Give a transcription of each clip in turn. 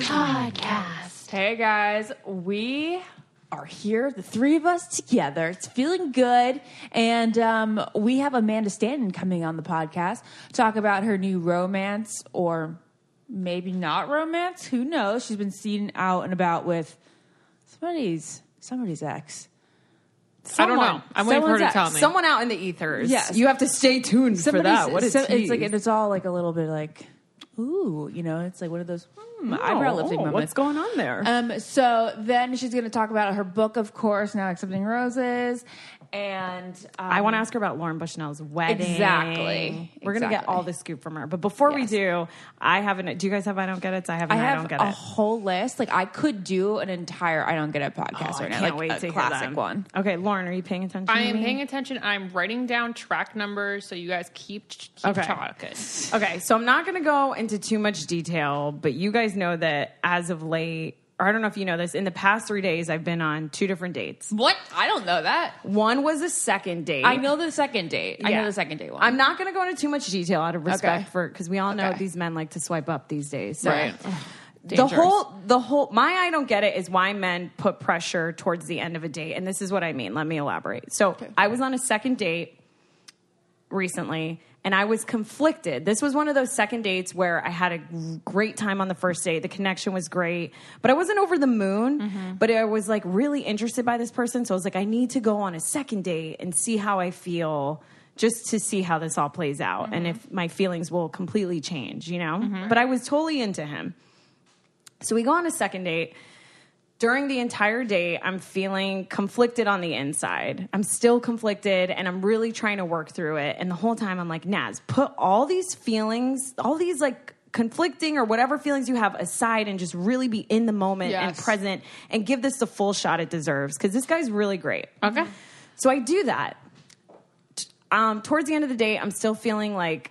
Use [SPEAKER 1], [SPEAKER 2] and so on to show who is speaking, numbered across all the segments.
[SPEAKER 1] podcast. Hey guys, we are here, the three of us together. It's feeling good, and um, we have Amanda Stanton coming on the podcast to talk about her new romance, or maybe not romance. Who knows? She's been seen out and about with somebody's somebody's ex.
[SPEAKER 2] I don't know.
[SPEAKER 1] Someone.
[SPEAKER 2] I'm waiting for her to
[SPEAKER 1] Someone's
[SPEAKER 2] tell
[SPEAKER 1] ex.
[SPEAKER 2] me.
[SPEAKER 3] Someone out in the ethers.
[SPEAKER 1] Yes.
[SPEAKER 3] You have to stay tuned for that. What is
[SPEAKER 1] so- it's
[SPEAKER 3] teased?
[SPEAKER 1] like it's all like a little bit like ooh, you know, it's like one of those hmm, eyebrow lifting
[SPEAKER 3] oh,
[SPEAKER 1] moments.
[SPEAKER 3] what's going on there?
[SPEAKER 1] Um, so then she's going to talk about her book, of course, now accepting roses, and um,
[SPEAKER 2] I want to ask her about Lauren Bushnell's wedding.
[SPEAKER 1] Exactly.
[SPEAKER 2] We're gonna get
[SPEAKER 1] Exactly.
[SPEAKER 2] all the scoop from her. But before we
[SPEAKER 1] Yes.
[SPEAKER 2] do, I haven't. Do you guys have I don't get it? I haven't.
[SPEAKER 1] I
[SPEAKER 2] I,
[SPEAKER 1] have
[SPEAKER 2] don't get
[SPEAKER 1] a
[SPEAKER 2] it.
[SPEAKER 1] whole list. Like I could do an entire I don't get it podcast
[SPEAKER 2] Oh,
[SPEAKER 1] right
[SPEAKER 2] I
[SPEAKER 1] now.
[SPEAKER 2] can't
[SPEAKER 1] like
[SPEAKER 2] wait
[SPEAKER 1] a
[SPEAKER 2] to hear
[SPEAKER 1] classic
[SPEAKER 2] them.
[SPEAKER 1] one.
[SPEAKER 2] Okay, Lauren, are you paying attention?
[SPEAKER 4] I
[SPEAKER 2] to
[SPEAKER 4] am
[SPEAKER 2] me?
[SPEAKER 4] paying attention. I'm writing down track numbers, so you guys keep keep
[SPEAKER 2] Okay.
[SPEAKER 4] talking.
[SPEAKER 2] Okay, so I'm not going to go into too much detail, but you guys know that as of late, or I don't know if you know this, in the past three days, I've been on two different dates.
[SPEAKER 1] What? I don't know that.
[SPEAKER 2] One was a second date.
[SPEAKER 1] I know the second date. I know
[SPEAKER 2] Yeah.
[SPEAKER 1] the second date one.
[SPEAKER 2] I'm not going to go into too much detail out of respect
[SPEAKER 1] Okay.
[SPEAKER 2] for because we all know
[SPEAKER 1] Okay.
[SPEAKER 2] these men like to swipe up these days. So.
[SPEAKER 1] Right.
[SPEAKER 2] The
[SPEAKER 1] Dangerous.
[SPEAKER 2] whole, the whole, my I don't get it is why men put pressure towards the end of a date. And this is what I mean. Let me elaborate. So I was on a second date recently and I was conflicted. This was one of those second dates where I had a great time on the first date. The connection was great, but I wasn't over the moon, but I was like really interested by this person. So I was like, I need to go on a second date and see how I feel just to see how this all plays out and if my feelings will completely change, you know? But I was totally into him. So we go on a second date during the entire day, I'm feeling conflicted on the inside. I'm still conflicted and I'm really trying to work through it. And the whole time I'm like, Naz, put all these feelings, all these like conflicting or whatever feelings you have aside and just really be in the moment and
[SPEAKER 4] Yes.
[SPEAKER 2] present and give this the full shot it deserves because this guy's really great.
[SPEAKER 4] Okay.
[SPEAKER 2] So I do that. T- Um, towards the end of the day, I'm still feeling like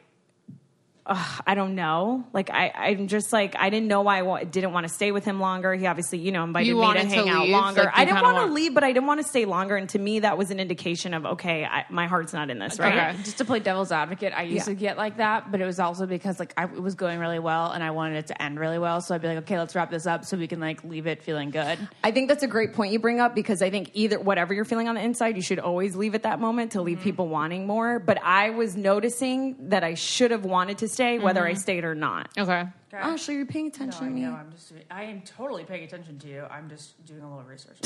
[SPEAKER 2] ugh, I don't know. Like I, I'm just like I didn't know why I wa- didn't want to stay with him longer. He obviously, you know, invited
[SPEAKER 4] You
[SPEAKER 2] me to
[SPEAKER 4] wanted
[SPEAKER 2] hang
[SPEAKER 4] to
[SPEAKER 2] out
[SPEAKER 4] leave?
[SPEAKER 2] longer.
[SPEAKER 4] Like, you
[SPEAKER 2] I didn't
[SPEAKER 4] kinda
[SPEAKER 2] want to
[SPEAKER 4] want-
[SPEAKER 2] leave, but I didn't want to stay longer. And to me, that was an indication of okay, I, my heart's not in this, right?
[SPEAKER 4] Okay.
[SPEAKER 1] just to play devil's advocate, I used to get like that, but it was also because like I, it was going really well and I wanted it to end really well. So I'd be like, okay, let's wrap this up so we can like leave it feeling good.
[SPEAKER 2] I think that's a great point you bring up because I think either whatever you're feeling on the inside, you should always leave at that moment to leave
[SPEAKER 4] Mm-hmm.
[SPEAKER 2] people wanting more. But I was noticing that I should have wanted to stay, whether I stayed or not.
[SPEAKER 4] Mm-hmm. Okay.
[SPEAKER 2] Ashley, you're paying attention to me.
[SPEAKER 1] I'm just, I am totally paying attention to you. I'm just doing a little research.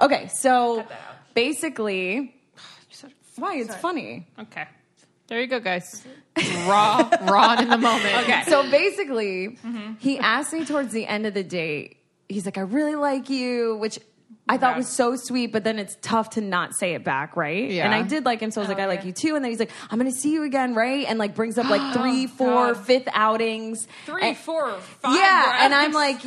[SPEAKER 2] Okay, so basically, why it's funny.
[SPEAKER 4] Okay. There you go, guys. Raw, raw in the moment. Okay.
[SPEAKER 2] So basically, he asked me towards the end of the date. He's like, "I really like you," which I thought was so sweet. But then it's tough to not say it back, right?
[SPEAKER 4] Yeah. Oh,
[SPEAKER 2] And I did like him, so I was like, "I like you too." And then he's like, "I'm gonna see you again, right?" And like brings up like three, four, fifth outings.
[SPEAKER 4] Three,
[SPEAKER 2] And-
[SPEAKER 4] four, five.
[SPEAKER 2] yeah, and
[SPEAKER 4] rounds.
[SPEAKER 2] I'm like,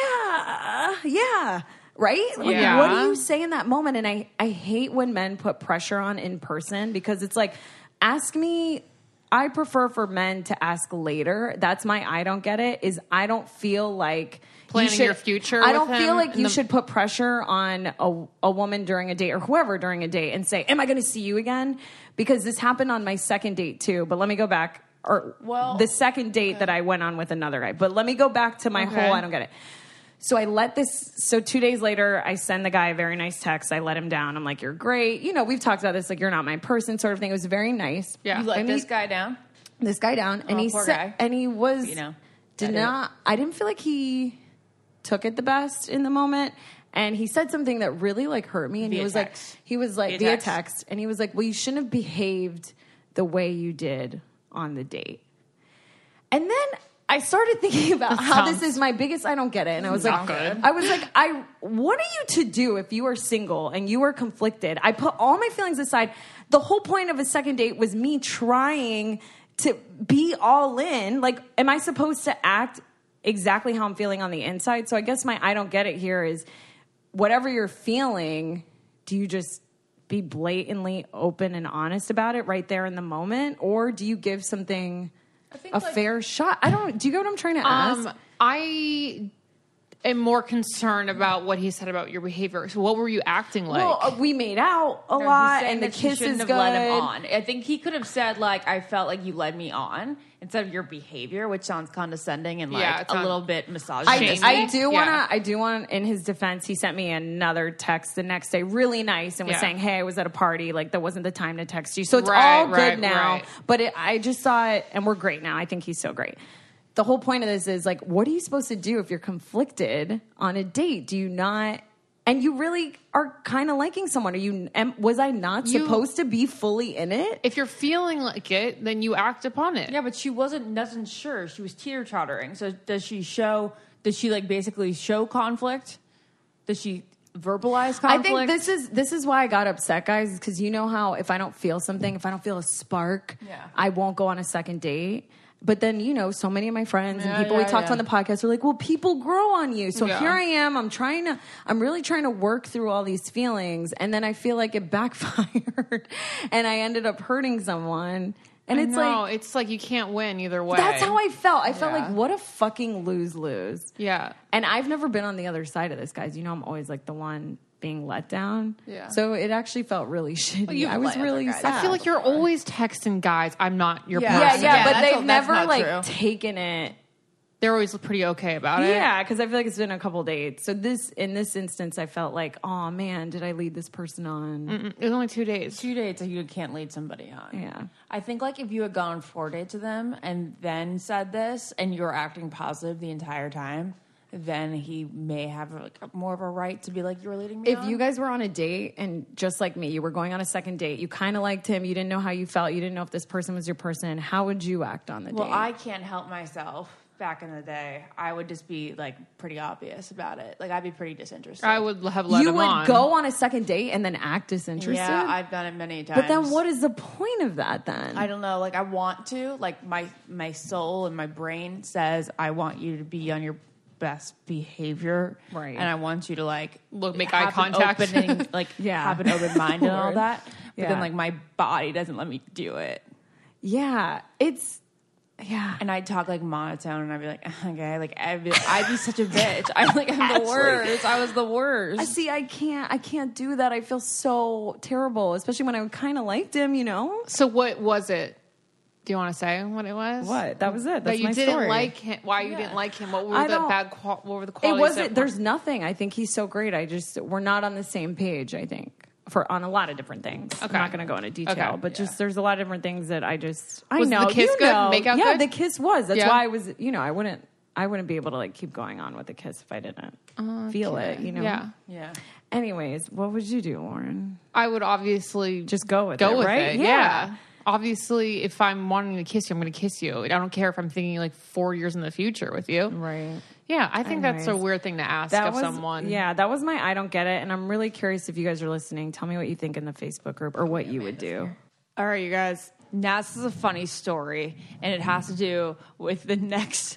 [SPEAKER 2] yeah, yeah, right? Like,
[SPEAKER 4] Yeah.
[SPEAKER 2] what do you say in that moment? And I, I hate when men put pressure on in person because it's like, ask me. I prefer for men to ask later. That's my I don't get it. Is I don't feel like you
[SPEAKER 4] Planning
[SPEAKER 2] should-
[SPEAKER 4] your future
[SPEAKER 2] I don't
[SPEAKER 4] with
[SPEAKER 2] feel
[SPEAKER 4] him
[SPEAKER 2] like
[SPEAKER 4] in
[SPEAKER 2] you
[SPEAKER 4] the-
[SPEAKER 2] should put pressure on a, a woman during a date or whoever during a date and say, "Am I going to see you again?" Because this happened on my second date too. But let me go back. Or
[SPEAKER 1] Well-
[SPEAKER 2] the second date that I went on with another guy. But let me go back to my
[SPEAKER 4] Okay.
[SPEAKER 2] whole I don't get it. So I let this. So two days later, I send the guy a very nice text. I let him down. I'm like, "You're great." You know, we've talked about this. Like, you're not my person, sort of thing. It was very nice.
[SPEAKER 4] Yeah.
[SPEAKER 2] You
[SPEAKER 4] let
[SPEAKER 2] let
[SPEAKER 4] this
[SPEAKER 2] me-
[SPEAKER 4] guy down.
[SPEAKER 2] this guy down, and
[SPEAKER 4] Oh,
[SPEAKER 2] he
[SPEAKER 4] poor
[SPEAKER 2] sa-
[SPEAKER 4] guy.
[SPEAKER 2] and he was
[SPEAKER 4] You know,
[SPEAKER 2] did
[SPEAKER 4] that is-
[SPEAKER 2] not. I didn't feel like he took it the best in the moment, and he said something that really like hurt me. And he
[SPEAKER 4] Via
[SPEAKER 2] was
[SPEAKER 4] text.
[SPEAKER 2] like, he was like
[SPEAKER 4] Via
[SPEAKER 2] via
[SPEAKER 4] text.
[SPEAKER 2] text, and he was like, "Well, you shouldn't have behaved the way you did on the date." And then I started thinking about how this is my biggest. I don't get it, and I was like,
[SPEAKER 4] Not good.
[SPEAKER 2] I was like, I. What are you to do if you are single and you are conflicted? I put all my feelings aside. The whole point of a second date was me trying to be all in. Like, am I supposed to act exactly how I'm feeling on the inside? So I guess my I don't get it here is whatever you're feeling, do you just be blatantly open and honest about it right there in the moment, or do you give something?
[SPEAKER 4] think,
[SPEAKER 2] a
[SPEAKER 4] like-
[SPEAKER 2] fair shot. I don't. Do you get what I'm trying to ask?
[SPEAKER 4] Um, I am more concerned about what he said about your behavior. So, what were you acting like?
[SPEAKER 2] well, uh, we made out a
[SPEAKER 1] No, he's
[SPEAKER 2] lot,
[SPEAKER 1] saying
[SPEAKER 2] and the
[SPEAKER 1] that she
[SPEAKER 2] kiss
[SPEAKER 1] shouldn't
[SPEAKER 2] is
[SPEAKER 1] have
[SPEAKER 2] good.
[SPEAKER 1] Let him on. I think he could have said like, "I felt like you led me on," instead of your behavior, which sounds condescending and like
[SPEAKER 4] Yeah, it's
[SPEAKER 1] a
[SPEAKER 4] not-
[SPEAKER 1] little bit misogynistic.
[SPEAKER 2] I,
[SPEAKER 4] Shame.
[SPEAKER 2] I do want to.
[SPEAKER 4] Yeah.
[SPEAKER 2] I do want. In his defense, he sent me another text the next day, really nice, and was
[SPEAKER 4] Yeah.
[SPEAKER 2] saying, "Hey, I was at a party. Like that wasn't the time to text you." So it's
[SPEAKER 4] Right,
[SPEAKER 2] all good
[SPEAKER 4] right,
[SPEAKER 2] now.
[SPEAKER 4] right.
[SPEAKER 2] But it, I just saw it, and we're great now. I think he's so great. The whole point of this is like, what are you supposed to do if you're conflicted on a date? Do you not? And you really are kind of liking someone. Are you? Am, was I not
[SPEAKER 4] You-
[SPEAKER 2] supposed to be fully in it?
[SPEAKER 4] if you're feeling like it, then you act upon it.
[SPEAKER 1] yeah, but she wasn't nothing sure. She was teeter tottering. So does she show? Does she like basically show conflict? Does she verbalize conflict?
[SPEAKER 2] I think this is this is why I got upset, guys, because you know how if I don't feel something, if I don't feel a spark,
[SPEAKER 1] Yeah.
[SPEAKER 2] I won't go on a second date. But then you know, so many of my friends
[SPEAKER 1] Yeah,
[SPEAKER 2] and people we
[SPEAKER 1] yeah,
[SPEAKER 2] talked to
[SPEAKER 1] yeah.
[SPEAKER 2] on the podcast are like, "Well, people grow on you." So
[SPEAKER 4] Yeah.
[SPEAKER 2] here I am. I'm trying to. I'm really trying to work through all these feelings, and then I feel like it backfired, and I ended up hurting someone. And it's
[SPEAKER 4] no,
[SPEAKER 2] like
[SPEAKER 4] it's like you can't win either way.
[SPEAKER 2] that's how I felt. I felt
[SPEAKER 4] Yeah.
[SPEAKER 2] like what a fucking lose lose.
[SPEAKER 4] Yeah.
[SPEAKER 2] And I've never been on the other side of this, guys. You know, I'm always like the one being let down.
[SPEAKER 4] Yeah.
[SPEAKER 2] So it actually felt really shitty.
[SPEAKER 1] you've
[SPEAKER 2] I was
[SPEAKER 1] let other
[SPEAKER 2] really
[SPEAKER 1] guys
[SPEAKER 2] sad.
[SPEAKER 4] I feel like you're always texting guys, I'm not your
[SPEAKER 1] Yeah.
[SPEAKER 2] yeah,
[SPEAKER 4] person.
[SPEAKER 2] yeah,
[SPEAKER 1] Yeah,
[SPEAKER 2] but
[SPEAKER 1] that's-
[SPEAKER 2] they've
[SPEAKER 1] that's
[SPEAKER 2] never
[SPEAKER 1] not
[SPEAKER 2] like
[SPEAKER 1] true.
[SPEAKER 2] taken it.
[SPEAKER 4] They're always pretty okay about it.
[SPEAKER 2] Yeah, because I feel like it's been a couple dates. So this, in this instance, I felt like, oh man, did I lead this person on?
[SPEAKER 1] Mm.
[SPEAKER 4] It was only two days.
[SPEAKER 1] two dates that you can't lead somebody on.
[SPEAKER 2] Yeah.
[SPEAKER 1] I think like if you had gone four dates to them and then said this and you're acting positive the entire time, then he may have like more of a right to be like you were leading me.
[SPEAKER 2] If
[SPEAKER 1] on.
[SPEAKER 2] you guys were on a date and just like me, you were going on a second date, you kind of liked him, you didn't know how you felt, you didn't know if this person was your person, how would you act on the
[SPEAKER 1] well,
[SPEAKER 2] date?
[SPEAKER 1] I can't help myself. Back in the day, I would just be like pretty obvious about it. Like I'd be pretty disinterested.
[SPEAKER 4] I would have let
[SPEAKER 2] you
[SPEAKER 4] him
[SPEAKER 2] would
[SPEAKER 4] on.
[SPEAKER 2] go on a second date and then act disinterested?
[SPEAKER 1] yeah, I've done it many times.
[SPEAKER 2] But then what is the point of that then?
[SPEAKER 1] I don't know. Like I want to. Like my my soul and my brain says I want you to be on your best behavior,
[SPEAKER 2] Right.
[SPEAKER 1] And I want you to like
[SPEAKER 4] Look, make
[SPEAKER 1] have
[SPEAKER 4] eye
[SPEAKER 1] an
[SPEAKER 4] contact.
[SPEAKER 1] opening, like
[SPEAKER 2] Yeah.
[SPEAKER 1] have an open mind and all that. But
[SPEAKER 2] Yeah.
[SPEAKER 1] then like my body doesn't let me do it,
[SPEAKER 2] yeah, it's yeah.
[SPEAKER 1] and I talk like monotone, and I'd be like, okay, like I'd be, I'd be such a bitch. I'm like I'm the worst. I was the
[SPEAKER 2] I
[SPEAKER 1] worst.
[SPEAKER 2] see. I can't. I can't do that. I feel so terrible, especially when I kind of liked him. You know
[SPEAKER 4] So what was it? Do you want to say what it was?
[SPEAKER 2] That was it.
[SPEAKER 4] that you didn't like him. Why you didn't like him? What were
[SPEAKER 2] I
[SPEAKER 4] the
[SPEAKER 2] don't-
[SPEAKER 4] bad? Qual- what were the
[SPEAKER 2] It
[SPEAKER 4] qualities?
[SPEAKER 2] wasn't.
[SPEAKER 4] that-
[SPEAKER 2] There's nothing. I think he's so great. I just we're not on the same page. I think for on a lot of different things.
[SPEAKER 4] Okay.
[SPEAKER 2] I'm not going to go into detail,
[SPEAKER 4] Okay.
[SPEAKER 2] but just there's a lot of different things that I just. I
[SPEAKER 4] Was the
[SPEAKER 2] know.
[SPEAKER 4] kiss
[SPEAKER 2] you
[SPEAKER 4] good?
[SPEAKER 2] know.
[SPEAKER 4] Makeout
[SPEAKER 2] yeah,
[SPEAKER 4] good?
[SPEAKER 2] the kiss was. That's
[SPEAKER 4] Yeah.
[SPEAKER 2] why I was. You know, I wouldn't. I wouldn't be able to like keep going on with the kiss if I didn't feel it. You know.
[SPEAKER 4] yeah.
[SPEAKER 1] Yeah.
[SPEAKER 2] Anyways, what would you do, Lauren?
[SPEAKER 4] I would obviously
[SPEAKER 2] Just go with
[SPEAKER 4] go
[SPEAKER 2] it,
[SPEAKER 4] with
[SPEAKER 2] right?
[SPEAKER 4] it. Yeah. Obviously, if I'm wanting to kiss you, I'm going to kiss you. I don't care if I'm thinking like four years in the future with you.
[SPEAKER 2] Right.
[SPEAKER 4] Yeah, I think that's a
[SPEAKER 2] Anyways.
[SPEAKER 4] weird thing to ask of someone.
[SPEAKER 2] Yeah, that was my I don't get it. And I'm really curious if you guys are listening. Tell me what you think in the Facebook group or what you would do.
[SPEAKER 1] All right, you guys. Now this is a funny story, and it has to do with the next,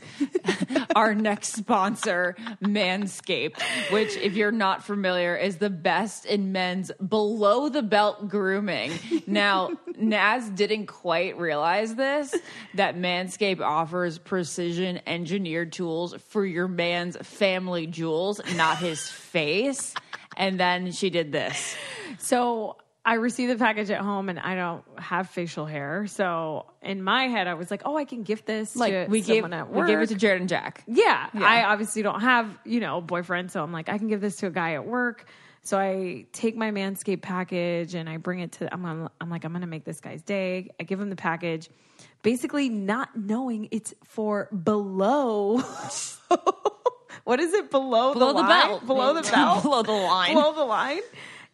[SPEAKER 1] our next sponsor, Manscaped, which, if you're not familiar, is the best in men's below the belt grooming. Now, Naz didn't quite realize this that Manscaped offers precision engineered tools for your man's family jewels, not his face. And then she did this.
[SPEAKER 2] So I received the package at home and I don't have facial hair. So in my head, I was like, oh, I can gift this to
[SPEAKER 1] Like we gave
[SPEAKER 2] someone at work.
[SPEAKER 1] we gave it to Jared and Jack.
[SPEAKER 2] Yeah, I obviously don't have, you know, a boyfriend, so I'm like, I can give this to a guy at work. So I take my Manscaped package and I bring it to I'm I'm, I'm like I'm going to make this guy's day. I give him the package, basically not knowing it's for below. what is it below,
[SPEAKER 1] Below
[SPEAKER 2] the,
[SPEAKER 1] the
[SPEAKER 2] line?
[SPEAKER 1] belt.
[SPEAKER 2] Below the belt.
[SPEAKER 1] Below the line.
[SPEAKER 2] Below the line.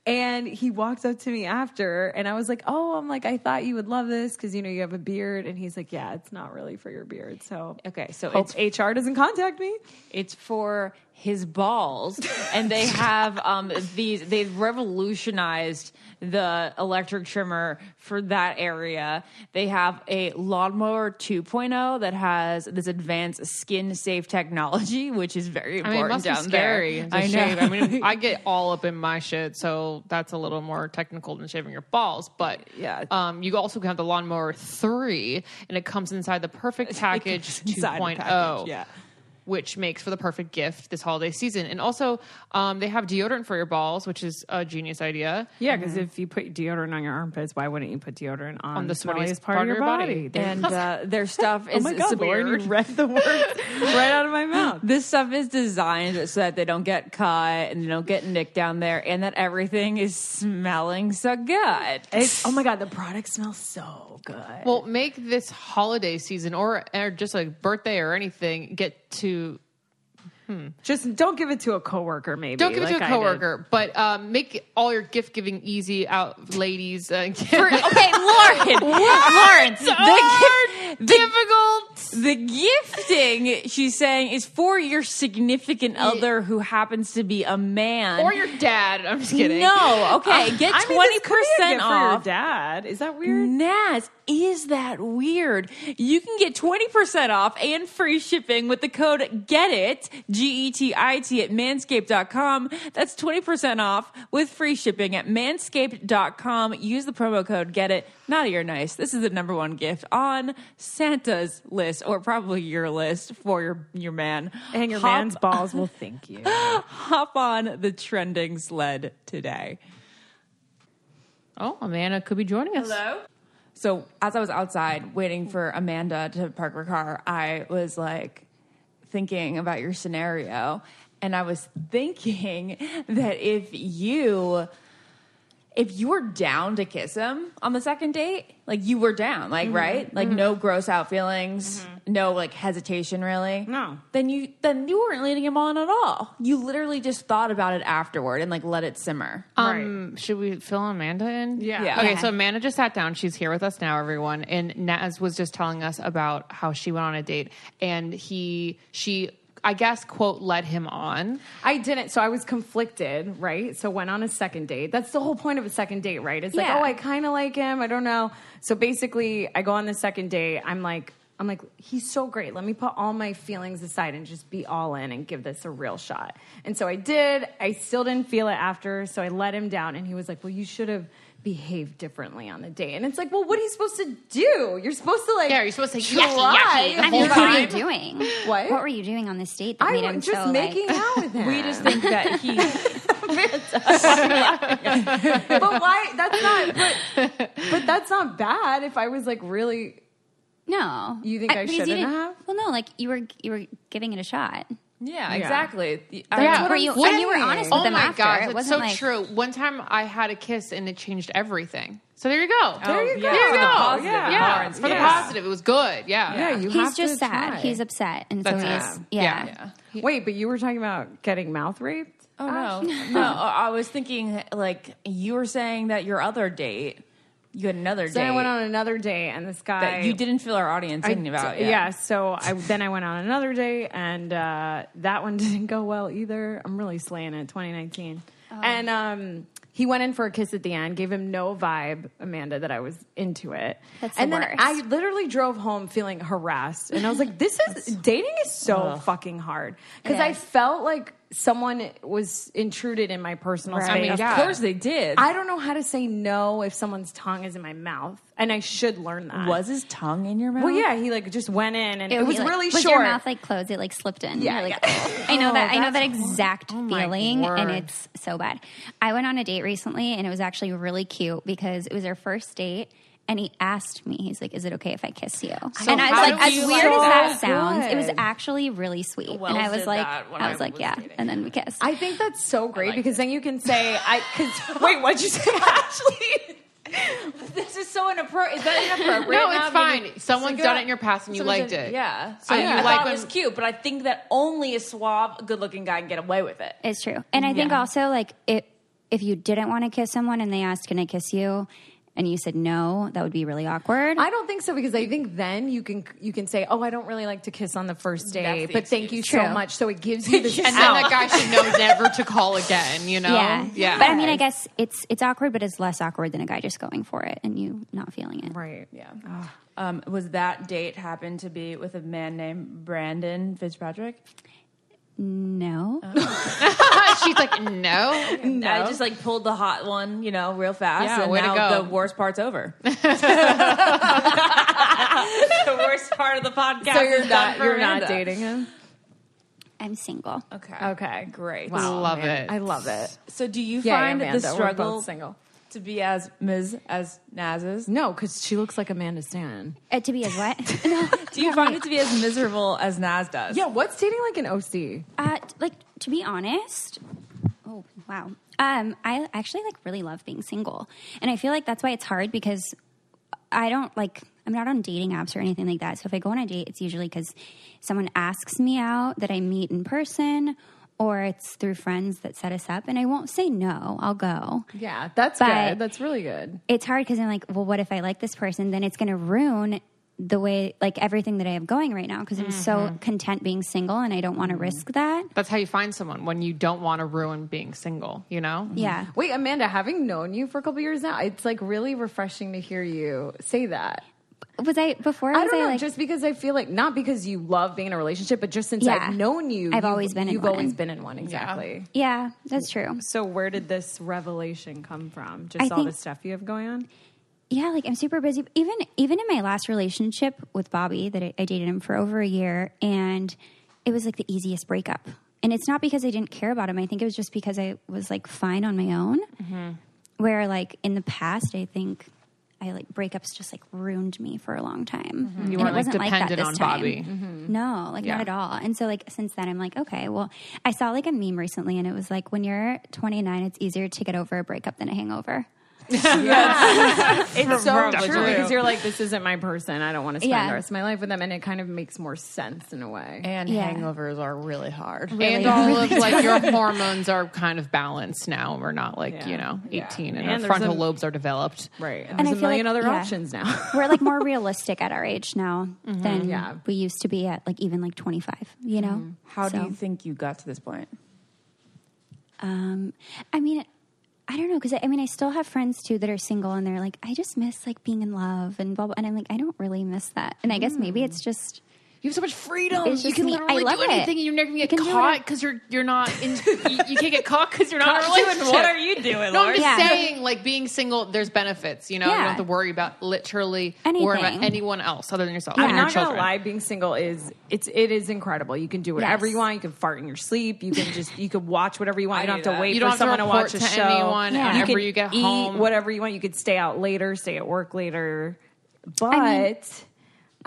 [SPEAKER 2] And he walked up to me after, and I was like, "Oh, I'm like, I thought you would love this because you know you have a beard." And he's like, "Yeah, it's not really for your beard." So
[SPEAKER 1] Okay, so
[SPEAKER 2] hope HR doesn't contact me.
[SPEAKER 1] It's for his balls, and they have um, these. They've revolutionized the electric trimmer for that area. They have a lawnmower 2.0 that has this advanced skin-safe technology, which is very
[SPEAKER 4] I
[SPEAKER 1] important
[SPEAKER 4] mean, it must be
[SPEAKER 1] down
[SPEAKER 4] scary.
[SPEAKER 1] there.
[SPEAKER 4] to shave. I mean, I get all up in my shit, so that's a little more technical than shaving your balls. But
[SPEAKER 2] Yeah.
[SPEAKER 4] um, you also have the lawnmower three, and it comes inside the perfect package oh.
[SPEAKER 2] inside the
[SPEAKER 4] 2.0.
[SPEAKER 2] package, yeah.
[SPEAKER 4] Which makes for the perfect gift this holiday season, and also um, they have deodorant for your balls, which is a genius idea.
[SPEAKER 3] Yeah, because
[SPEAKER 2] Mm-hmm.
[SPEAKER 3] if you put deodorant on your armpits, why wouldn't you put deodorant on,
[SPEAKER 4] On the
[SPEAKER 3] smelliest
[SPEAKER 4] sweatiest part of your body.
[SPEAKER 3] They-
[SPEAKER 1] and uh, their stuff is
[SPEAKER 2] Oh my god, Lauren,
[SPEAKER 1] weird.
[SPEAKER 2] you read the words right out of my mouth.
[SPEAKER 1] This stuff is designed so that they don't get caught and they don't get nicked down there, and that everything is smelling so good.
[SPEAKER 2] It's, oh my god, the product smells so good.
[SPEAKER 4] Well, make this holiday season or, or just like birthday or anything get to
[SPEAKER 2] Just don't give it to a coworker, maybe.
[SPEAKER 4] Don't give it
[SPEAKER 2] like
[SPEAKER 4] to a
[SPEAKER 2] I did.
[SPEAKER 4] coworker, but um, make all your gift giving easy out, ladies. Uh,
[SPEAKER 1] okay, Lauren. Lauren. The, gi-
[SPEAKER 4] difficult.
[SPEAKER 1] the gifting, she's saying, is for your significant other who happens to be a man.
[SPEAKER 4] Or your dad. I'm just kidding.
[SPEAKER 1] No, okay. Get
[SPEAKER 2] I mean,
[SPEAKER 1] twenty
[SPEAKER 2] this could be a
[SPEAKER 1] percent
[SPEAKER 2] gift for your
[SPEAKER 1] off.
[SPEAKER 2] dad. Is that weird?
[SPEAKER 1] Naz, is that weird? You can get 20% off and free shipping with the code GET IT, G E T I T, at manscaped.com. That's 20% off with free shipping at manscaped.com. Use the promo code GET IT. Naughty or nice. This is the number one gift on Santa's list, or probably your list for your, your man.
[SPEAKER 2] And your
[SPEAKER 1] Hop-
[SPEAKER 2] man's balls will thank you.
[SPEAKER 1] Hop on the trending sled today.
[SPEAKER 4] Oh, Amanda could be joining us.
[SPEAKER 1] So as I was outside waiting for Amanda to park her car, I was like thinking about your scenario. And I was thinking that if you if you were down to kiss him on the second date, like you were down, like right? Like no gross out feelings, no like hesitation really.
[SPEAKER 2] No.
[SPEAKER 1] Then you then you weren't leading him on at all. You literally just thought about it afterward and like let it simmer.
[SPEAKER 4] Um, should we fill Amanda in?
[SPEAKER 3] Yeah.
[SPEAKER 1] Yeah.
[SPEAKER 4] Okay,
[SPEAKER 1] Yeah.
[SPEAKER 4] so Amanda just sat down. She's here with us now, everyone. And Naz was just telling us about how she went on a date and he, she, I guess, quote, led him on.
[SPEAKER 3] I didn't, so I was conflicted, right? So went on a second date. That's the whole point of a second date, right? It's like,
[SPEAKER 1] Yeah.
[SPEAKER 3] oh, I kind of like him. I don't know. So basically, I go on the second date. I'm like, I'm like, he's so great. Let me put all my feelings aside and just be all in and give this a real shot. And so I did. I still didn't feel it after, so I let him down. And he was like, well, you should have behaved differently on the date. And it's like, well, what are you supposed to do? You're supposed to like,
[SPEAKER 4] Yeah, you're supposed to say,
[SPEAKER 3] try.
[SPEAKER 4] yucky, yucky, the whole
[SPEAKER 5] I mean, what were you
[SPEAKER 4] time.
[SPEAKER 5] doing?
[SPEAKER 3] What?
[SPEAKER 5] What were you doing on this date? That
[SPEAKER 3] I
[SPEAKER 5] made
[SPEAKER 3] was
[SPEAKER 5] him
[SPEAKER 3] just
[SPEAKER 5] so, like-
[SPEAKER 3] making out with him.
[SPEAKER 1] We just think that he
[SPEAKER 3] but why? That's not. But, but that's not bad. If I was like really,
[SPEAKER 5] No,
[SPEAKER 3] You think I
[SPEAKER 5] because you
[SPEAKER 3] shouldn't
[SPEAKER 5] didn't-
[SPEAKER 3] have?
[SPEAKER 5] Well, no, like you were you were giving it a shot.
[SPEAKER 1] Yeah, exactly. The- I-
[SPEAKER 5] Yeah. Were you,
[SPEAKER 4] What
[SPEAKER 5] and you were
[SPEAKER 4] if-
[SPEAKER 5] honest
[SPEAKER 4] oh
[SPEAKER 5] with them
[SPEAKER 4] my
[SPEAKER 5] after.
[SPEAKER 4] gosh,
[SPEAKER 5] it
[SPEAKER 4] that's
[SPEAKER 5] wasn't
[SPEAKER 4] so
[SPEAKER 5] like
[SPEAKER 4] true. One time I had a kiss and it changed everything. So there you go.
[SPEAKER 1] There you go.
[SPEAKER 4] There you
[SPEAKER 1] For
[SPEAKER 4] go.
[SPEAKER 1] the positive,
[SPEAKER 4] yeah.
[SPEAKER 1] Lawrence.
[SPEAKER 4] For
[SPEAKER 1] Yeah.
[SPEAKER 4] the positive, it was good. Yeah.
[SPEAKER 3] yeah, you have
[SPEAKER 5] he's just
[SPEAKER 3] to
[SPEAKER 5] sad.
[SPEAKER 3] try.
[SPEAKER 5] He's upset, and so
[SPEAKER 4] That's it.
[SPEAKER 5] he's
[SPEAKER 4] Yeah.
[SPEAKER 5] yeah.
[SPEAKER 4] Yeah.
[SPEAKER 3] Wait, but you were talking about getting mouth raped.
[SPEAKER 1] Oh no, no! I I was thinking like you were saying that your other date, you had another
[SPEAKER 3] Then
[SPEAKER 1] date
[SPEAKER 3] I went on another day, and this guy
[SPEAKER 1] that you didn't feel our audience
[SPEAKER 3] I
[SPEAKER 1] thinking about.
[SPEAKER 3] d-
[SPEAKER 1] yet.
[SPEAKER 3] Yeah, so I then I went on another day, and uh, that one didn't go well either. I'm really slaying it, 2019. And um, he went in for a kiss at the end, gave him no vibe, Amanda, that I was into it.
[SPEAKER 5] That's the
[SPEAKER 3] and then
[SPEAKER 5] worst.
[SPEAKER 3] I literally drove home feeling harassed, and I was like, "This is dating is so fucking hard," because I felt like
[SPEAKER 2] someone was intruded in my personal
[SPEAKER 6] Right.
[SPEAKER 2] space.
[SPEAKER 6] I mean,
[SPEAKER 4] yeah.
[SPEAKER 1] Of course they did.
[SPEAKER 2] I don't know how to say no if someone's tongue is in my mouth, and I should learn that.
[SPEAKER 1] was his tongue in your mouth?
[SPEAKER 2] Well, yeah, he like just went in, and it,
[SPEAKER 5] would
[SPEAKER 2] was
[SPEAKER 5] be like-
[SPEAKER 2] really
[SPEAKER 5] was
[SPEAKER 2] short.
[SPEAKER 5] your mouth like closed? It like slipped in. Yeah. Like, "Oh." I know that. I know that
[SPEAKER 3] Oh
[SPEAKER 5] exact feeling, and it's so bad. I went on a date recently, and it was actually really cute because it was our first date. And he asked me, he's like, "Is it okay if I kiss you?" and I was
[SPEAKER 4] how
[SPEAKER 5] like,
[SPEAKER 4] do
[SPEAKER 5] as
[SPEAKER 4] you
[SPEAKER 5] weird
[SPEAKER 4] like
[SPEAKER 5] as that
[SPEAKER 2] that?
[SPEAKER 5] sounds, it was
[SPEAKER 2] Good.
[SPEAKER 5] actually really sweet.
[SPEAKER 6] Wells
[SPEAKER 5] and I was
[SPEAKER 6] did
[SPEAKER 5] like,
[SPEAKER 6] that when
[SPEAKER 5] I
[SPEAKER 6] I
[SPEAKER 5] was like,
[SPEAKER 6] was
[SPEAKER 5] yeah.
[SPEAKER 6] dating.
[SPEAKER 5] And then we kissed.
[SPEAKER 2] I think that's so great because then you can say, "I." Cause, wait, what'd you say, Ashley?
[SPEAKER 1] This is so inappropriate. Is that inappropriate?
[SPEAKER 4] No,
[SPEAKER 1] now?
[SPEAKER 4] it's fine.
[SPEAKER 1] Maybe-
[SPEAKER 4] Someone's
[SPEAKER 1] Figure
[SPEAKER 4] done
[SPEAKER 1] out-
[SPEAKER 4] it in your past and you
[SPEAKER 1] Someone's
[SPEAKER 4] liked
[SPEAKER 1] done-
[SPEAKER 4] it.
[SPEAKER 1] Yeah. So
[SPEAKER 4] And
[SPEAKER 1] you
[SPEAKER 4] you
[SPEAKER 1] I
[SPEAKER 4] like
[SPEAKER 1] thought it was
[SPEAKER 4] when-
[SPEAKER 1] cute, but I think that only a suave, good-looking guy can get away with it.
[SPEAKER 5] It's true. And I think also like it, if you didn't want to kiss someone and they asked, "Can I kiss you?" and you said no, that would be really awkward.
[SPEAKER 2] I don't think so because I think then you can you can say, "Oh, I don't really like to kiss on the first day,
[SPEAKER 1] the
[SPEAKER 2] but thank you
[SPEAKER 5] True.
[SPEAKER 2] so much." So it gives you this
[SPEAKER 4] And then
[SPEAKER 2] out.
[SPEAKER 4] that guy should know never to call again, you know?
[SPEAKER 5] yeah.
[SPEAKER 4] Yeah.
[SPEAKER 5] But I mean, I guess it's it's awkward, but it's less awkward than a guy just going for it and you not feeling it.
[SPEAKER 2] right? Yeah.
[SPEAKER 1] Um, was that date happened to be with a man named Brandon Fitzpatrick?
[SPEAKER 5] No.
[SPEAKER 4] She's like, no.
[SPEAKER 1] No. I just like pulled the hot one, you know, real fast.
[SPEAKER 4] Yeah,
[SPEAKER 1] and
[SPEAKER 4] way to
[SPEAKER 1] now
[SPEAKER 4] go.
[SPEAKER 1] the worst part's over. the worst part of the podcast.
[SPEAKER 2] So you're
[SPEAKER 1] is done
[SPEAKER 2] not
[SPEAKER 1] for
[SPEAKER 2] you're not
[SPEAKER 1] Amanda.
[SPEAKER 2] dating him.
[SPEAKER 5] I'm single.
[SPEAKER 1] Okay.
[SPEAKER 2] Okay.
[SPEAKER 1] Great.
[SPEAKER 4] Love it.
[SPEAKER 2] I love it.
[SPEAKER 1] So do you
[SPEAKER 2] Yeah,
[SPEAKER 1] find
[SPEAKER 2] Amanda,
[SPEAKER 1] the
[SPEAKER 2] we're
[SPEAKER 1] struggle
[SPEAKER 2] both single.
[SPEAKER 1] to be as Ms. as Naz is?
[SPEAKER 2] No, because she looks like Amanda Stanton.
[SPEAKER 5] Uh, to be as what?
[SPEAKER 1] Do you find it to be as miserable as Naz does?
[SPEAKER 2] Yeah, what's dating like an OC?
[SPEAKER 5] uh, t- like to be honest. Oh wow. Um, I actually like really love being single, and I feel like that's why it's hard because I don't like. I'm not on dating apps or anything like that. So if I go on a date, it's usually because someone asks me out that I meet in person, or it's through friends that set us up, and I won't say no. I'll go.
[SPEAKER 2] Yeah, that's
[SPEAKER 5] But-
[SPEAKER 2] good. That's really good.
[SPEAKER 5] it's hard because I'm like, well, what if I like this person? Then it's going to ruin the way, like everything that I have going right now because I'm so content being single and I don't want to risk that.
[SPEAKER 4] That's how you find someone when you don't want to ruin being single, you know?
[SPEAKER 5] Yeah.
[SPEAKER 2] Wait, Amanda, having known you for a couple years now, it's like really refreshing to hear you say that.
[SPEAKER 5] Was I before?
[SPEAKER 2] I
[SPEAKER 5] was
[SPEAKER 2] don't know,
[SPEAKER 5] like,
[SPEAKER 2] just because I feel like not because you love being in a relationship, but just since
[SPEAKER 5] Yeah.
[SPEAKER 2] I've known you,
[SPEAKER 5] I've
[SPEAKER 2] you've-
[SPEAKER 5] always been in
[SPEAKER 2] You've
[SPEAKER 5] one.
[SPEAKER 2] always been in one, exactly.
[SPEAKER 5] yeah, that's true.
[SPEAKER 6] So where did this revelation come from? Just
[SPEAKER 5] I
[SPEAKER 6] all the
[SPEAKER 5] think-
[SPEAKER 6] stuff you have going on?
[SPEAKER 5] Yeah, like I'm super busy. Even even in my last relationship with Bobby, that I, I dated him for over a year, and it was like the easiest breakup. And it's not because I didn't care about him. I think it was just because I was like fine on my own.
[SPEAKER 4] Mm-hmm.
[SPEAKER 5] Where like in the past, I think I like breakups just like ruined me for a long time. And
[SPEAKER 4] Mm-hmm. You
[SPEAKER 5] it
[SPEAKER 4] weren't like
[SPEAKER 5] wasn't that
[SPEAKER 4] dependent
[SPEAKER 5] this
[SPEAKER 4] on
[SPEAKER 5] time.
[SPEAKER 4] Bobby.
[SPEAKER 5] No, like not at all. And so like since then I'm like, okay, well, I saw like a meme recently and it was like when you're 29, it's easier to get over a breakup than a hangover.
[SPEAKER 2] It's so
[SPEAKER 4] Probably
[SPEAKER 2] true
[SPEAKER 4] true.
[SPEAKER 2] because you're like, this isn't my person. I don't want to spend
[SPEAKER 5] Yeah.
[SPEAKER 2] the rest of my life with them, and it kind of makes more sense in a way.
[SPEAKER 7] And
[SPEAKER 5] Yeah.
[SPEAKER 7] hangovers are really hard.
[SPEAKER 4] and all of like your hormones are kind of balanced now. We're not like, you know, 18 and,
[SPEAKER 6] And
[SPEAKER 4] our
[SPEAKER 6] there's
[SPEAKER 4] frontal
[SPEAKER 6] a-
[SPEAKER 4] lobes are developed.
[SPEAKER 2] right? And
[SPEAKER 5] And
[SPEAKER 2] there's
[SPEAKER 5] I
[SPEAKER 2] a
[SPEAKER 5] feel
[SPEAKER 2] million
[SPEAKER 5] like-
[SPEAKER 2] other
[SPEAKER 5] yeah.
[SPEAKER 2] options now. Mm-hmm.
[SPEAKER 5] we're like more realistic at our age now than we used to be at like even like 25 you know
[SPEAKER 2] Mm-hmm.
[SPEAKER 1] How do
[SPEAKER 5] So,
[SPEAKER 1] you think you got to this point?
[SPEAKER 5] um i mean i don't know because I, I mean i still have friends too that are single and they're like i just miss like being in love and blah blah and i'm like i don't really miss that and i guess
[SPEAKER 2] Mm.
[SPEAKER 5] maybe it's just
[SPEAKER 7] You have so much freedom.
[SPEAKER 5] It's
[SPEAKER 4] You
[SPEAKER 5] just
[SPEAKER 4] can
[SPEAKER 5] me. I
[SPEAKER 4] literally
[SPEAKER 5] love
[SPEAKER 4] do
[SPEAKER 5] it.
[SPEAKER 4] anything. and You're never gonna
[SPEAKER 5] You
[SPEAKER 4] get
[SPEAKER 5] can do whatever-
[SPEAKER 4] caught because you're you're not in. you, you can't get caught because you're not in a
[SPEAKER 6] doing-
[SPEAKER 4] relationship.
[SPEAKER 6] what are you doing,
[SPEAKER 4] No, I'm just
[SPEAKER 5] Lauren? Yeah.
[SPEAKER 4] saying, like being single, there's benefits. You know, you don't
[SPEAKER 5] Yeah.
[SPEAKER 4] have to worry about literally worrying about
[SPEAKER 5] Anything.
[SPEAKER 4] anyone else other than yourself.
[SPEAKER 5] Yeah.
[SPEAKER 4] and
[SPEAKER 2] I'm
[SPEAKER 4] your
[SPEAKER 2] not
[SPEAKER 4] children.
[SPEAKER 2] gonna lie, being single is it's it is incredible. You can do whatever
[SPEAKER 5] Yes.
[SPEAKER 2] you want. You can fart in your sleep. You can just you can watch whatever you want. you don't
[SPEAKER 1] do
[SPEAKER 2] have to
[SPEAKER 1] that.
[SPEAKER 2] wait
[SPEAKER 4] You
[SPEAKER 2] for
[SPEAKER 4] don't have to
[SPEAKER 2] someone to,
[SPEAKER 4] report
[SPEAKER 2] watch a
[SPEAKER 4] to
[SPEAKER 2] show.
[SPEAKER 4] anyone
[SPEAKER 5] Yeah.
[SPEAKER 4] whenever
[SPEAKER 2] can
[SPEAKER 4] you get
[SPEAKER 2] eat
[SPEAKER 4] home.
[SPEAKER 2] whatever you want. You could stay out later, stay at work later. But I,
[SPEAKER 5] mean-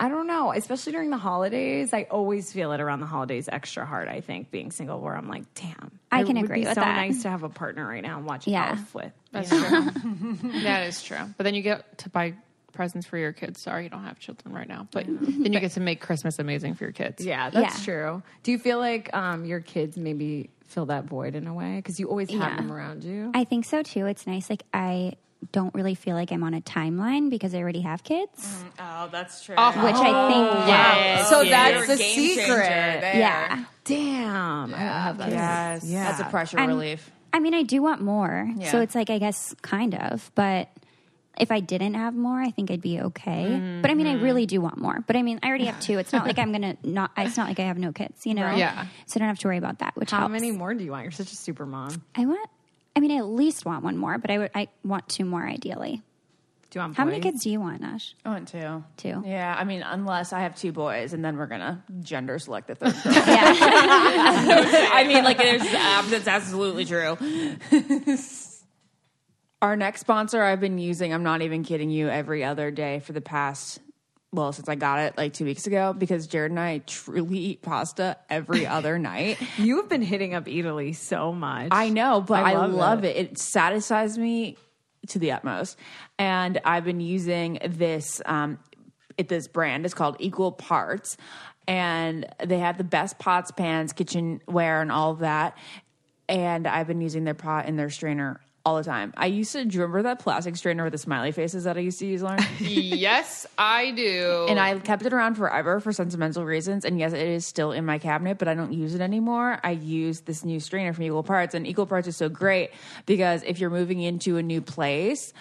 [SPEAKER 2] don't know, especially during the holidays. I always feel it around the holidays extra hard. I think being single, where I'm like, damn,
[SPEAKER 5] I
[SPEAKER 2] it
[SPEAKER 5] can
[SPEAKER 2] would
[SPEAKER 5] agree
[SPEAKER 2] be
[SPEAKER 5] with
[SPEAKER 2] so
[SPEAKER 5] that.
[SPEAKER 2] nice to have a partner right now and watch
[SPEAKER 5] Yeah.
[SPEAKER 2] Elf with.
[SPEAKER 4] That's true. that is true. But then you get to buy presents for your kids. Sorry, you don't have children right now, but then you get to make Christmas amazing for your kids.
[SPEAKER 2] Yeah, that's
[SPEAKER 5] Yeah.
[SPEAKER 2] true. Do you feel like um, your kids maybe fill that void in a way because you always have
[SPEAKER 5] Yeah.
[SPEAKER 2] them around you?
[SPEAKER 5] i think so too it's nice like i don't really feel like i'm on a timeline because i already have kids
[SPEAKER 1] Oh, that's true.
[SPEAKER 5] which i think
[SPEAKER 2] So
[SPEAKER 1] yes.
[SPEAKER 2] that's the
[SPEAKER 1] Game changer
[SPEAKER 2] secret.
[SPEAKER 1] there.
[SPEAKER 5] yeah
[SPEAKER 2] Damn.
[SPEAKER 1] Yes. That's a pressure
[SPEAKER 5] I'm-
[SPEAKER 1] relief.
[SPEAKER 5] I mean, I do want more.
[SPEAKER 1] Yeah.
[SPEAKER 5] So it's like, I guess, kind of, but if I didn't have more, I think I'd be okay. But I mean, I really do want more. But I mean, I already have two. It's not like I'm gonna not. It's not like I have no kids, you know.
[SPEAKER 4] Yeah.
[SPEAKER 5] So I don't have to worry about that. Which
[SPEAKER 2] How
[SPEAKER 5] helps.
[SPEAKER 2] many more do you want? You're such a super mom. Do
[SPEAKER 5] I want. I mean, I at least want one more, but I would. I want two more ideally.
[SPEAKER 2] you want
[SPEAKER 5] How many
[SPEAKER 2] boys?
[SPEAKER 5] kids do you want, Ash?
[SPEAKER 1] I want two.
[SPEAKER 5] Two.
[SPEAKER 1] Yeah, I mean, unless I have two boys, and then we're gonna gender select the third. girl.
[SPEAKER 5] Yeah.
[SPEAKER 1] I mean, like there's that's absolutely true. Our next sponsor, I've been using. I'm not even kidding you. Every other day for the past. Well, since I got it like two weeks ago, because Jared and I truly eat pasta every other night.
[SPEAKER 2] You have been hitting up Italy so much.
[SPEAKER 1] I know, but I love, it. it. satisfies me to the utmost. And I've been using this um it, this brand It's called Equal Parts and they have the best pots, pans, kitchenware and all of that. And I've been using their pot and their strainer all the time. I used to do you remember that plastic strainer with the smiley faces that I used to use, Lauren?
[SPEAKER 4] yes, I do.
[SPEAKER 1] and I kept it around forever for sentimental reasons. And yes, it is still in my cabinet, but I don't use it anymore. I use this new strainer from Equal Parts, and Equal Parts is so great because if you're moving into a new place.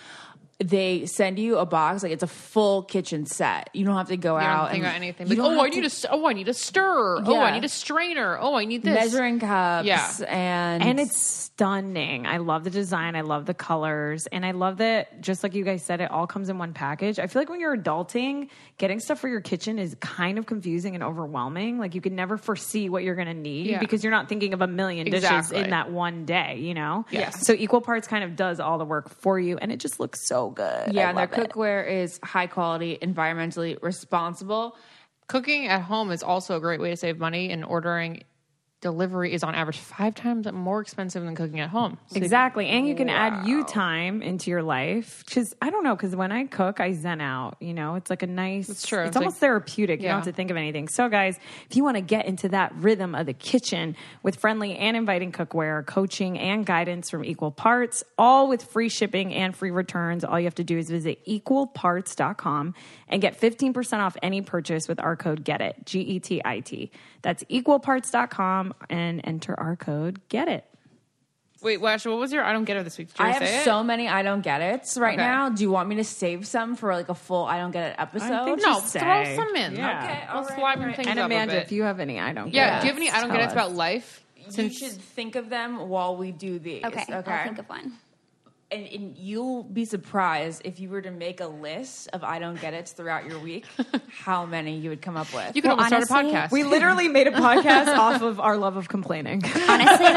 [SPEAKER 1] They send you a box, like it's a full kitchen set. You don't have to go
[SPEAKER 4] You
[SPEAKER 1] out
[SPEAKER 4] don't think
[SPEAKER 1] and
[SPEAKER 4] about anything.
[SPEAKER 1] you
[SPEAKER 4] Like,
[SPEAKER 1] don't
[SPEAKER 4] oh, I
[SPEAKER 1] have
[SPEAKER 4] need a
[SPEAKER 1] to-
[SPEAKER 4] s- oh, I need a stir. Oh, I
[SPEAKER 1] Yeah.
[SPEAKER 4] need a strainer. Oh, I need this
[SPEAKER 1] measuring cups.
[SPEAKER 4] Yeah.
[SPEAKER 1] and
[SPEAKER 2] And it's stunning. I love the design. I love the colors. And I love that, just like you guys said, it all comes in one package. I feel like when you're adulting, getting stuff for your kitchen is kind of confusing and overwhelming. Like you can never foresee what you're going to need
[SPEAKER 4] Yeah.
[SPEAKER 2] because you're not thinking of a million dishes
[SPEAKER 4] Exactly.
[SPEAKER 2] in that one day, you know?
[SPEAKER 4] Yes.
[SPEAKER 2] So Equal Parts kind of does all the work for you. And it just looks so good.
[SPEAKER 1] yeah,
[SPEAKER 2] I
[SPEAKER 1] and their
[SPEAKER 2] love it.
[SPEAKER 1] cookware is high quality, environmentally responsible.
[SPEAKER 4] Cooking at home is also a great way to save money, and ordering delivery is on average five times more expensive than cooking at home. So
[SPEAKER 2] Exactly. And you can add you time into your life. Cause I don't know, because when I cook, I zen out. You know, it's like a nice it's
[SPEAKER 4] true.
[SPEAKER 2] It's,
[SPEAKER 4] It's
[SPEAKER 2] almost
[SPEAKER 4] like-
[SPEAKER 2] therapeutic. You
[SPEAKER 4] Yeah.
[SPEAKER 2] don't have to think of anything. So guys, if you want to get into that rhythm of the kitchen with friendly and inviting cookware, coaching and guidance from equal parts, all with free shipping and free returns, all you have to do is visit equalparts.com and get 15% off any purchase with our code get it. G E T I T. That's equalparts.com and enter our code get it.
[SPEAKER 4] wait, Wash, what was your? I don't get it this week. Did you
[SPEAKER 1] I
[SPEAKER 4] say
[SPEAKER 1] have
[SPEAKER 4] it?
[SPEAKER 1] so many I don't get it right
[SPEAKER 4] Okay.
[SPEAKER 1] now. Do you want me to save some for like a full I don't get it episode?
[SPEAKER 2] think
[SPEAKER 4] No,
[SPEAKER 2] Just
[SPEAKER 4] throw
[SPEAKER 2] say.
[SPEAKER 4] some in.
[SPEAKER 2] Yeah.
[SPEAKER 4] Okay,
[SPEAKER 1] Okay, all
[SPEAKER 4] I'll
[SPEAKER 1] right,
[SPEAKER 4] slime
[SPEAKER 1] all right.
[SPEAKER 4] things
[SPEAKER 2] And
[SPEAKER 4] up a
[SPEAKER 2] Amanda,
[SPEAKER 4] bit.
[SPEAKER 2] if you have any, I don't. get
[SPEAKER 4] yeah, do you have any? I don't
[SPEAKER 2] tell
[SPEAKER 4] get it. It's
[SPEAKER 2] us.
[SPEAKER 4] about life.
[SPEAKER 1] you
[SPEAKER 4] Since
[SPEAKER 1] should think of them while we do these.
[SPEAKER 5] okay. I'll think of one.
[SPEAKER 1] and, and you'll be surprised if you were to make a list of I don't get it throughout your week, how many you would come up with.
[SPEAKER 4] you could
[SPEAKER 5] Well,
[SPEAKER 4] almost start a
[SPEAKER 5] honestly,
[SPEAKER 4] podcast.
[SPEAKER 2] We literally made a podcast off of our love of complaining.
[SPEAKER 5] Honestly,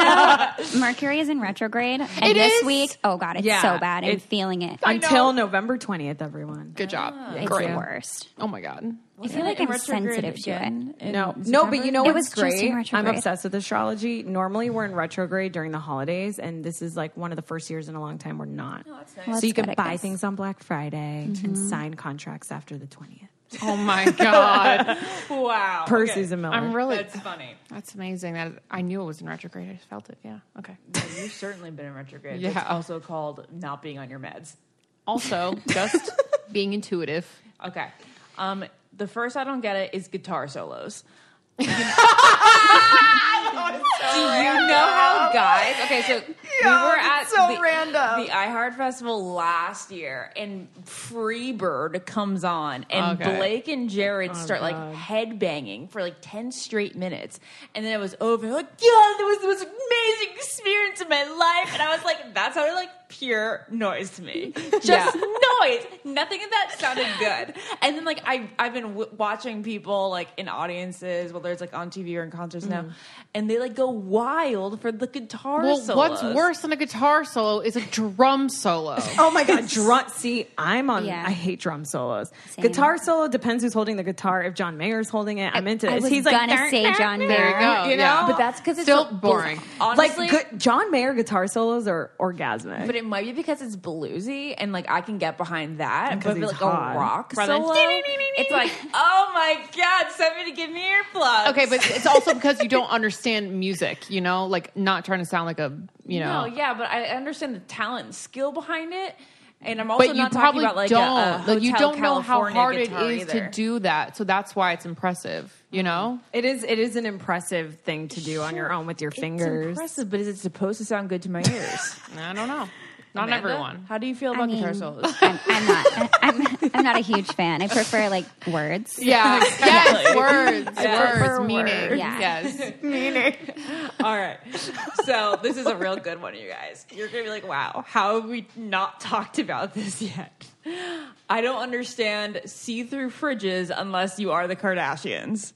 [SPEAKER 5] though, Mercury is in retrograde, and
[SPEAKER 4] It
[SPEAKER 5] this
[SPEAKER 4] is?
[SPEAKER 5] week, oh god, it's
[SPEAKER 2] Yeah,
[SPEAKER 5] so bad. I'm
[SPEAKER 2] it-
[SPEAKER 5] feeling it.
[SPEAKER 2] Until November twentieth, everyone.
[SPEAKER 4] Good job.
[SPEAKER 5] it's
[SPEAKER 4] great.
[SPEAKER 5] the worst.
[SPEAKER 4] Oh my god.
[SPEAKER 5] I feel like I'm sensitive to it.
[SPEAKER 2] No, no, but you know
[SPEAKER 5] It
[SPEAKER 2] what's
[SPEAKER 5] was just in
[SPEAKER 2] great? I'm
[SPEAKER 5] retrograde.
[SPEAKER 2] obsessed with astrology. Normally, we're in retrograde during the holidays, and this is like one of the first years in a long time we're not.
[SPEAKER 5] Well,
[SPEAKER 2] so you can
[SPEAKER 5] that's good, I
[SPEAKER 2] buy
[SPEAKER 5] guess.
[SPEAKER 2] things on Black Friday and sign contracts after the twentieth.
[SPEAKER 4] Oh my god.
[SPEAKER 1] Wow.
[SPEAKER 2] Percy's a Miller.
[SPEAKER 4] I'm really. That's,
[SPEAKER 1] That's funny.
[SPEAKER 4] amazing. That I knew it was in retrograde. I just felt it. Yeah. Okay.
[SPEAKER 1] You've certainly been in retrograde.
[SPEAKER 4] Yeah.
[SPEAKER 1] It's also called not being on your meds.
[SPEAKER 4] Also, just being intuitive.
[SPEAKER 1] Okay. Um, the first I don't get it is guitar solos. Do you know how guys? Okay, so we were at
[SPEAKER 8] so
[SPEAKER 1] the,
[SPEAKER 8] random.
[SPEAKER 1] the iHeart Festival last year, and Freebird comes on, and
[SPEAKER 4] Okay.
[SPEAKER 1] Blake and Jared
[SPEAKER 4] Oh,
[SPEAKER 1] start like headbanging for like ten straight minutes, and then it was over. Like, yeah, that was the most amazing experience of my life, and I was like, that sounded like pure noise to me, just noise. Nothing of that sounded good. And then like I I've been w- watching people like in audiences, whether it's like on TV or in concerts now, and they like go wild for the guitar.
[SPEAKER 4] Mm. Well, what's
[SPEAKER 1] solos.
[SPEAKER 4] worse than a guitar solo is a drum solo.
[SPEAKER 2] Oh my god, drum. See, I'm on.
[SPEAKER 5] Yeah.
[SPEAKER 2] I hate drum solos.
[SPEAKER 5] Same.
[SPEAKER 2] Guitar solo depends who's holding the guitar. If John Mayer's holding it, I'm into
[SPEAKER 5] I
[SPEAKER 2] this.
[SPEAKER 5] was
[SPEAKER 2] He's like,
[SPEAKER 5] gonna
[SPEAKER 2] "Darn,
[SPEAKER 5] say
[SPEAKER 2] darn, darn,"
[SPEAKER 5] John Mayer.
[SPEAKER 4] There you go,
[SPEAKER 2] You know,
[SPEAKER 4] yeah.
[SPEAKER 1] But that's because it's
[SPEAKER 4] Still
[SPEAKER 1] so-
[SPEAKER 4] boring.
[SPEAKER 1] Honestly,
[SPEAKER 2] like good, John Mayer guitar solos are orgasmic.
[SPEAKER 1] but it might be because it's bluesy and like I can get behind that. But if
[SPEAKER 2] he's
[SPEAKER 1] it's like
[SPEAKER 2] hot.
[SPEAKER 1] a rock
[SPEAKER 4] Rather than-
[SPEAKER 1] solo, it's like oh my god, somebody give me earplugs.
[SPEAKER 4] Okay, but it's also because you don't understand music, you know, like not trying to sound like a, you know.
[SPEAKER 1] no, yeah, but I understand the talent and skill behind it. And I'm also
[SPEAKER 4] But you
[SPEAKER 1] not talking
[SPEAKER 4] probably
[SPEAKER 1] about like a-
[SPEAKER 4] don't.
[SPEAKER 1] A,
[SPEAKER 4] like you
[SPEAKER 1] Hotel
[SPEAKER 4] don't know how
[SPEAKER 1] California
[SPEAKER 4] hard it
[SPEAKER 1] guitar
[SPEAKER 4] is
[SPEAKER 1] either.
[SPEAKER 4] to do that, so that's why it's impressive. You know,
[SPEAKER 2] it is it is an impressive thing to do on your own with your
[SPEAKER 1] It's
[SPEAKER 2] fingers.
[SPEAKER 1] impressive, but is it supposed to sound good to my ears?
[SPEAKER 4] I don't know. Not
[SPEAKER 1] Amanda,
[SPEAKER 4] everyone.
[SPEAKER 1] How do you feel
[SPEAKER 5] I
[SPEAKER 1] about
[SPEAKER 5] mean,
[SPEAKER 1] guitar solos?
[SPEAKER 5] I'm, I'm not. I'm, I'm not a huge fan. I prefer like words.
[SPEAKER 4] Yeah. yes. Words.
[SPEAKER 1] prefer
[SPEAKER 4] Words. Meaning.
[SPEAKER 5] Yeah.
[SPEAKER 4] Yes.
[SPEAKER 2] meaning. All right. So this is a real good one, you guys. You're gonna be like, wow, how have we not talked about this yet?
[SPEAKER 1] I don't understand see-through fridges unless you are the Kardashians.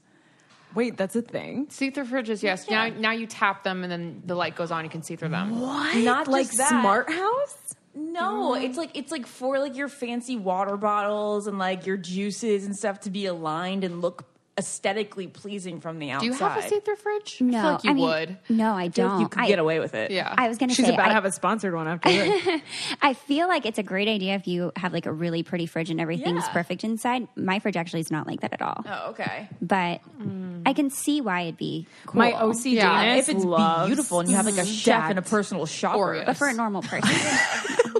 [SPEAKER 2] Wait, that's a thing.
[SPEAKER 4] See through fridges. Yes. Now, now you tap them and then the light goes on. You can see through them.
[SPEAKER 2] What?
[SPEAKER 1] Not
[SPEAKER 2] like
[SPEAKER 1] just that.
[SPEAKER 2] smart house?
[SPEAKER 1] No, it's like it's like for like your fancy water bottles and like your juices and stuff to be aligned and look aesthetically pleasing from the outside.
[SPEAKER 4] Do you have a see through fridge?
[SPEAKER 5] No,
[SPEAKER 4] I feel like you
[SPEAKER 5] mean,
[SPEAKER 4] would.
[SPEAKER 1] Feel
[SPEAKER 5] No, I
[SPEAKER 1] like
[SPEAKER 5] don't.
[SPEAKER 1] you could
[SPEAKER 5] I,
[SPEAKER 1] get away with it.
[SPEAKER 4] Yeah.
[SPEAKER 5] I was gonna
[SPEAKER 2] She's
[SPEAKER 5] say
[SPEAKER 2] about
[SPEAKER 5] I,
[SPEAKER 2] to have a sponsored one after this.
[SPEAKER 5] I feel like it's a great idea if you have like a really pretty fridge and everything's
[SPEAKER 1] Yeah.
[SPEAKER 5] perfect inside. My fridge actually is not like that at all.
[SPEAKER 1] Oh, okay.
[SPEAKER 5] But I can see why it'd be cool.
[SPEAKER 2] My OCD
[SPEAKER 4] Yeah,
[SPEAKER 1] if it's beautiful and you have like a chef and a personal shopper.
[SPEAKER 5] but for a normal person.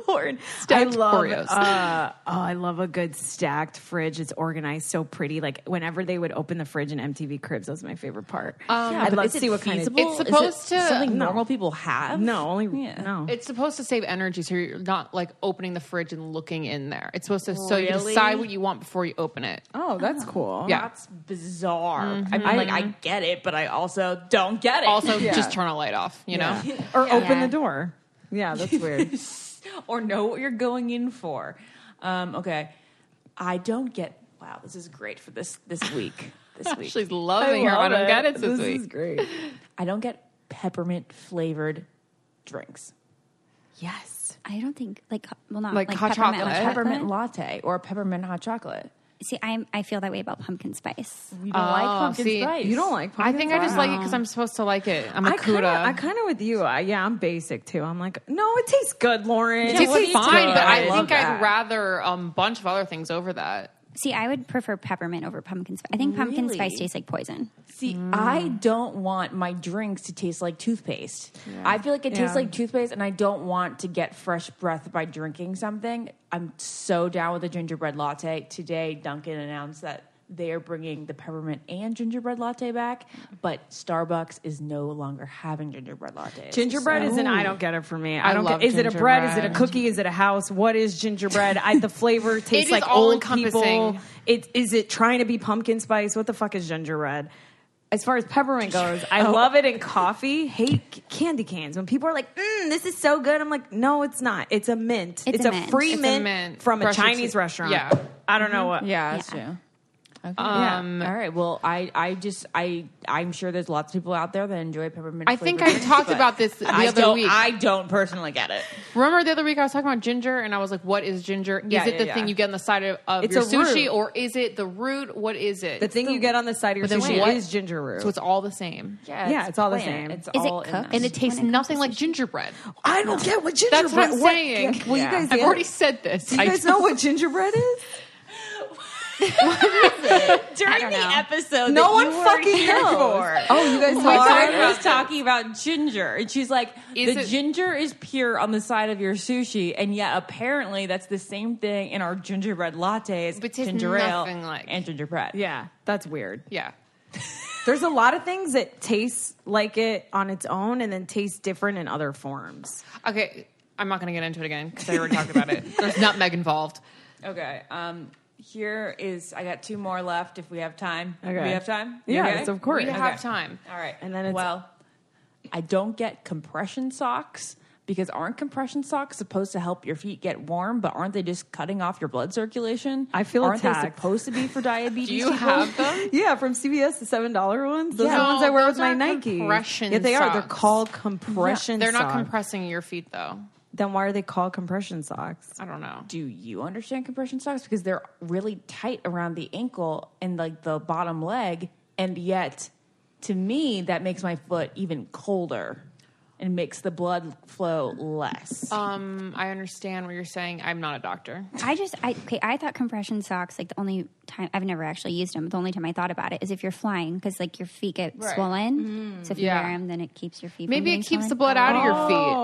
[SPEAKER 2] porn.
[SPEAKER 4] Stacked
[SPEAKER 2] I love.
[SPEAKER 4] Oreos.
[SPEAKER 2] Uh, oh, I love a good stacked fridge. It's organized so pretty. Like whenever they would open the fridge in MTV Cribs, that was my favorite part. I'd
[SPEAKER 1] but
[SPEAKER 2] love
[SPEAKER 1] is
[SPEAKER 2] to
[SPEAKER 1] it
[SPEAKER 2] see what kind of.
[SPEAKER 1] feasible?
[SPEAKER 4] It's
[SPEAKER 1] Is it
[SPEAKER 4] supposed to-
[SPEAKER 1] something
[SPEAKER 2] No.
[SPEAKER 1] normal people have.
[SPEAKER 2] no, only no.
[SPEAKER 4] It's supposed to save energy, so you're not like opening the fridge and looking in there. It's supposed to, so you
[SPEAKER 1] Really?
[SPEAKER 4] decide what you want before you open it.
[SPEAKER 2] oh, that's cool.
[SPEAKER 4] Yeah.
[SPEAKER 1] That's bizarre. I mean, like, I get it, but I also don't get it.
[SPEAKER 4] Mm-hmm. Also, just turn a light off. You know,
[SPEAKER 2] Or open
[SPEAKER 5] Yeah.
[SPEAKER 2] the door. Yeah, that's weird.
[SPEAKER 1] or know what you're going in for. Um, okay, I don't get. Wow, this is great for this this week. This week,
[SPEAKER 4] she's loving her. I don't get it this,
[SPEAKER 2] This
[SPEAKER 4] week.
[SPEAKER 2] is great.
[SPEAKER 1] I don't get peppermint flavored drinks,
[SPEAKER 2] Yes.
[SPEAKER 5] I don't think like well not
[SPEAKER 4] Like
[SPEAKER 5] like,
[SPEAKER 4] hot
[SPEAKER 5] peppermint,
[SPEAKER 4] chocolate?
[SPEAKER 5] with
[SPEAKER 1] peppermint latte or a peppermint hot chocolate.
[SPEAKER 5] See, I'm I feel that way about pumpkin spice.
[SPEAKER 1] You don't like pumpkin
[SPEAKER 4] see,
[SPEAKER 1] spice.
[SPEAKER 2] Oh, You don't like
[SPEAKER 4] I
[SPEAKER 2] pumpkin
[SPEAKER 4] think I just
[SPEAKER 2] pie?
[SPEAKER 4] like it because I'm supposed to like it. I'm a
[SPEAKER 2] I kind of,
[SPEAKER 4] cuda.
[SPEAKER 2] I kind of with you. I, yeah, I'm basic too. I'm like, no, it tastes good, Lauren.
[SPEAKER 4] It tastes
[SPEAKER 2] What are you
[SPEAKER 4] fine,
[SPEAKER 2] doing?
[SPEAKER 4] but I,
[SPEAKER 2] love
[SPEAKER 4] think I'd
[SPEAKER 2] that.
[SPEAKER 4] rather a bunch of other things over that.
[SPEAKER 5] See, I would prefer peppermint over pumpkin spice. I think pumpkin
[SPEAKER 1] Really?
[SPEAKER 5] spice tastes like poison.
[SPEAKER 1] See, I don't want my drinks to taste like toothpaste. I feel like it tastes
[SPEAKER 2] Yeah.
[SPEAKER 1] like toothpaste, and I don't want to get fresh breath by drinking something. I'm so down with the gingerbread latte. Today, Duncan announced that they are bringing the peppermint and gingerbread latte back, but Starbucks is no longer having gingerbread lattes.
[SPEAKER 2] Gingerbread is an I don't get it for me. I,
[SPEAKER 4] I
[SPEAKER 2] don't
[SPEAKER 4] love
[SPEAKER 2] get is it a bread? Is it a
[SPEAKER 4] gingerbread.
[SPEAKER 2] cookie? Is it a house? What is gingerbread? I, the flavor tastes
[SPEAKER 4] is
[SPEAKER 2] like
[SPEAKER 4] all
[SPEAKER 2] old
[SPEAKER 4] encompassing.
[SPEAKER 2] people. It is it trying to be pumpkin spice? What the fuck is gingerbread? As far as peppermint goes, I
[SPEAKER 4] Oh.
[SPEAKER 2] love it in coffee. Hate c- candy cans. When people are like, mm, "This is so good," I'm like, "No, it's not. It's a mint. It's,
[SPEAKER 5] It's
[SPEAKER 2] a,
[SPEAKER 5] a mint.
[SPEAKER 2] free
[SPEAKER 4] It's a
[SPEAKER 2] mint,
[SPEAKER 4] mint.
[SPEAKER 2] from a
[SPEAKER 4] Brush your
[SPEAKER 2] Chinese
[SPEAKER 4] teeth.
[SPEAKER 2] restaurant."
[SPEAKER 4] Yeah.
[SPEAKER 2] I don't know what.
[SPEAKER 1] Yeah, that's
[SPEAKER 5] Yeah.
[SPEAKER 1] true. Okay. All right. Well, I, I just I I'm sure there's lots of people out there that enjoy peppermint.
[SPEAKER 4] I think
[SPEAKER 1] flavored
[SPEAKER 4] I
[SPEAKER 1] drinks,
[SPEAKER 4] talked
[SPEAKER 1] but
[SPEAKER 4] about this the
[SPEAKER 1] I
[SPEAKER 4] other
[SPEAKER 1] don't,
[SPEAKER 4] week.
[SPEAKER 1] I don't personally get it.
[SPEAKER 4] Remember the other week I was talking about ginger and I was like, "What is ginger?
[SPEAKER 1] Yeah,
[SPEAKER 4] is it
[SPEAKER 1] yeah,
[SPEAKER 4] the
[SPEAKER 1] yeah.
[SPEAKER 4] thing you get on the side of, of
[SPEAKER 2] It's
[SPEAKER 4] your
[SPEAKER 2] a
[SPEAKER 4] sushi,
[SPEAKER 2] root.
[SPEAKER 4] or is it the root? What is it?
[SPEAKER 2] The thing you get on the side of your
[SPEAKER 4] But then
[SPEAKER 2] sushi
[SPEAKER 4] what-
[SPEAKER 2] is ginger root.
[SPEAKER 4] so it's all the same,
[SPEAKER 1] Yeah,
[SPEAKER 2] it's all the
[SPEAKER 1] plant.
[SPEAKER 2] same.
[SPEAKER 1] It's
[SPEAKER 5] Is it
[SPEAKER 1] all in
[SPEAKER 5] cooked?
[SPEAKER 1] there.
[SPEAKER 4] and it tastes nothing like gingerbread.
[SPEAKER 2] I don't get what gingerbread.
[SPEAKER 4] That's what I'm saying.
[SPEAKER 2] Well, you guys,
[SPEAKER 4] I've
[SPEAKER 2] get-
[SPEAKER 4] already said this.
[SPEAKER 2] Do you guys know what gingerbread is?
[SPEAKER 1] during the episode.
[SPEAKER 2] No one
[SPEAKER 1] were
[SPEAKER 2] fucking
[SPEAKER 1] here
[SPEAKER 2] knows.
[SPEAKER 1] for.
[SPEAKER 2] Oh, you guys talked about
[SPEAKER 1] Lauren
[SPEAKER 2] it?
[SPEAKER 1] was talking about ginger, and she's like,
[SPEAKER 4] Is
[SPEAKER 1] "The
[SPEAKER 4] it-
[SPEAKER 1] ginger is pure on the side of your sushi, and yet apparently that's the same thing in our gingerbread lattes,
[SPEAKER 4] But tastes
[SPEAKER 1] ginger ale,
[SPEAKER 4] nothing like-
[SPEAKER 1] and gingerbread."
[SPEAKER 2] Yeah, that's weird.
[SPEAKER 4] yeah,
[SPEAKER 2] There's a lot of things that taste like it on its own and then taste different in other forms.
[SPEAKER 4] Okay, I'm not going to get into it again because I already talked about it. There's nutmeg involved.
[SPEAKER 1] Okay. Um, here is I got two more left if we have time.
[SPEAKER 2] Okay.
[SPEAKER 1] We have time.
[SPEAKER 2] Yeah,
[SPEAKER 1] Okay?
[SPEAKER 2] yes, of course.
[SPEAKER 4] We
[SPEAKER 2] Okay.
[SPEAKER 4] have time.
[SPEAKER 1] All right.
[SPEAKER 2] And then it's-
[SPEAKER 1] well, I don't get compression socks because aren't compression socks supposed to help your feet get warm? But aren't they just cutting off your blood circulation?
[SPEAKER 2] I feel
[SPEAKER 1] aren't
[SPEAKER 2] attacked.
[SPEAKER 1] they supposed to be for diabetes?
[SPEAKER 4] Do you
[SPEAKER 1] people?
[SPEAKER 4] have them?
[SPEAKER 2] Yeah, from CVS, the seven dollar ones. Those
[SPEAKER 4] Yeah.
[SPEAKER 2] are the ones
[SPEAKER 4] No,
[SPEAKER 2] I wear
[SPEAKER 4] those
[SPEAKER 2] with my
[SPEAKER 4] aren't
[SPEAKER 2] Nike.
[SPEAKER 4] compression
[SPEAKER 2] Yeah, they are. They're
[SPEAKER 4] socks.
[SPEAKER 2] called compression.
[SPEAKER 4] They're not
[SPEAKER 2] socks.
[SPEAKER 4] compressing your feet though.
[SPEAKER 2] Then why are they called compression socks?
[SPEAKER 4] I don't know.
[SPEAKER 1] Do you understand compression socks because they're really tight around the ankle and like the bottom leg, and yet to me that makes my foot even colder and makes the blood flow less.
[SPEAKER 4] Um, I understand what you're saying. I'm not a doctor.
[SPEAKER 5] I just I okay, I thought compression socks like the only time I've never actually used them. The only time I thought about it is if you're flying because like your feet get swollen. So if you
[SPEAKER 4] Yeah.
[SPEAKER 5] wear them, then it keeps your feet. from
[SPEAKER 4] Maybe it
[SPEAKER 5] getting
[SPEAKER 4] keeps the
[SPEAKER 5] swollen.
[SPEAKER 4] blood out of your feet.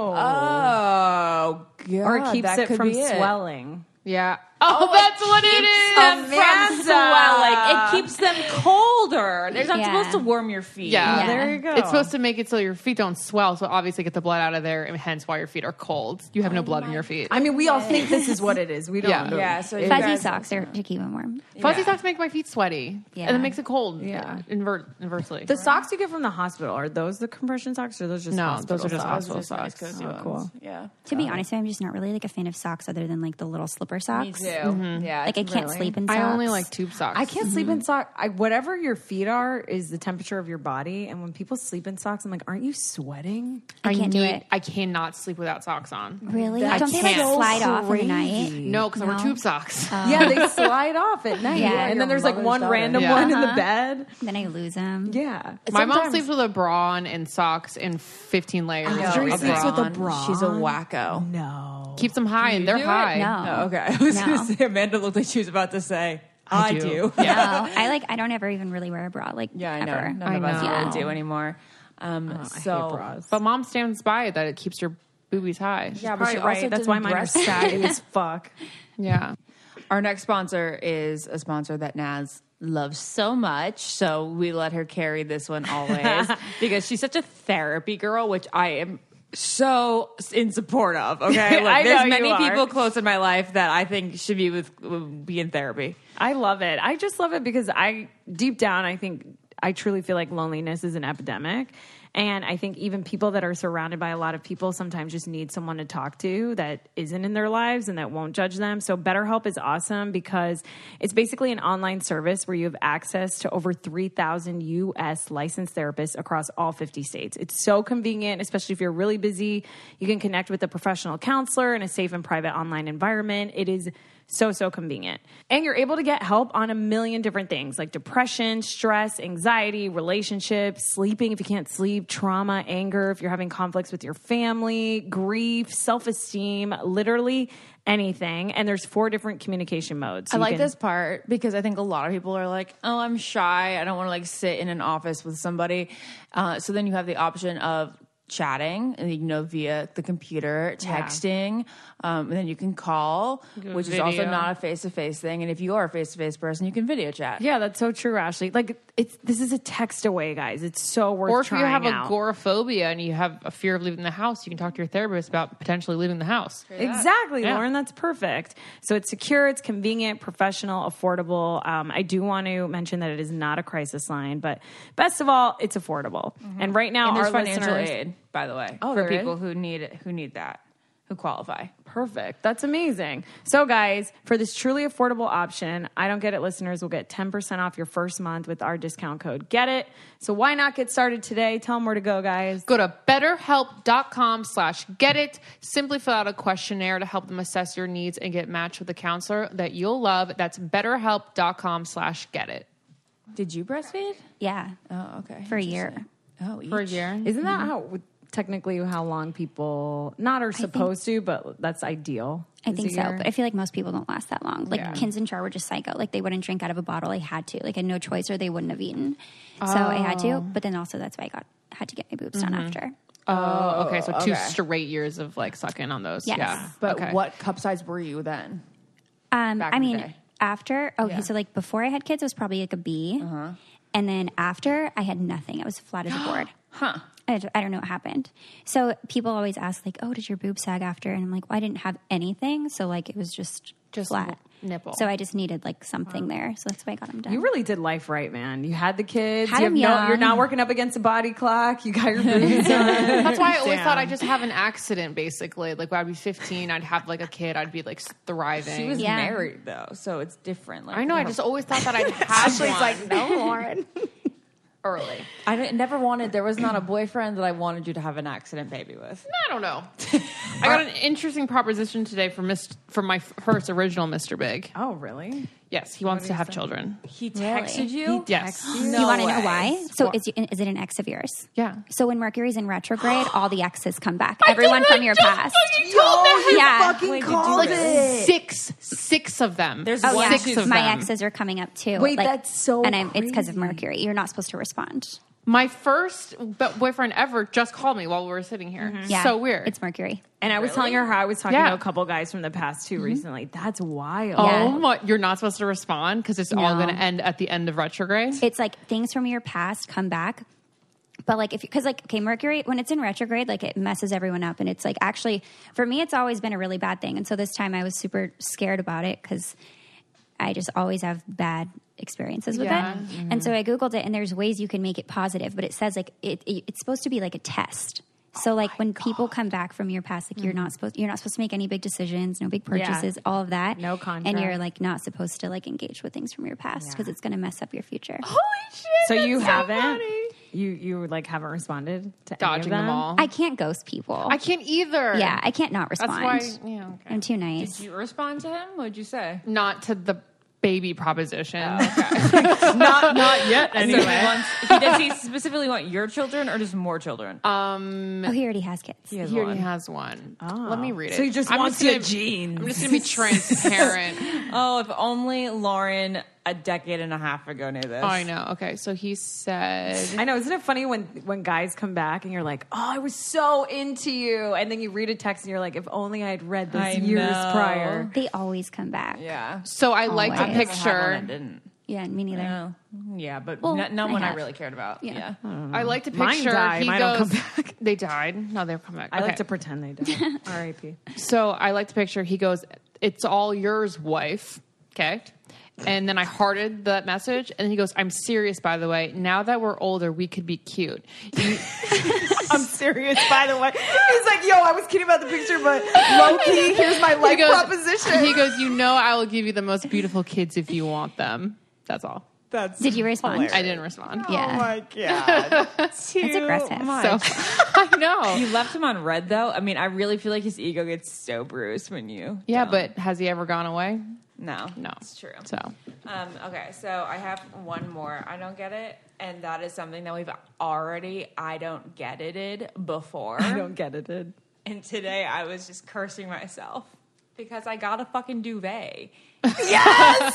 [SPEAKER 1] Oh, God.
[SPEAKER 2] Or it keeps
[SPEAKER 1] that
[SPEAKER 2] it
[SPEAKER 1] could
[SPEAKER 2] from
[SPEAKER 1] be
[SPEAKER 2] swelling.
[SPEAKER 4] Yeah. Oh, that's what it is.
[SPEAKER 1] It keeps them from swelling. It keeps them colder. They're not
[SPEAKER 5] Yeah.
[SPEAKER 1] supposed to warm your feet.
[SPEAKER 4] Yeah.
[SPEAKER 5] Yeah. There
[SPEAKER 2] you go.
[SPEAKER 4] It's supposed to make it so your feet don't swell, so obviously get the blood out of there, and hence why your feet are cold. You have no blood in your feet.
[SPEAKER 2] I mean, we all think this is what it is. We don't.
[SPEAKER 4] Yeah.
[SPEAKER 2] know.
[SPEAKER 1] Yeah. So you
[SPEAKER 5] Fuzzy
[SPEAKER 1] guys-
[SPEAKER 5] socks are to keep them warm.
[SPEAKER 4] Fuzzy socks make my feet sweaty,
[SPEAKER 5] Yeah.
[SPEAKER 4] and it makes it cold.
[SPEAKER 2] Yeah.
[SPEAKER 4] inver- inversely.
[SPEAKER 2] The socks you get from the hospital are those the compression socks or are those just
[SPEAKER 4] no,
[SPEAKER 2] hospital
[SPEAKER 4] those are just
[SPEAKER 2] socks?
[SPEAKER 4] hospital socks.
[SPEAKER 2] Oh, cool.
[SPEAKER 1] Yeah.
[SPEAKER 5] To be honest, I'm just not really like a fan of socks other than like the little slipper
[SPEAKER 1] Me too.
[SPEAKER 5] socks. Mm-hmm.
[SPEAKER 1] Yeah.
[SPEAKER 5] Like I can't sleep in socks.
[SPEAKER 4] I only like tube socks.
[SPEAKER 2] I can't sleep in socks. I, whatever your feet are is the temperature of your body. And when people sleep in socks, I'm like, aren't you sweating?
[SPEAKER 5] I can't do
[SPEAKER 4] need-
[SPEAKER 5] it.
[SPEAKER 4] I cannot sleep without socks on.
[SPEAKER 5] Really?
[SPEAKER 4] I
[SPEAKER 5] Don't they like
[SPEAKER 4] can't.
[SPEAKER 5] slide off overnight?
[SPEAKER 4] No, because I wear tube socks.
[SPEAKER 2] Yeah, they slide off at night.
[SPEAKER 5] Yeah.
[SPEAKER 2] Uh-huh. and
[SPEAKER 5] Your
[SPEAKER 2] then there's like
[SPEAKER 1] mother's
[SPEAKER 2] one
[SPEAKER 1] daughter.
[SPEAKER 2] random
[SPEAKER 4] Yeah.
[SPEAKER 2] one in the bed.
[SPEAKER 5] Then I lose them.
[SPEAKER 2] Uh-huh. Yeah.
[SPEAKER 4] My mom sleeps with a bra on and socks and 15 layers.
[SPEAKER 1] know.
[SPEAKER 4] of
[SPEAKER 1] She
[SPEAKER 4] bra
[SPEAKER 1] sleeps
[SPEAKER 4] on.
[SPEAKER 2] She's
[SPEAKER 3] She's
[SPEAKER 2] a
[SPEAKER 3] a wacko.
[SPEAKER 2] No.
[SPEAKER 4] Keeps them high, and they're high.
[SPEAKER 5] No.
[SPEAKER 1] Oh, okay. I was
[SPEAKER 5] No.
[SPEAKER 1] going to say, Amanda looked like she was about to say, I, do.
[SPEAKER 5] No, I like. I don't ever even really wear a bra. Like,
[SPEAKER 1] Yeah, I know.
[SPEAKER 5] Ever.
[SPEAKER 1] None of us
[SPEAKER 5] Yeah.
[SPEAKER 1] really do anymore. Um, so,
[SPEAKER 4] But mom stands by it that it keeps your boobies high.
[SPEAKER 1] yeah, but
[SPEAKER 2] Probably
[SPEAKER 1] she also
[SPEAKER 2] right. That's why
[SPEAKER 1] didn't
[SPEAKER 2] mine are
[SPEAKER 1] breastfeed.
[SPEAKER 2] saggy as fuck.
[SPEAKER 4] Yeah.
[SPEAKER 1] Our next sponsor is a sponsor that Naz loves so much, so we let her carry this one always because she's such a therapy girl, which I am so in support of. Okay, like,
[SPEAKER 2] I
[SPEAKER 1] there's
[SPEAKER 2] know you
[SPEAKER 1] many
[SPEAKER 2] are.
[SPEAKER 1] people close in my life that I think should be with be in therapy.
[SPEAKER 2] I love it. I just love it because I, deep down, I think I truly feel like loneliness is an epidemic. And I think even people that are surrounded by a lot of people sometimes just need someone to talk to that isn't in their lives and that won't judge them. So, BetterHelp is awesome because it's basically an online service where you have access to over 3,000 US licensed therapists across all 50 states. It's so convenient, especially if you're really busy. You can connect with a professional counselor in a safe and private online environment. It is so, so convenient. And you're able to get help on a million different things like depression, stress, anxiety, relationships, sleeping if you can't sleep, trauma, anger, if you're having conflicts with your family, grief, self esteem, literally anything. And there's four different communication modes.
[SPEAKER 1] I
[SPEAKER 2] So you
[SPEAKER 1] like
[SPEAKER 2] can-
[SPEAKER 1] this part because I think a lot of people are like, "Oh, I'm shy. I don't want to like sit in an office with somebody." Uh, so then you have the option of chatting, and you know, via the computer, texting, um, and then you can call, which is also
[SPEAKER 4] video.
[SPEAKER 1] not a face to face thing. And if you are a face to face person, you can video chat.
[SPEAKER 2] Yeah, that's so true, Ashley. Like it's this is a text away, guys. It's so worth
[SPEAKER 4] Or if you
[SPEAKER 2] trying
[SPEAKER 4] have
[SPEAKER 2] out.
[SPEAKER 4] agoraphobia and you have a fear of leaving the house, you can talk to your therapist about potentially leaving the house.
[SPEAKER 2] Exactly,
[SPEAKER 4] Yeah.
[SPEAKER 2] Lauren. That's perfect. So it's secure, it's convenient, professional, affordable. Um, I do want to mention that it is not a crisis line, but best of all, it's affordable. And right now,
[SPEAKER 1] Mm-hmm. And there's
[SPEAKER 2] our
[SPEAKER 1] financial
[SPEAKER 2] listeners,
[SPEAKER 1] aid, by the way,
[SPEAKER 2] Oh,
[SPEAKER 1] for
[SPEAKER 2] there is?
[SPEAKER 1] people who need it, who need that, who qualify.
[SPEAKER 2] Perfect. That's amazing. So, guys, for this truly affordable option, I don't get it. Listeners will get 10% off your first month with our discount code. Get it. So, why not get started today? Tell them where to go, guys.
[SPEAKER 4] Go to betterhelp.com slash get it. Simply fill out a questionnaire to help them assess your needs and get matched with a counselor that you'll love. That's betterhelp.com slash get it.
[SPEAKER 1] Did you breastfeed?
[SPEAKER 5] Yeah.
[SPEAKER 1] Oh, okay.
[SPEAKER 5] For a year.
[SPEAKER 1] Oh,
[SPEAKER 4] For a year.
[SPEAKER 2] Isn't that
[SPEAKER 1] Mm-hmm.
[SPEAKER 2] how technically how long people not are supposed to, but that's ideal?
[SPEAKER 5] I
[SPEAKER 2] is
[SPEAKER 5] think
[SPEAKER 2] a
[SPEAKER 5] so,
[SPEAKER 2] year?
[SPEAKER 5] but I feel like most people don't last that long. Like Kins and Char were just psycho. Like they wouldn't drink out of a bottle. I had to. Like I had no choice, or they wouldn't have eaten. So I had
[SPEAKER 1] Oh.
[SPEAKER 5] to. But then also that's why I got had to get my boobs
[SPEAKER 1] Mm-hmm.
[SPEAKER 5] done after.
[SPEAKER 4] Oh, okay. So two straight years of like sucking on those.
[SPEAKER 5] Yes.
[SPEAKER 4] Yeah.
[SPEAKER 1] But
[SPEAKER 4] okay.
[SPEAKER 1] what cup size were you then?
[SPEAKER 5] Um,
[SPEAKER 1] Back
[SPEAKER 5] I
[SPEAKER 1] in the
[SPEAKER 5] mean,
[SPEAKER 1] day.
[SPEAKER 5] after okay, so like before I had kids, it was probably like a B. and then after I had nothing. I was flat as a board. huh. I, d- I don't know what happened. So people always ask like, "Oh, did your boob sag after?" And I'm like, "Well, I didn't have anything, so like it was just
[SPEAKER 4] Just
[SPEAKER 5] flat
[SPEAKER 4] n- nipple.
[SPEAKER 5] So I just needed like something there. So that's why I got them done.
[SPEAKER 2] You really did life right, man. You had the kids.
[SPEAKER 5] Had
[SPEAKER 2] you have
[SPEAKER 5] them
[SPEAKER 2] no,
[SPEAKER 5] young.
[SPEAKER 2] you're not working up against a body clock. You got your boobs done.
[SPEAKER 4] That's why I always thought I'd just have an accident, basically. Like when I'd be 15, I'd have like a kid, I'd be like thriving.
[SPEAKER 1] She was
[SPEAKER 5] Yeah.
[SPEAKER 1] married though, so it's different. Like,
[SPEAKER 4] I know, I just always thought that I'd have one
[SPEAKER 3] no, Lauren.
[SPEAKER 4] early.
[SPEAKER 1] I didn't- never wanted. There was not a boyfriend that I wanted you to have an accident baby with.
[SPEAKER 4] I don't know. I got an interesting proposition today from Mr. from my first original Mr. Big.
[SPEAKER 2] oh, really?
[SPEAKER 4] Yes, he wants to have children.
[SPEAKER 1] He texted you.
[SPEAKER 4] Yes.
[SPEAKER 5] you want to know why? So is, is it an ex of yours?
[SPEAKER 4] Yeah.
[SPEAKER 5] So when Mercury's in retrograde, all the exes come back. Everyone from your past. yeah.
[SPEAKER 2] Fucking called
[SPEAKER 4] Like
[SPEAKER 2] it.
[SPEAKER 4] six, six of them. There's
[SPEAKER 5] Oh, yeah.
[SPEAKER 4] six of
[SPEAKER 5] my
[SPEAKER 4] them.
[SPEAKER 5] exes are coming up too.
[SPEAKER 2] Wait, that's so
[SPEAKER 5] And I'm, it's because of Mercury. You're not supposed to respond.
[SPEAKER 4] My first b- boyfriend ever just called me while we were sitting here.
[SPEAKER 5] Yeah,
[SPEAKER 4] So weird.
[SPEAKER 5] It's Mercury.
[SPEAKER 2] And I was telling her how I was talking
[SPEAKER 4] Yeah.
[SPEAKER 2] to a couple guys from the past too recently. That's wild.
[SPEAKER 4] oh
[SPEAKER 5] Yeah.
[SPEAKER 4] my! You're not supposed to respond because it's all going to end at the end of retrograde.
[SPEAKER 5] It's like things from your past come back. But like if because like okay Mercury when it's in retrograde like it messes everyone up and it's like actually for me it's always been a really bad thing and so this time I was super scared about it because I just always have bad experiences with
[SPEAKER 4] Yeah.
[SPEAKER 5] it and so I googled it and there's ways you can make it positive but it says like it, it it's supposed to be like a test so like when people come back from your past like you're not supposed you're not supposed to make any big decisions no big purchases all of that
[SPEAKER 2] No
[SPEAKER 5] and you're
[SPEAKER 2] contract.
[SPEAKER 5] like not supposed to like engage with things from your past because it's gonna mess up your future.
[SPEAKER 2] so you haven't you you like haven't responded to
[SPEAKER 4] Dodging
[SPEAKER 2] any of
[SPEAKER 4] them all.
[SPEAKER 5] I can't ghost people.
[SPEAKER 4] I can't either.
[SPEAKER 5] yeah, I can't not
[SPEAKER 4] That's
[SPEAKER 5] respond.
[SPEAKER 4] why. Yeah. Okay.
[SPEAKER 5] I'm too nice.
[SPEAKER 1] Did you respond to him? What'd you say?
[SPEAKER 4] Not to the baby proposition.
[SPEAKER 2] Oh,
[SPEAKER 1] not not yet.
[SPEAKER 4] anyway.
[SPEAKER 1] he wants, he, does he specifically want your children or just more children?
[SPEAKER 5] oh, he already has kids.
[SPEAKER 4] He already has one. Let me read it.
[SPEAKER 2] Oh. So he just
[SPEAKER 4] I'm
[SPEAKER 2] wants
[SPEAKER 4] gonna-
[SPEAKER 2] your genes.
[SPEAKER 4] I'm just going to be transparent.
[SPEAKER 1] oh, if only Lauren a decade and a half ago knew this.
[SPEAKER 4] I know. Okay, so he said,
[SPEAKER 2] I know. Isn't it funny when when guys come back and you're like, "Oh, I was so into you," and then you read a text and you're like, "If only I'd read this
[SPEAKER 1] I
[SPEAKER 2] years
[SPEAKER 1] know.
[SPEAKER 2] prior."
[SPEAKER 5] They always come back. Yeah,
[SPEAKER 1] Yeah.
[SPEAKER 4] so
[SPEAKER 2] Oh,
[SPEAKER 4] I liked a
[SPEAKER 5] Always.
[SPEAKER 1] Sure.
[SPEAKER 4] picture.
[SPEAKER 1] Didn't.
[SPEAKER 5] me neither.
[SPEAKER 1] No. Yeah, but
[SPEAKER 5] Well,
[SPEAKER 1] not, not
[SPEAKER 5] I
[SPEAKER 1] one I
[SPEAKER 5] have.
[SPEAKER 1] really cared about.
[SPEAKER 5] Yeah.
[SPEAKER 1] Yeah.
[SPEAKER 4] I liked a picture.
[SPEAKER 2] Mine die.
[SPEAKER 4] He
[SPEAKER 2] Mine don't
[SPEAKER 4] goes,
[SPEAKER 2] come back.
[SPEAKER 4] They died. No, they'll come back.
[SPEAKER 2] I
[SPEAKER 4] okay.
[SPEAKER 2] like to pretend they don't. R.I.P.
[SPEAKER 4] So I liked the picture. He goes, It's all yours, wife. Okay. And then I hearted that message. And then he goes, I'm serious, by the way. Now that we're older, we could be cute.
[SPEAKER 2] I'm serious, by the way. He's like, "Yo, I was kidding about the picture, but low key, here's my
[SPEAKER 4] He
[SPEAKER 2] life
[SPEAKER 4] goes,
[SPEAKER 2] proposition."
[SPEAKER 4] He goes, You know, I will give you the most beautiful kids if you want them. That's all.
[SPEAKER 2] That's
[SPEAKER 5] Did you respond?
[SPEAKER 4] I didn't respond.
[SPEAKER 5] Yeah,
[SPEAKER 2] my god.
[SPEAKER 5] that's aggressive.
[SPEAKER 4] So I know.
[SPEAKER 1] You left him on red though. I mean, I really feel like his ego gets so bruised when you.
[SPEAKER 4] Yeah,
[SPEAKER 1] don't.
[SPEAKER 4] but has he ever gone away?
[SPEAKER 1] no,
[SPEAKER 4] No.
[SPEAKER 1] it's true.
[SPEAKER 4] So
[SPEAKER 1] Um, okay, so I have one more. I don't get it, and that is something that we've already I don't get it before.
[SPEAKER 2] I don't get it. Ed.
[SPEAKER 1] and today I was just cursing myself because I got a fucking duvet,
[SPEAKER 5] oh, I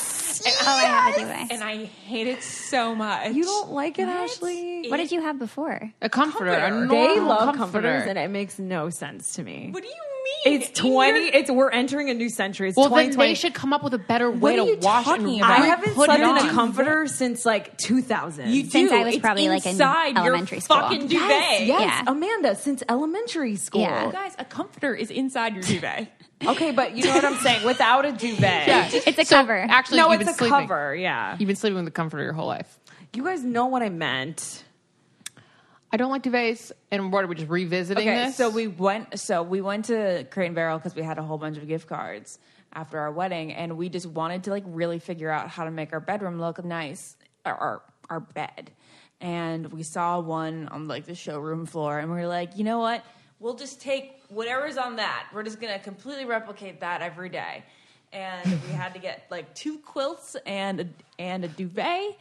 [SPEAKER 5] have a duvet.
[SPEAKER 1] and I hate it so much.
[SPEAKER 2] You don't like it, Ashley.
[SPEAKER 5] what did you have before?
[SPEAKER 4] a comforter. A
[SPEAKER 1] Comforter.
[SPEAKER 2] They
[SPEAKER 4] normal
[SPEAKER 2] love comforters, and it makes no sense to me.
[SPEAKER 1] What do you mean?
[SPEAKER 2] It's twenty. It's we're entering a new century. It's
[SPEAKER 4] well, then
[SPEAKER 2] twenty
[SPEAKER 4] they
[SPEAKER 2] twenty.
[SPEAKER 4] should come up with a better
[SPEAKER 1] What
[SPEAKER 4] way
[SPEAKER 1] are
[SPEAKER 4] to
[SPEAKER 1] you
[SPEAKER 4] wash and
[SPEAKER 1] talking
[SPEAKER 4] re-
[SPEAKER 1] about?
[SPEAKER 2] I haven't
[SPEAKER 4] put
[SPEAKER 2] slept
[SPEAKER 4] it
[SPEAKER 2] in
[SPEAKER 4] on.
[SPEAKER 2] a comforter since like two thousand.
[SPEAKER 1] You
[SPEAKER 5] Since
[SPEAKER 1] do.
[SPEAKER 5] I was
[SPEAKER 1] It's
[SPEAKER 5] probably, like, in
[SPEAKER 1] inside your
[SPEAKER 5] elementary school.
[SPEAKER 1] Fucking duvet.
[SPEAKER 2] yes, yes,
[SPEAKER 5] Yeah.
[SPEAKER 2] Amanda, since elementary school.
[SPEAKER 5] Yeah.
[SPEAKER 1] You guys, a comforter is inside your duvet.
[SPEAKER 2] Okay, but you know what I'm saying. Without a duvet,
[SPEAKER 5] It's a cover.
[SPEAKER 4] Actually,
[SPEAKER 2] no,
[SPEAKER 4] you've
[SPEAKER 2] it's
[SPEAKER 4] been
[SPEAKER 2] a
[SPEAKER 4] sleeping.
[SPEAKER 2] cover. Yeah,
[SPEAKER 4] You've been sleeping with a comforter your whole life.
[SPEAKER 2] you guys know what I meant.
[SPEAKER 4] I don't like duvets. And what are we just revisiting
[SPEAKER 1] Okay,
[SPEAKER 4] this?
[SPEAKER 1] so we went. So we went to Crate and Barrel because we had a whole bunch of gift cards after our wedding, and we just wanted to like really figure out how to make our bedroom look nice, or our, our bed. And we saw one on like the showroom floor, and we were like, you know what? We'll just take whatever's on that. We're just gonna completely replicate that every day. And we had to get like two quilts and a, and a duvet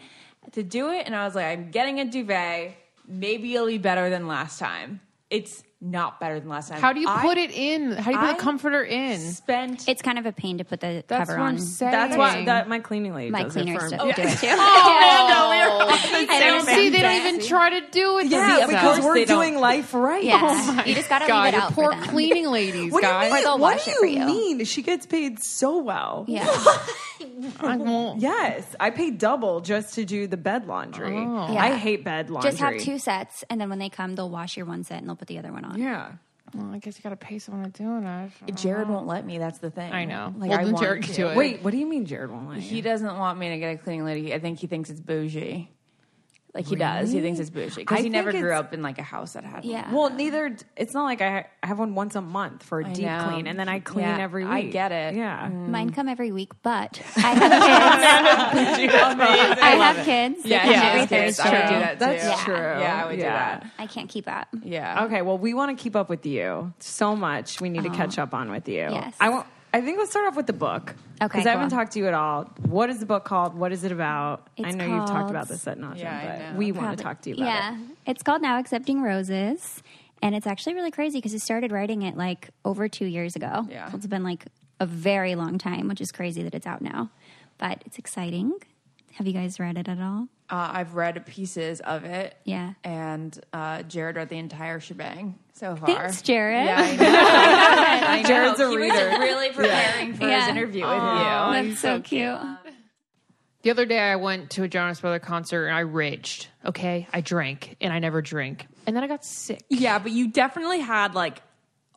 [SPEAKER 1] to do it. And I was like, I'm getting a duvet. Maybe it'll be better than last time. It's not better than last time.
[SPEAKER 4] how do you
[SPEAKER 1] I
[SPEAKER 4] put it in? How do you put
[SPEAKER 1] I-
[SPEAKER 4] the comforter in?
[SPEAKER 1] Spent.
[SPEAKER 5] It's kind of a pain to put the
[SPEAKER 4] That's
[SPEAKER 5] cover
[SPEAKER 4] what
[SPEAKER 5] on.
[SPEAKER 4] I'm saying.
[SPEAKER 2] That's why that my cleaning lady.
[SPEAKER 5] My
[SPEAKER 2] does
[SPEAKER 5] cleaners
[SPEAKER 2] it
[SPEAKER 5] do,
[SPEAKER 2] for
[SPEAKER 5] do it too.
[SPEAKER 4] I don't see. They don't even try to do it.
[SPEAKER 2] Yeah, because
[SPEAKER 4] themselves.
[SPEAKER 1] because
[SPEAKER 2] we're
[SPEAKER 1] they don't-
[SPEAKER 2] doing life right. Oh
[SPEAKER 5] Yeah,
[SPEAKER 4] my
[SPEAKER 5] you just gotta
[SPEAKER 4] God,
[SPEAKER 5] leave it
[SPEAKER 4] your
[SPEAKER 5] out
[SPEAKER 4] Poor
[SPEAKER 5] for them.
[SPEAKER 4] cleaning ladies,
[SPEAKER 2] What do
[SPEAKER 4] guys.
[SPEAKER 2] you mean?
[SPEAKER 5] they'll
[SPEAKER 2] What
[SPEAKER 5] wash
[SPEAKER 2] do
[SPEAKER 5] it for
[SPEAKER 2] you
[SPEAKER 5] you.
[SPEAKER 2] mean? She gets paid so well.
[SPEAKER 5] Yeah,
[SPEAKER 4] I won't.
[SPEAKER 2] Yes, I pay double just to do the bed laundry.
[SPEAKER 4] Oh.
[SPEAKER 5] Yeah.
[SPEAKER 2] I hate bed laundry.
[SPEAKER 5] just have two sets, and then when they come, they'll wash your one set and they'll put the other one on.
[SPEAKER 2] Yeah.
[SPEAKER 4] Well, I guess you got to pay someone to do it. I don't
[SPEAKER 1] Jared won't let me. That's the thing.
[SPEAKER 4] know. I know.
[SPEAKER 1] Like
[SPEAKER 4] well,
[SPEAKER 1] I
[SPEAKER 4] then
[SPEAKER 1] want
[SPEAKER 4] Jared
[SPEAKER 1] to.
[SPEAKER 4] can do it.
[SPEAKER 2] Wait, what do you mean Jared won't let
[SPEAKER 1] He
[SPEAKER 2] you?
[SPEAKER 1] doesn't want me to get a cleaning lady. I think he thinks it's bougie. Like he does. He thinks it's bougie
[SPEAKER 2] I
[SPEAKER 1] because he
[SPEAKER 2] think
[SPEAKER 1] never grew
[SPEAKER 2] it's-
[SPEAKER 1] up in like a house that had.
[SPEAKER 5] Yeah.
[SPEAKER 2] Well, neither. It's not like I, ha- I have one once a month for a deep
[SPEAKER 1] know.
[SPEAKER 2] clean, and then I clean
[SPEAKER 1] Yeah,
[SPEAKER 2] every week.
[SPEAKER 1] I get it. Mm.
[SPEAKER 2] Yeah.
[SPEAKER 5] Mine come every week, but I have kids. I have kids. They
[SPEAKER 1] Yeah,
[SPEAKER 5] come
[SPEAKER 1] yeah,
[SPEAKER 5] every
[SPEAKER 1] it's kids.
[SPEAKER 5] Thursday.
[SPEAKER 1] I would do that too.
[SPEAKER 2] That's
[SPEAKER 5] Yeah.
[SPEAKER 2] true.
[SPEAKER 1] Yeah, I would do that.
[SPEAKER 5] I can't keep up.
[SPEAKER 1] Yeah.
[SPEAKER 2] Okay. Well, we want to keep up with you so much. We need to catch up on with you.
[SPEAKER 5] Yes.
[SPEAKER 2] I want. I think let's start off with the book.
[SPEAKER 5] Okay,
[SPEAKER 2] Because I haven't
[SPEAKER 5] cool.
[SPEAKER 2] talked to you at all. What is the book called? What is it about? I
[SPEAKER 5] It's
[SPEAKER 2] know you've talked
[SPEAKER 5] called-
[SPEAKER 2] about this at nauseam,
[SPEAKER 1] Yeah, I
[SPEAKER 2] but
[SPEAKER 1] know.
[SPEAKER 2] we want to
[SPEAKER 5] Probably-
[SPEAKER 2] talk to you about
[SPEAKER 5] yeah.
[SPEAKER 2] it.
[SPEAKER 5] It's called Now Accepting Roses. And it's actually really crazy because I started writing it like over two years ago.
[SPEAKER 1] Yeah.
[SPEAKER 5] So It's been like a very long time, which is crazy that it's out now. But it's exciting. Have you guys read it at all?
[SPEAKER 1] Uh, I've read pieces of it.
[SPEAKER 5] Yeah.
[SPEAKER 1] And uh, Jared read the entire shebang so far.
[SPEAKER 5] Thanks, Jared.
[SPEAKER 1] I know. Jared's a reader.
[SPEAKER 2] really preparing for
[SPEAKER 5] Yeah.
[SPEAKER 2] his interview with you.
[SPEAKER 5] That's so cute.
[SPEAKER 4] The other day I went to a Jonas Brother concert and I raged. Okay, I drank and I never drink, and then I got sick.
[SPEAKER 1] Yeah, but you definitely had like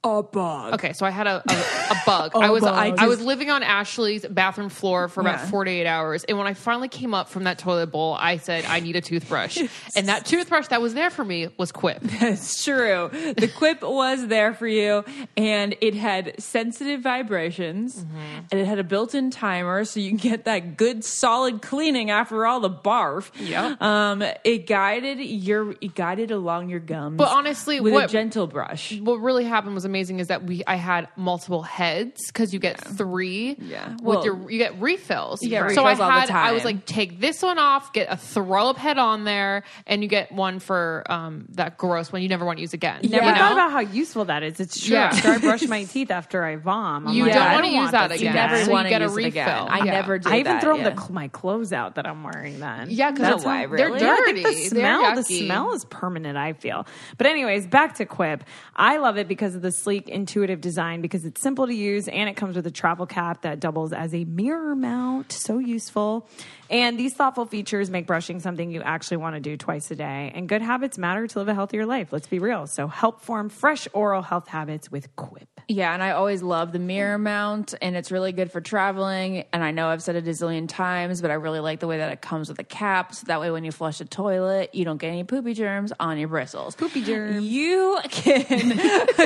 [SPEAKER 1] a bug.
[SPEAKER 4] Okay, so I had a a, a bug.
[SPEAKER 1] Oh,
[SPEAKER 4] I was I, I was living on Ashley's bathroom floor for about
[SPEAKER 1] Yeah.
[SPEAKER 4] 48 hours, and when I finally came up from that toilet bowl, I said I need a toothbrush, and that toothbrush that was there for me was Quip.
[SPEAKER 1] It's true. The quip was there for you, and it had sensitive vibrations,
[SPEAKER 4] Mm-hmm.
[SPEAKER 1] and it had a built-in timer, so you can get that good, solid cleaning after all the barf.
[SPEAKER 4] Yep.
[SPEAKER 1] Um, it guided your, it guided along your gums,
[SPEAKER 4] But honestly,
[SPEAKER 1] with
[SPEAKER 4] what-
[SPEAKER 1] a gentle brush.
[SPEAKER 4] what really happened was amazing is that we I had multiple heads because you get three
[SPEAKER 1] Yeah.
[SPEAKER 4] with
[SPEAKER 1] Well,
[SPEAKER 4] your you get refills
[SPEAKER 1] you get
[SPEAKER 4] so I
[SPEAKER 1] refills all the
[SPEAKER 4] had I was
[SPEAKER 1] time.
[SPEAKER 4] like take this one off get a throw up head on there and you get one for um that gross one you never want to use again
[SPEAKER 2] Never
[SPEAKER 4] you
[SPEAKER 2] thought
[SPEAKER 4] know?
[SPEAKER 2] about how useful that is. It's true.
[SPEAKER 4] Yeah.
[SPEAKER 2] After I brush my teeth after I vom, I'm
[SPEAKER 4] you
[SPEAKER 2] like,
[SPEAKER 4] don't
[SPEAKER 2] I
[SPEAKER 4] want to use that
[SPEAKER 2] this
[SPEAKER 4] again
[SPEAKER 1] never
[SPEAKER 4] so
[SPEAKER 1] wanna
[SPEAKER 4] you get a
[SPEAKER 1] use it
[SPEAKER 4] refill
[SPEAKER 1] again. I
[SPEAKER 4] Yeah.
[SPEAKER 1] never did.
[SPEAKER 2] I even
[SPEAKER 1] that,
[SPEAKER 2] throw
[SPEAKER 1] yeah.
[SPEAKER 2] the, cl- my clothes out that I'm wearing then.
[SPEAKER 4] Yeah, 'cause
[SPEAKER 2] That's
[SPEAKER 4] they're-
[SPEAKER 2] how-
[SPEAKER 4] they're
[SPEAKER 2] Yeah, I think the
[SPEAKER 4] dirty. They're
[SPEAKER 2] smell, the
[SPEAKER 4] yucky.
[SPEAKER 2] smell is permanent. I feel. But anyways, back to Quip. I love it because of the sleek, intuitive design. Because it's simple to use, and it comes with a travel cap that doubles as a mirror mount. So useful. And these thoughtful features make brushing something you actually want to do twice a day. And good habits matter to live a healthier life. Let's be real. So help form fresh oral health habits with Quip.
[SPEAKER 1] Yeah, and I always love the mirror mount, and it's really good for traveling. And I know I've said it a zillion times, but I really like the way that it comes with a cap, so that way when you flush the toilet, you don't get any poopy germs on your bristles. Poopy germs. You can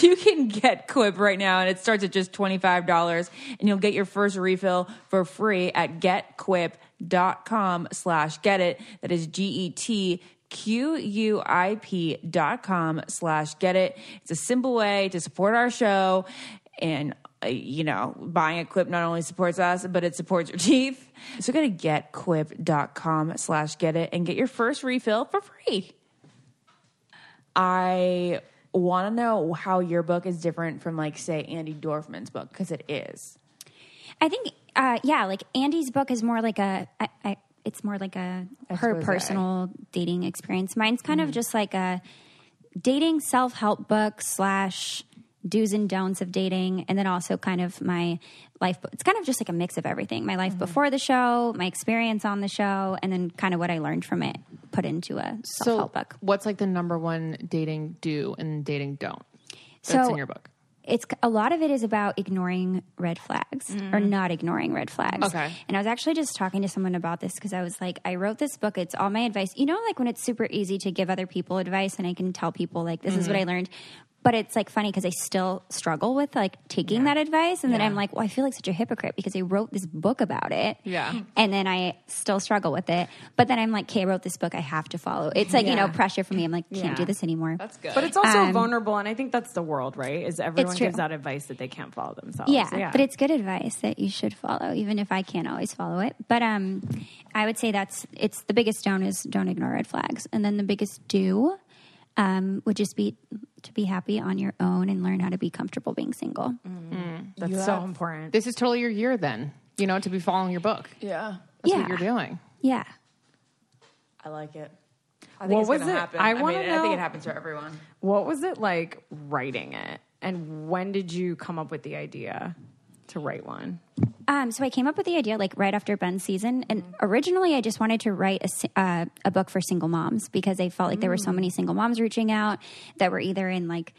[SPEAKER 1] you can get Quip right now, and it starts at just twenty five dollars, and you'll get your first refill for free at getquip.com slash get it. That is G E T QUIP dot com slash get it. It's a simple way to support our show. And, uh, you know, buying a quip not only supports us, but it supports your teeth. So go to getquip.com slash get it and get your first refill for free. I want to know how your book is different from, like, say, Andy Dorfman's book, because it is.
[SPEAKER 5] I think, uh, yeah, like Andy's book is more like a, I, I, it's more like a her
[SPEAKER 1] suppose I-
[SPEAKER 5] personal dating experience. Mine's kind of just like a dating self help book slash do's and don'ts of dating, and then also kind of my life. It's kind of just like a mix of everything: my life before the show, my experience on the show, and then kind of what I learned from it put into a self
[SPEAKER 4] so
[SPEAKER 5] help book.
[SPEAKER 4] what's like the number one dating do and dating don't that's
[SPEAKER 5] So-
[SPEAKER 4] in your book
[SPEAKER 5] it's a lot of it is about ignoring red flags or not ignoring red flags.
[SPEAKER 4] Mm. Okay.
[SPEAKER 5] And I was actually just talking to someone about this because I was like, I wrote this book. It's all my advice. You know, like when it's super easy to give other people advice and I can tell people like, this is what I
[SPEAKER 4] Mm-hmm.
[SPEAKER 5] learned. But it's like funny because I still struggle with like taking that advice. And then I'm like, well, I feel like such a hypocrite because I wrote this book about it.
[SPEAKER 4] Yeah.
[SPEAKER 5] And then I still struggle with it. But then I'm like, okay, I wrote this book. I have to follow. It's like, you know, pressure for me. I'm like, can't do this anymore. That's good.
[SPEAKER 2] But it's also vulnerable, and I think that's the world, right? Is everyone
[SPEAKER 5] Um, true.
[SPEAKER 2] gives out advice that they can't follow themselves.
[SPEAKER 5] Yeah, but it's good advice that you should follow, even if I can't always follow it. But um, I would say that's it's the biggest don't is don't ignore red flags, and then the biggest do um, would just be to be happy on your own and learn how to be comfortable being single.
[SPEAKER 4] Mm,
[SPEAKER 2] that's so important.
[SPEAKER 4] this is totally your year then you know to be following your book
[SPEAKER 1] Yeah.
[SPEAKER 4] that's
[SPEAKER 5] Yeah.
[SPEAKER 4] what you're doing
[SPEAKER 5] Yeah,
[SPEAKER 1] I like it. I
[SPEAKER 2] What was it? I wanna
[SPEAKER 1] mean, I think
[SPEAKER 2] know-
[SPEAKER 1] it happens for everyone.
[SPEAKER 2] What was it like writing it, and when did you come up with the idea to write one?
[SPEAKER 5] Um, so I came up with the idea like right after Ben's season, and originally I just wanted to write a si- uh, a book for single moms because I felt like there were so many single moms reaching out that were either in like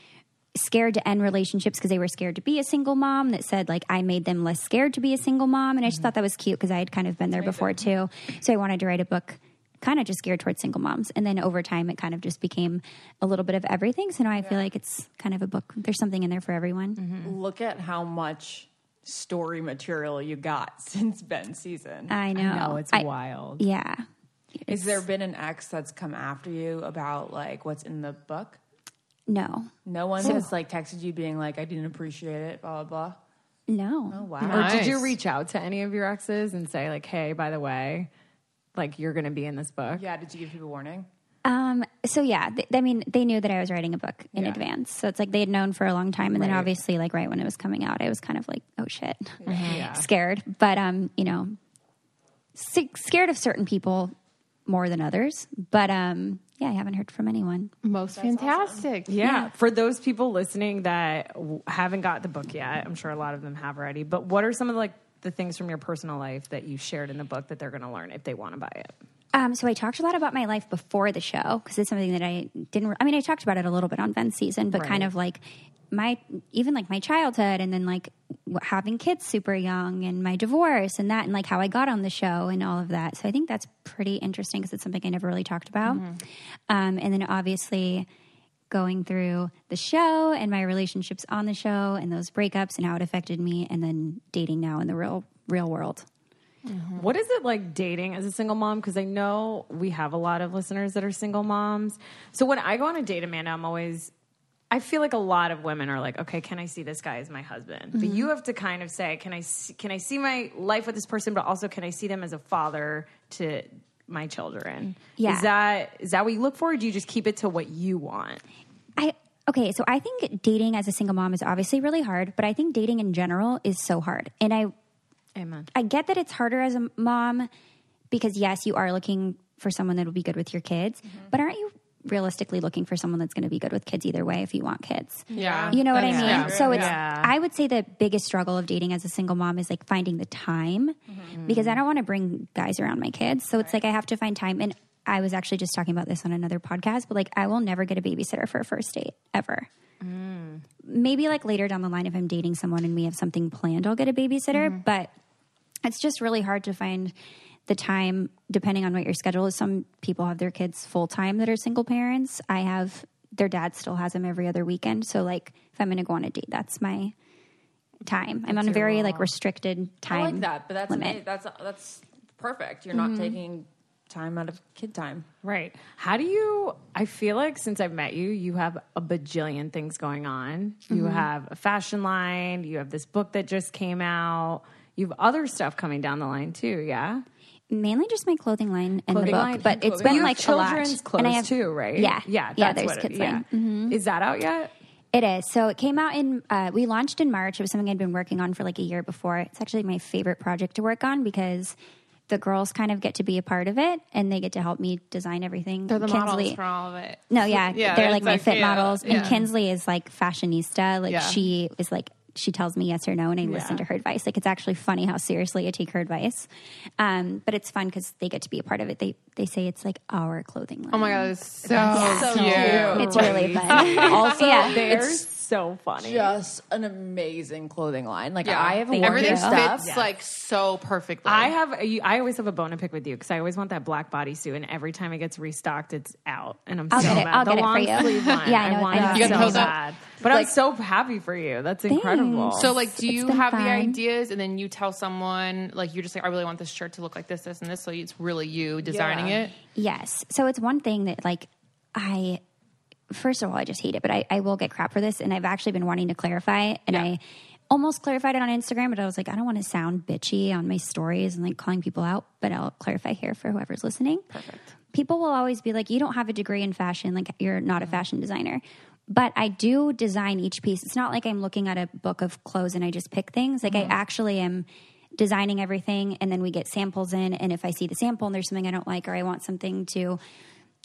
[SPEAKER 5] scared to end relationships because they were scared to be a single mom that said like I made them less scared to be a single mom and I just thought that was cute because I had kind of been there before too so I wanted to write a book kind of just geared towards single moms and then over time it kind of just became a little bit of everything so now I feel like it's kind of a book there's something in there for everyone
[SPEAKER 1] look at how much story material you got since Ben's season.
[SPEAKER 5] I know
[SPEAKER 2] No, it's
[SPEAKER 5] I-
[SPEAKER 2] wild.
[SPEAKER 5] yeah
[SPEAKER 1] Has there been an ex that's come after you about like what's in the book?
[SPEAKER 5] no
[SPEAKER 1] No one has like texted you being like, I didn't appreciate it, blah, blah,
[SPEAKER 5] no
[SPEAKER 1] blah. Wow.
[SPEAKER 2] Or did you
[SPEAKER 4] Nice.
[SPEAKER 2] reach out to any of your exes and say like, "Hey, by the way, like you're going to be in this book"?
[SPEAKER 1] Yeah, did you give people warning?
[SPEAKER 5] Um, so yeah, th- I mean, they knew that I was writing a book in advance. So it's like they had known for a long time. And then obviously like right when it was coming out, I was kind of like, oh shit, scared. But, um, you know, sick, scared of certain people more than others. But um, yeah, I haven't heard from anyone.
[SPEAKER 4] Most fantastic.
[SPEAKER 2] Yeah. For those people listening that w- haven't got the book yet, I'm sure a lot of them have already. But what are some of like the things from your personal life that you shared in the book that they're going to learn if they want to buy it?
[SPEAKER 5] Um, so I talked a lot about my life before the show because it's something that I didn't. re- I mean, I talked about it a little bit on Vent season, but kind of like my even like my childhood and then like w- having kids super young and my divorce and that and like how I got on the show and all of that. So I think that's pretty interesting because it's something I never really talked about. Um, and then obviously going through the show and my relationships on the show and those breakups and how it affected me and then dating now in the real real world.
[SPEAKER 2] What is it like dating as a single mom? Because I know we have a lot of listeners that are single moms. So when I go on a date, Amanda, I'm always, I feel like a lot of women are like, okay, can I see this guy as my husband? But you have to kind of say, can I see, can I see my life with this person, but also can I see them as a father to my children?
[SPEAKER 5] Yeah.
[SPEAKER 2] Is that is that what you look for? Or do you just keep it to what you want?
[SPEAKER 5] I okay, so I think dating as a single mom is obviously really hard, but I think dating in general is so hard. And I
[SPEAKER 2] Amen.
[SPEAKER 5] I get that it's harder as a mom because yes, you are looking for someone that will be good with your kids, but aren't you realistically looking for someone that's going to be good with kids either way if you want kids?
[SPEAKER 4] Yeah.
[SPEAKER 5] You know what I mean?
[SPEAKER 4] Yeah.
[SPEAKER 5] So it's I would say the biggest struggle of dating as a single mom is like finding the time
[SPEAKER 4] Mm-hmm.
[SPEAKER 5] because I don't want to bring guys around my kids. So it's like I have to find time and I was actually just talking about this on another podcast, but like I will never get a babysitter for a first date ever.
[SPEAKER 4] Mm.
[SPEAKER 5] Maybe like later down the line if I'm dating someone and we have something planned, I'll get a babysitter,
[SPEAKER 4] Mm-hmm.
[SPEAKER 5] but it's just really hard to find the time depending on what your schedule is. Some people have their kids full time that are single parents. I have their dad still has them every other weekend. So like if I'm gonna go on a date, that's my time. I'm on a very like restricted time.
[SPEAKER 1] I like that, but that's
[SPEAKER 5] limit. Mm-hmm.
[SPEAKER 1] ama- that's that's perfect. You're not taking time out of kid time.
[SPEAKER 2] Right. How do you? I feel like since I've met you, you have a bajillion things going on. You have a fashion line, you have this book that just came out, you have other stuff coming down the line too, yeah?
[SPEAKER 5] Mainly just my clothing line and
[SPEAKER 2] Clothing
[SPEAKER 5] the book,
[SPEAKER 2] line
[SPEAKER 5] but it's
[SPEAKER 2] But
[SPEAKER 5] been
[SPEAKER 2] you
[SPEAKER 5] like
[SPEAKER 2] have
[SPEAKER 5] a lot.
[SPEAKER 2] children's clothes
[SPEAKER 5] And I have-
[SPEAKER 2] too, right?
[SPEAKER 5] Yeah,
[SPEAKER 2] Yeah,
[SPEAKER 5] yeah.
[SPEAKER 2] that's
[SPEAKER 5] There's
[SPEAKER 2] what it-
[SPEAKER 5] kids
[SPEAKER 2] yeah.
[SPEAKER 5] line. Mm-hmm.
[SPEAKER 2] Is that out yet?
[SPEAKER 5] It is. So it came out in, uh, we launched in March. It was something I'd been working on for like a year before. It's actually my favorite project to work on because the girls kind of get to be a part of it and they get to help me design everything.
[SPEAKER 4] They're the models
[SPEAKER 5] Kinsley-
[SPEAKER 4] for all of it.
[SPEAKER 5] No, yeah.
[SPEAKER 4] Yeah,
[SPEAKER 5] they're
[SPEAKER 4] it's
[SPEAKER 5] like my
[SPEAKER 4] like-
[SPEAKER 5] fit
[SPEAKER 4] yeah,
[SPEAKER 5] models.
[SPEAKER 4] yeah.
[SPEAKER 5] And Kinsley is like fashionista. Like
[SPEAKER 4] Yeah.
[SPEAKER 5] she is like, she tells me yes or no, and I listen to her advice. Like it's actually funny how seriously I take her advice, um, but it's fun because they get to be a part of it. They they say it's like our clothing line.
[SPEAKER 4] Oh my god, it's so,
[SPEAKER 5] so
[SPEAKER 4] cute.
[SPEAKER 5] cute. It's really fun. also, yeah,
[SPEAKER 2] They're so funny.
[SPEAKER 8] Just an amazing clothing line. Like
[SPEAKER 4] Yeah.
[SPEAKER 8] I have worn
[SPEAKER 4] everything
[SPEAKER 8] your stuff.
[SPEAKER 4] fits like so perfectly.
[SPEAKER 2] I have. a- you- I always have a bone to pick with you because I always want that black bodysuit, and every time it gets restocked, it's out, and I'm
[SPEAKER 5] I'll
[SPEAKER 2] so
[SPEAKER 5] get it-
[SPEAKER 2] bad.
[SPEAKER 5] I'll
[SPEAKER 2] the
[SPEAKER 5] get it for
[SPEAKER 2] long
[SPEAKER 5] you.
[SPEAKER 2] sleeve one.
[SPEAKER 5] Yeah, I know.
[SPEAKER 2] want
[SPEAKER 5] I
[SPEAKER 2] it
[SPEAKER 5] know. You
[SPEAKER 4] gotta
[SPEAKER 2] so
[SPEAKER 4] post that.
[SPEAKER 2] bad. But I'm
[SPEAKER 4] Like-
[SPEAKER 2] so happy for you. That's incredible.
[SPEAKER 5] Thanks.
[SPEAKER 4] So like, do
[SPEAKER 5] It's
[SPEAKER 4] you
[SPEAKER 5] been
[SPEAKER 4] have
[SPEAKER 5] fun.
[SPEAKER 4] the ideas, and then you tell someone like you're just like, I really want this shirt to look like this, this, and this. So it's really you designing it.
[SPEAKER 5] Yes. So it's one thing that, like, I, first of all, I just hate it, but I, I will get crap for this. And I've actually been wanting to clarify. And I almost clarified it on Instagram, but I was like, I don't want to sound bitchy on my stories and like calling people out, but I'll clarify here for whoever's listening. Perfect. People will always be like, you don't have a degree in fashion. Like, you're not a
[SPEAKER 4] Mm-hmm.
[SPEAKER 5] fashion designer. But I do design each piece. It's not like I'm looking at a book of clothes and I just pick things. Like,
[SPEAKER 4] Mm-hmm.
[SPEAKER 5] I actually am designing everything and then we get samples in and if i see the sample and there's something i don't like or i want something to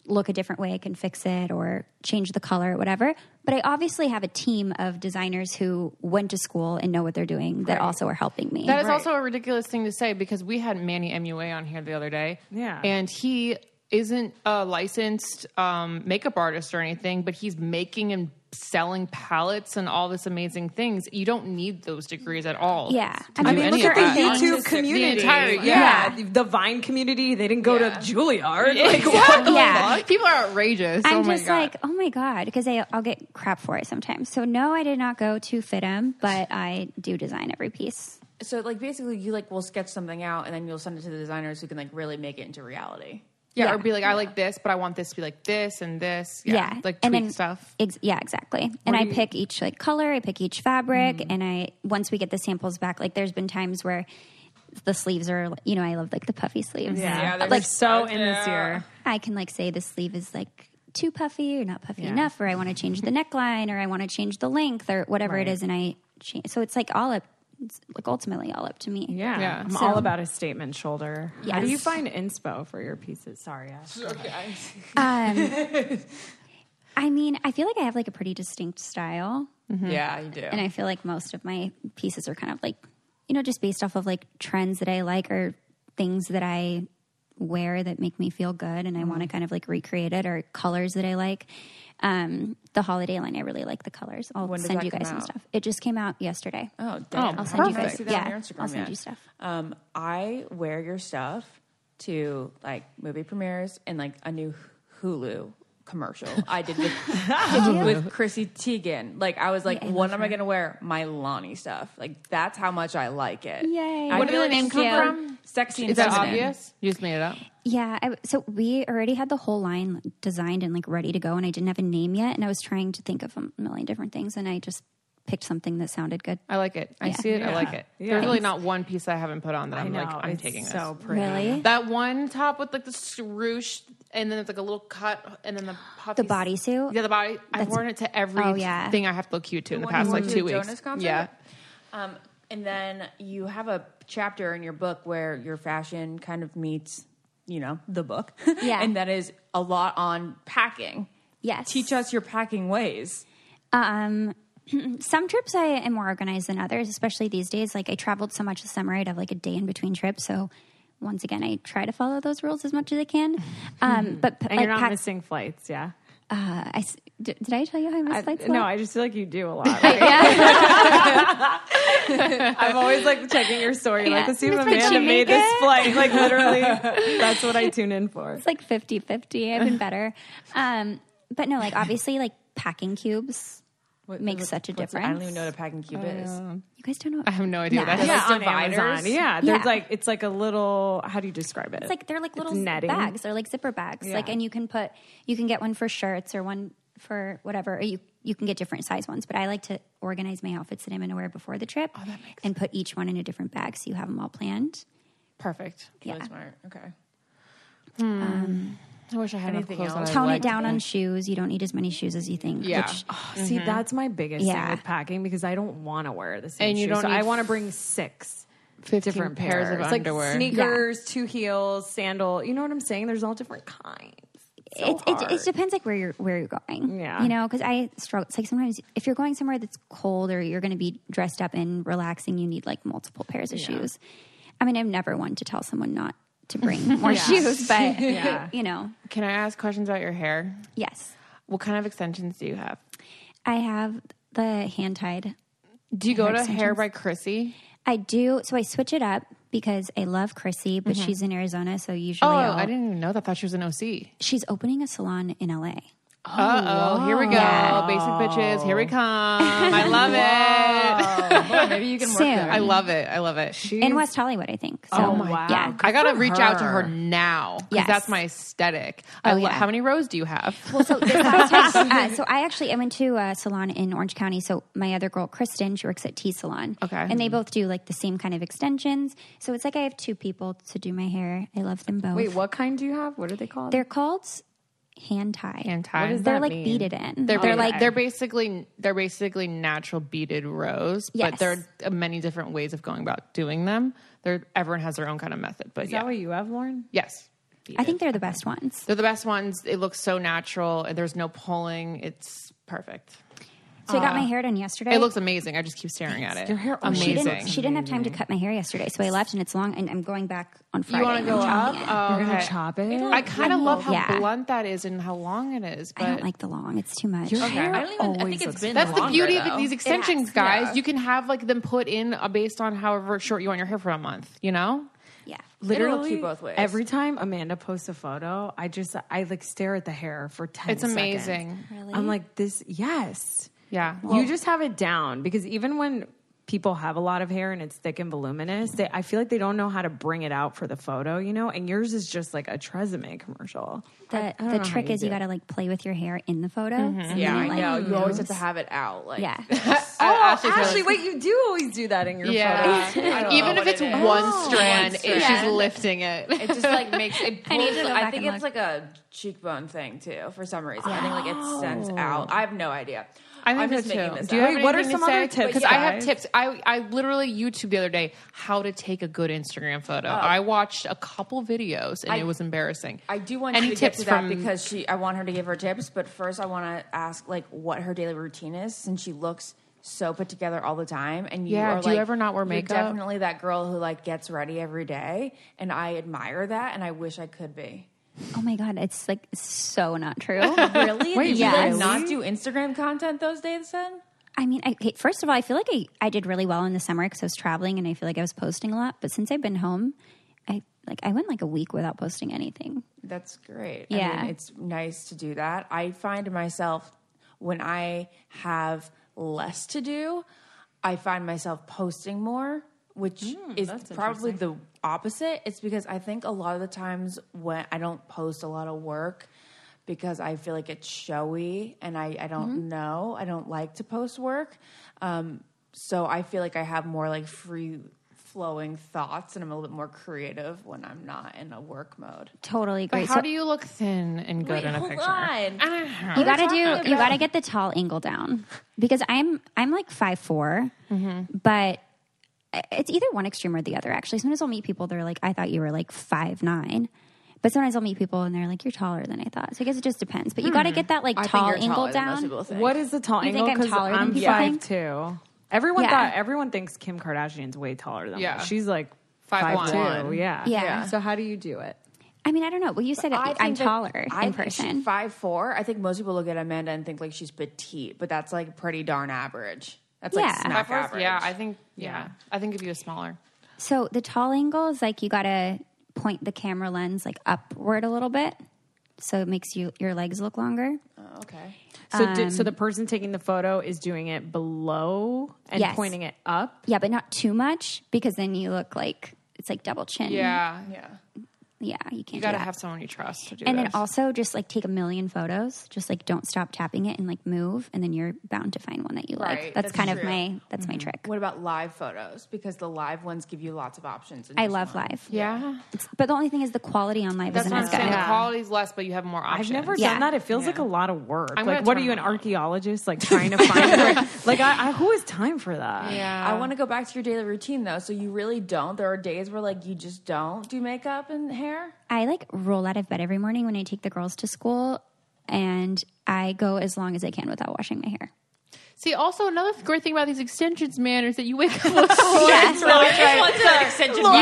[SPEAKER 5] look a different way i can fix it or change the color whatever but i obviously have a team of designers who went to school and know what they're doing that also are helping me
[SPEAKER 4] That is also a ridiculous thing to say because we had Manny MUA on here the other day.
[SPEAKER 2] Yeah.
[SPEAKER 4] And he isn't a licensed um, makeup artist or anything, but he's making and selling palettes and all this amazing things. You don't need those degrees at all.
[SPEAKER 5] Yeah.
[SPEAKER 4] to
[SPEAKER 5] I
[SPEAKER 4] do
[SPEAKER 5] mean, look
[SPEAKER 4] any
[SPEAKER 5] at
[SPEAKER 4] of
[SPEAKER 5] the
[SPEAKER 4] that.
[SPEAKER 5] YouTube
[SPEAKER 2] YouTube community.
[SPEAKER 4] The entire, yeah.
[SPEAKER 2] The Vine community. They didn't go to Juilliard. Like,
[SPEAKER 4] Exactly.
[SPEAKER 5] Yeah.
[SPEAKER 4] People are outrageous. oh
[SPEAKER 5] i'm
[SPEAKER 4] my
[SPEAKER 5] just
[SPEAKER 4] God.
[SPEAKER 5] like oh my god because i'll get crap for it sometimes so no i did not go to fit 'em, but i do design every piece
[SPEAKER 1] So like basically, you like will sketch something out, and then you'll send it to the designers who can like really make it into reality.
[SPEAKER 4] yeah, or be like, I like this, but I want this to be like this and this. Yeah.
[SPEAKER 5] yeah,
[SPEAKER 4] Like
[SPEAKER 5] And
[SPEAKER 4] tweak
[SPEAKER 5] then-
[SPEAKER 4] stuff.
[SPEAKER 5] Ex- yeah, exactly. And I pick each like color, I pick each fabric,
[SPEAKER 4] Mm.
[SPEAKER 5] and I once we get the samples back, like there's been times where the sleeves are, you know, I love like the puffy sleeves.
[SPEAKER 2] yeah, they're
[SPEAKER 5] like
[SPEAKER 2] so in this year.
[SPEAKER 5] I can like say the sleeve is like too puffy or not puffy enough, or I want to change the neckline, or I want to change the length, or whatever it is, and I change. So it's like all up it's like ultimately all up to me.
[SPEAKER 2] Yeah.
[SPEAKER 4] Yeah.
[SPEAKER 2] I'm
[SPEAKER 5] So-
[SPEAKER 2] all about a statement shoulder. How do
[SPEAKER 5] Yes.
[SPEAKER 2] you find inspo for your pieces? Sorry. I-
[SPEAKER 5] Um, I mean, I feel like I have like a pretty distinct style.
[SPEAKER 8] Yeah, you do.
[SPEAKER 5] And I feel like most of my pieces are kind of like, you know, just based off of like trends that I like or things that I wear that make me feel good and I want
[SPEAKER 8] Mm-hmm.
[SPEAKER 5] to kind of like recreate it or colors that I like. Um, the holiday line, I really like the colors. I'll
[SPEAKER 8] When does
[SPEAKER 5] send
[SPEAKER 8] that
[SPEAKER 5] you guys
[SPEAKER 8] come
[SPEAKER 5] some
[SPEAKER 8] out?
[SPEAKER 5] stuff. It just came out yesterday.
[SPEAKER 8] Oh, damn.
[SPEAKER 5] I'll send you
[SPEAKER 8] Can I
[SPEAKER 5] guys.
[SPEAKER 8] see that on
[SPEAKER 5] yeah,
[SPEAKER 8] your Instagram
[SPEAKER 5] I'll send
[SPEAKER 8] yet?
[SPEAKER 5] you stuff.
[SPEAKER 8] Um, I wear your stuff to like movie premieres and like a new Hulu commercial I did with, with Chrissy Teigen. Like I was like, what am I gonna wear? My Lonnie stuff. Like that's how much I like it.
[SPEAKER 5] Yay.
[SPEAKER 8] I
[SPEAKER 5] What
[SPEAKER 4] did
[SPEAKER 8] feel
[SPEAKER 4] the
[SPEAKER 8] like
[SPEAKER 4] name
[SPEAKER 8] it's
[SPEAKER 4] come
[SPEAKER 8] super
[SPEAKER 4] from?
[SPEAKER 8] Sexy and
[SPEAKER 4] Is that
[SPEAKER 8] feminine.
[SPEAKER 4] obvious? You just made it up.
[SPEAKER 5] Yeah, I, so we already had the whole line designed and like ready to go, and I didn't have a name yet, and I was trying to think of a million different things, and I just picked something that sounded good.
[SPEAKER 4] I like it. I see it. I like it. There's really not one piece I haven't put on that I'm like,
[SPEAKER 2] No,
[SPEAKER 4] I'm
[SPEAKER 2] it's
[SPEAKER 4] taking this.
[SPEAKER 2] so pretty.
[SPEAKER 5] Really,
[SPEAKER 4] That one top with like the swoosh, and then it's like a little cut, and then the puffy
[SPEAKER 5] the bodysuit.
[SPEAKER 4] Yeah, the body. I've worn it to every
[SPEAKER 5] Oh, yeah.
[SPEAKER 4] thing I have to look cute to in the
[SPEAKER 8] When you
[SPEAKER 4] past
[SPEAKER 8] went
[SPEAKER 4] like
[SPEAKER 8] to
[SPEAKER 4] two
[SPEAKER 8] the
[SPEAKER 4] weeks.
[SPEAKER 8] Jonas concert?
[SPEAKER 4] Yeah,
[SPEAKER 8] Um, and then you have a chapter in your book where your fashion kind of meets, you know, the book.
[SPEAKER 5] Yeah.
[SPEAKER 8] and that is a lot on packing.
[SPEAKER 5] Yes.
[SPEAKER 8] Teach us your packing ways.
[SPEAKER 5] Um, some trips I am more organized than others, especially these days. Like I traveled so much this summer, I'd have like a day in between trips. So once again, I try to follow those rules as much as I can. Um, but p-
[SPEAKER 2] And
[SPEAKER 5] like,
[SPEAKER 2] you're not
[SPEAKER 5] pack-
[SPEAKER 2] missing flights, yeah?
[SPEAKER 5] uh, I s- d- did I tell you how I missed flights? a
[SPEAKER 2] no,
[SPEAKER 5] lot?
[SPEAKER 2] I just feel like you do a lot.
[SPEAKER 5] yeah.
[SPEAKER 2] I'm always like checking your story. Like,
[SPEAKER 5] Yeah.
[SPEAKER 2] let's see if
[SPEAKER 5] Miss Rich,
[SPEAKER 2] Amanda
[SPEAKER 5] you
[SPEAKER 2] made
[SPEAKER 5] make
[SPEAKER 2] this
[SPEAKER 5] it?
[SPEAKER 2] flight. Like, literally, that's what I tune in for.
[SPEAKER 5] it's like 50 50 i've been better um but no like obviously like packing cubes makes such a
[SPEAKER 8] What's-
[SPEAKER 5] difference
[SPEAKER 8] I don't even know what a packing cube is.
[SPEAKER 5] you guys don't know
[SPEAKER 4] I have no idea. what
[SPEAKER 5] Yeah.
[SPEAKER 4] that is.
[SPEAKER 8] Yeah.
[SPEAKER 2] Like, on
[SPEAKER 8] dividers?
[SPEAKER 2] Amazon. Yeah, there's
[SPEAKER 5] Yeah.
[SPEAKER 2] like it's like a little. How do you describe it?
[SPEAKER 5] it's like they're like little
[SPEAKER 2] netting.
[SPEAKER 5] bags they're like zipper bags like
[SPEAKER 2] Yeah.
[SPEAKER 5] and you can put you can get one for shirts or one for whatever or you you can get different size ones but i like to organize my outfits that i'm going to wear before the trip
[SPEAKER 8] Oh,
[SPEAKER 5] and put each one in a different bag so you have them all planned
[SPEAKER 4] perfect.
[SPEAKER 5] yeah
[SPEAKER 8] Smart. Okay.
[SPEAKER 4] I wish I had enough
[SPEAKER 8] Anything
[SPEAKER 4] clothes.
[SPEAKER 8] else?
[SPEAKER 4] that I
[SPEAKER 5] tone it
[SPEAKER 4] liked.
[SPEAKER 5] down on shoes you don't need as many shoes as you think
[SPEAKER 4] Yeah,
[SPEAKER 5] which
[SPEAKER 2] Oh,
[SPEAKER 4] Mm-hmm.
[SPEAKER 2] See, that's my biggest
[SPEAKER 5] Yeah.
[SPEAKER 2] thing with packing because I don't want to wear the same
[SPEAKER 4] And you
[SPEAKER 2] shoe.
[SPEAKER 4] don't
[SPEAKER 2] so I
[SPEAKER 4] need
[SPEAKER 2] want to bring six
[SPEAKER 4] 15
[SPEAKER 2] different
[SPEAKER 4] pairs
[SPEAKER 2] pairs,
[SPEAKER 4] of
[SPEAKER 2] It's
[SPEAKER 4] underwear.
[SPEAKER 2] like sneakers, two heels, sandal. You know what I'm saying? There's all different kinds. It's so
[SPEAKER 5] it, it,
[SPEAKER 2] hard.
[SPEAKER 5] it depends like where you're where you're going.
[SPEAKER 2] Yeah.
[SPEAKER 5] you know, because I struggle. It's like sometimes if you're going somewhere that's cold or you're going to be dressed up and relaxing, you need like multiple pairs of shoes. I mean, I'm never one to tell someone not to bring more shoes, but you know,
[SPEAKER 4] Can I ask questions about your hair?
[SPEAKER 5] yes,
[SPEAKER 4] What kind of extensions do you have?
[SPEAKER 5] I have the hand tied.
[SPEAKER 4] Do you go to Hair by Chrissy?
[SPEAKER 5] I do. So I switch it up because I love Chrissy,
[SPEAKER 2] Mm-hmm.
[SPEAKER 5] but she's in Arizona, so usually
[SPEAKER 4] Oh,
[SPEAKER 5] I'll-
[SPEAKER 4] I didn't even know that. I thought she was an OC.
[SPEAKER 5] she's opening a salon in LA.
[SPEAKER 4] Uh oh, here we go. Basic bitches, here we come. I love it.
[SPEAKER 2] Oh,
[SPEAKER 8] Maybe you can work
[SPEAKER 5] Soon.
[SPEAKER 8] there.
[SPEAKER 4] I love it. I love it. She,
[SPEAKER 5] in West Hollywood, I think. So, oh my
[SPEAKER 2] wow.
[SPEAKER 5] Yeah,
[SPEAKER 4] I gotta reach out to her now because
[SPEAKER 5] Yes. Oh,
[SPEAKER 4] that's my aesthetic. I lo-
[SPEAKER 5] yeah.
[SPEAKER 4] How many rows do you have?
[SPEAKER 5] Well, so this last time, uh, so I actually I went to a salon in Orange County. So my other girl, Kristen, she works at T Salon.
[SPEAKER 4] Okay.
[SPEAKER 5] and they both do like the same kind of extensions. So it's like I have two people to do my hair. I love them both.
[SPEAKER 2] Wait, what kind do you have? What are they called?
[SPEAKER 5] They're called hand tie.
[SPEAKER 4] Hand tie. What does
[SPEAKER 5] They're
[SPEAKER 2] that
[SPEAKER 5] like
[SPEAKER 2] mean?
[SPEAKER 5] beaded in.
[SPEAKER 4] They're,
[SPEAKER 5] They're,
[SPEAKER 4] ba-
[SPEAKER 5] like
[SPEAKER 4] they're basically they're basically natural beaded rows, but
[SPEAKER 5] Yes.
[SPEAKER 4] there are many different ways of going about doing them. There, everyone has their own kind of method, but
[SPEAKER 2] Is
[SPEAKER 4] yeah,
[SPEAKER 2] that what you have, Lauren?
[SPEAKER 4] yes,
[SPEAKER 5] I think they're the best ones.
[SPEAKER 4] they're the best ones. It looks so natural. and There's no pulling. It's perfect.
[SPEAKER 5] So I got my hair done yesterday.
[SPEAKER 4] It looks amazing. I just keep staring at it. Your hair amazing.
[SPEAKER 5] oh, She didn't, she didn't have time to cut my hair yesterday, so I left and it's long. And I'm going back on Friday.
[SPEAKER 4] you want to
[SPEAKER 5] and
[SPEAKER 4] go up?
[SPEAKER 5] chopping it.
[SPEAKER 4] Oh, okay.
[SPEAKER 2] Chop it.
[SPEAKER 4] I kind of love how
[SPEAKER 5] Yeah.
[SPEAKER 4] blunt that is and how long it is, but
[SPEAKER 5] I don't like the long. It's too much.
[SPEAKER 8] I don't even. I think it's been.
[SPEAKER 4] That's the
[SPEAKER 8] longer,
[SPEAKER 4] beauty of
[SPEAKER 8] though.
[SPEAKER 4] these extensions, guys. You can have like them put in uh, based on however short you want your hair for a month. You know,
[SPEAKER 5] Yeah.
[SPEAKER 8] It'll
[SPEAKER 2] Literally,
[SPEAKER 8] look cute both ways.
[SPEAKER 2] every time Amanda posts a photo, I just I like stare at the hair for ten.
[SPEAKER 4] It's amazing.
[SPEAKER 2] seconds. I'm like this. Yes.
[SPEAKER 4] yeah.
[SPEAKER 2] you just have it down because even when people have a lot of hair and it's thick and voluminous, they, I feel like they don't know how to bring it out for the photo, you know? And yours is just like a Tresemme commercial.
[SPEAKER 5] The,
[SPEAKER 2] don't know
[SPEAKER 5] the
[SPEAKER 2] how
[SPEAKER 5] trick
[SPEAKER 2] you
[SPEAKER 5] is you
[SPEAKER 2] do it. Mm-hmm.
[SPEAKER 5] got to like play with your hair in the photo.
[SPEAKER 8] Yeah,
[SPEAKER 5] so then it,
[SPEAKER 8] I
[SPEAKER 5] like,
[SPEAKER 8] know. You always have to have it out. Like,
[SPEAKER 5] Yeah.
[SPEAKER 2] Oh, Ashley, wait, you do always do that in your
[SPEAKER 4] Yeah. Even
[SPEAKER 8] know
[SPEAKER 4] if
[SPEAKER 8] what
[SPEAKER 4] it's
[SPEAKER 8] it is.
[SPEAKER 4] one strand, it, she's
[SPEAKER 8] strand.
[SPEAKER 4] lifting it.
[SPEAKER 8] It just like makes it. Pulls,
[SPEAKER 5] need
[SPEAKER 8] I,
[SPEAKER 5] to go back
[SPEAKER 8] think
[SPEAKER 5] and
[SPEAKER 8] it's
[SPEAKER 5] look.
[SPEAKER 8] like a
[SPEAKER 1] cheekbone thing too for some reason. I think like it sends out. I have no idea.
[SPEAKER 4] Oh. I think
[SPEAKER 1] am just
[SPEAKER 4] so
[SPEAKER 1] making
[SPEAKER 4] too.
[SPEAKER 1] this
[SPEAKER 4] Do you
[SPEAKER 1] up.
[SPEAKER 4] have
[SPEAKER 2] what are
[SPEAKER 4] anything to
[SPEAKER 2] some other
[SPEAKER 4] say?
[SPEAKER 2] tips,
[SPEAKER 4] Because I have
[SPEAKER 2] guys?
[SPEAKER 4] tips. I I literally YouTube the other day how to take a good Instagram photo. I watched a couple videos and
[SPEAKER 1] Oh. I-
[SPEAKER 4] it was embarrassing.
[SPEAKER 1] I do want
[SPEAKER 4] any
[SPEAKER 1] you to
[SPEAKER 4] tips
[SPEAKER 1] get to that
[SPEAKER 4] from
[SPEAKER 1] because she. I want her to give her tips, but first I want to ask like what her daily routine is since she looks so put together all the time. And you
[SPEAKER 4] Yeah,
[SPEAKER 1] are,
[SPEAKER 4] do you
[SPEAKER 1] like-
[SPEAKER 4] ever not wear
[SPEAKER 1] you're
[SPEAKER 4] makeup?
[SPEAKER 1] definitely that girl who like gets ready every day, and I admire that, and I wish I could be.
[SPEAKER 5] Oh my god, it's like so not true.
[SPEAKER 1] Really? Wait,
[SPEAKER 5] Yes.
[SPEAKER 1] you guys not do Instagram content those days then?
[SPEAKER 5] I mean, I, okay, first of all, I feel like I, I did really well in the summer because I was traveling and I feel like I was posting a lot. But since I've been home, I like I went like a week without posting anything.
[SPEAKER 1] That's great. I
[SPEAKER 5] Yeah.
[SPEAKER 1] mean, it's nice to do that. I find myself when I have less to do, I find myself posting more, which is probably the opposite. It's because I think a lot of the times when I don't post a lot of work because I feel like it's showy and I, I don't know. I don't like to post work. Um, so I feel like I have more like free flowing thoughts and I'm a little bit more creative when I'm not in a work mode.
[SPEAKER 5] Totally
[SPEAKER 4] But
[SPEAKER 5] agree.
[SPEAKER 4] how
[SPEAKER 5] So
[SPEAKER 4] do you look thin and good in a
[SPEAKER 1] hold
[SPEAKER 4] picture?
[SPEAKER 1] on.
[SPEAKER 4] Ah.
[SPEAKER 5] you gotta do you gotta get the tall angle down because I'm I'm like five
[SPEAKER 1] Mm-hmm.
[SPEAKER 5] but it's either one extreme or the other. Actually, sometimes I'll meet people they're like, I thought you were like five nine. But sometimes I'll meet people and they're like, "You're taller than I thought." So I guess it just depends. But you
[SPEAKER 1] Hmm.
[SPEAKER 5] got to get that like tall angle down.
[SPEAKER 2] What is the tall
[SPEAKER 5] You
[SPEAKER 2] angle?
[SPEAKER 5] think I'm
[SPEAKER 2] 'Cause
[SPEAKER 5] taller than
[SPEAKER 2] I'm
[SPEAKER 5] people
[SPEAKER 2] five
[SPEAKER 5] think?
[SPEAKER 2] two. Everyone
[SPEAKER 5] Yeah.
[SPEAKER 2] thought everyone thinks Kim Kardashian's way taller than
[SPEAKER 4] Yeah.
[SPEAKER 2] me. She's like
[SPEAKER 4] Five
[SPEAKER 2] five,
[SPEAKER 4] one.
[SPEAKER 2] two. Yeah.
[SPEAKER 5] Yeah. Yeah.
[SPEAKER 2] So how do you do it?
[SPEAKER 5] I mean, I don't know. Well, you said
[SPEAKER 1] I
[SPEAKER 5] I'm
[SPEAKER 1] think that-
[SPEAKER 5] taller
[SPEAKER 1] I
[SPEAKER 5] in
[SPEAKER 1] think she's
[SPEAKER 5] person.
[SPEAKER 1] Five four. I think most people look at Amanda and think like she's petite, but that's like pretty darn average. That's like
[SPEAKER 5] Yeah.
[SPEAKER 1] snack
[SPEAKER 4] Five fours?
[SPEAKER 1] average.
[SPEAKER 4] Yeah, I think. Yeah, I think if you was smaller.
[SPEAKER 5] So the tall angle is like you gotta point the camera lens like upward a little bit, so it makes you your legs look longer.
[SPEAKER 1] Oh, okay.
[SPEAKER 2] So do, so the person taking the photo is doing it below and
[SPEAKER 5] Yes.
[SPEAKER 2] pointing it up.
[SPEAKER 5] Yeah, but not too much because then you look like it's like double chin.
[SPEAKER 4] Yeah,
[SPEAKER 1] Yeah.
[SPEAKER 5] yeah, you can't.
[SPEAKER 4] you got to
[SPEAKER 5] do that.
[SPEAKER 4] have someone you trust to do.
[SPEAKER 5] And
[SPEAKER 4] this.
[SPEAKER 5] then also just like take a million photos. Just like don't stop tapping it and like move, and then you're bound to find one that you
[SPEAKER 1] Right,
[SPEAKER 5] like. That's,
[SPEAKER 1] that's
[SPEAKER 5] kind of
[SPEAKER 1] true.
[SPEAKER 5] my that's my trick.
[SPEAKER 1] What about live photos? Because the live ones give you lots of options. and
[SPEAKER 5] I
[SPEAKER 1] just
[SPEAKER 5] love
[SPEAKER 1] one.
[SPEAKER 5] live.
[SPEAKER 4] yeah,
[SPEAKER 5] It's, but the only thing is the quality on live
[SPEAKER 4] that's
[SPEAKER 5] isn't
[SPEAKER 4] what I'm
[SPEAKER 5] as good.
[SPEAKER 4] saying. The quality's less, but you have more options.
[SPEAKER 2] I've never
[SPEAKER 5] Yeah.
[SPEAKER 2] done that. It feels like a lot of work.
[SPEAKER 4] I'm
[SPEAKER 2] like,
[SPEAKER 4] gonna
[SPEAKER 2] what are
[SPEAKER 4] turn
[SPEAKER 2] you, an
[SPEAKER 4] mine on.
[SPEAKER 2] archaeologist? Like, trying to find. like, I, I, who has time for that?
[SPEAKER 4] Yeah,
[SPEAKER 1] I want to go back to your daily routine though. So you really don't. There are days where like you just don't do makeup and hair.
[SPEAKER 5] I like roll out of bed every morning when I take the girls to school, and I go as long as I can without washing my hair.
[SPEAKER 4] See, also another great thing about these extensions, man, is that you wake up. looking you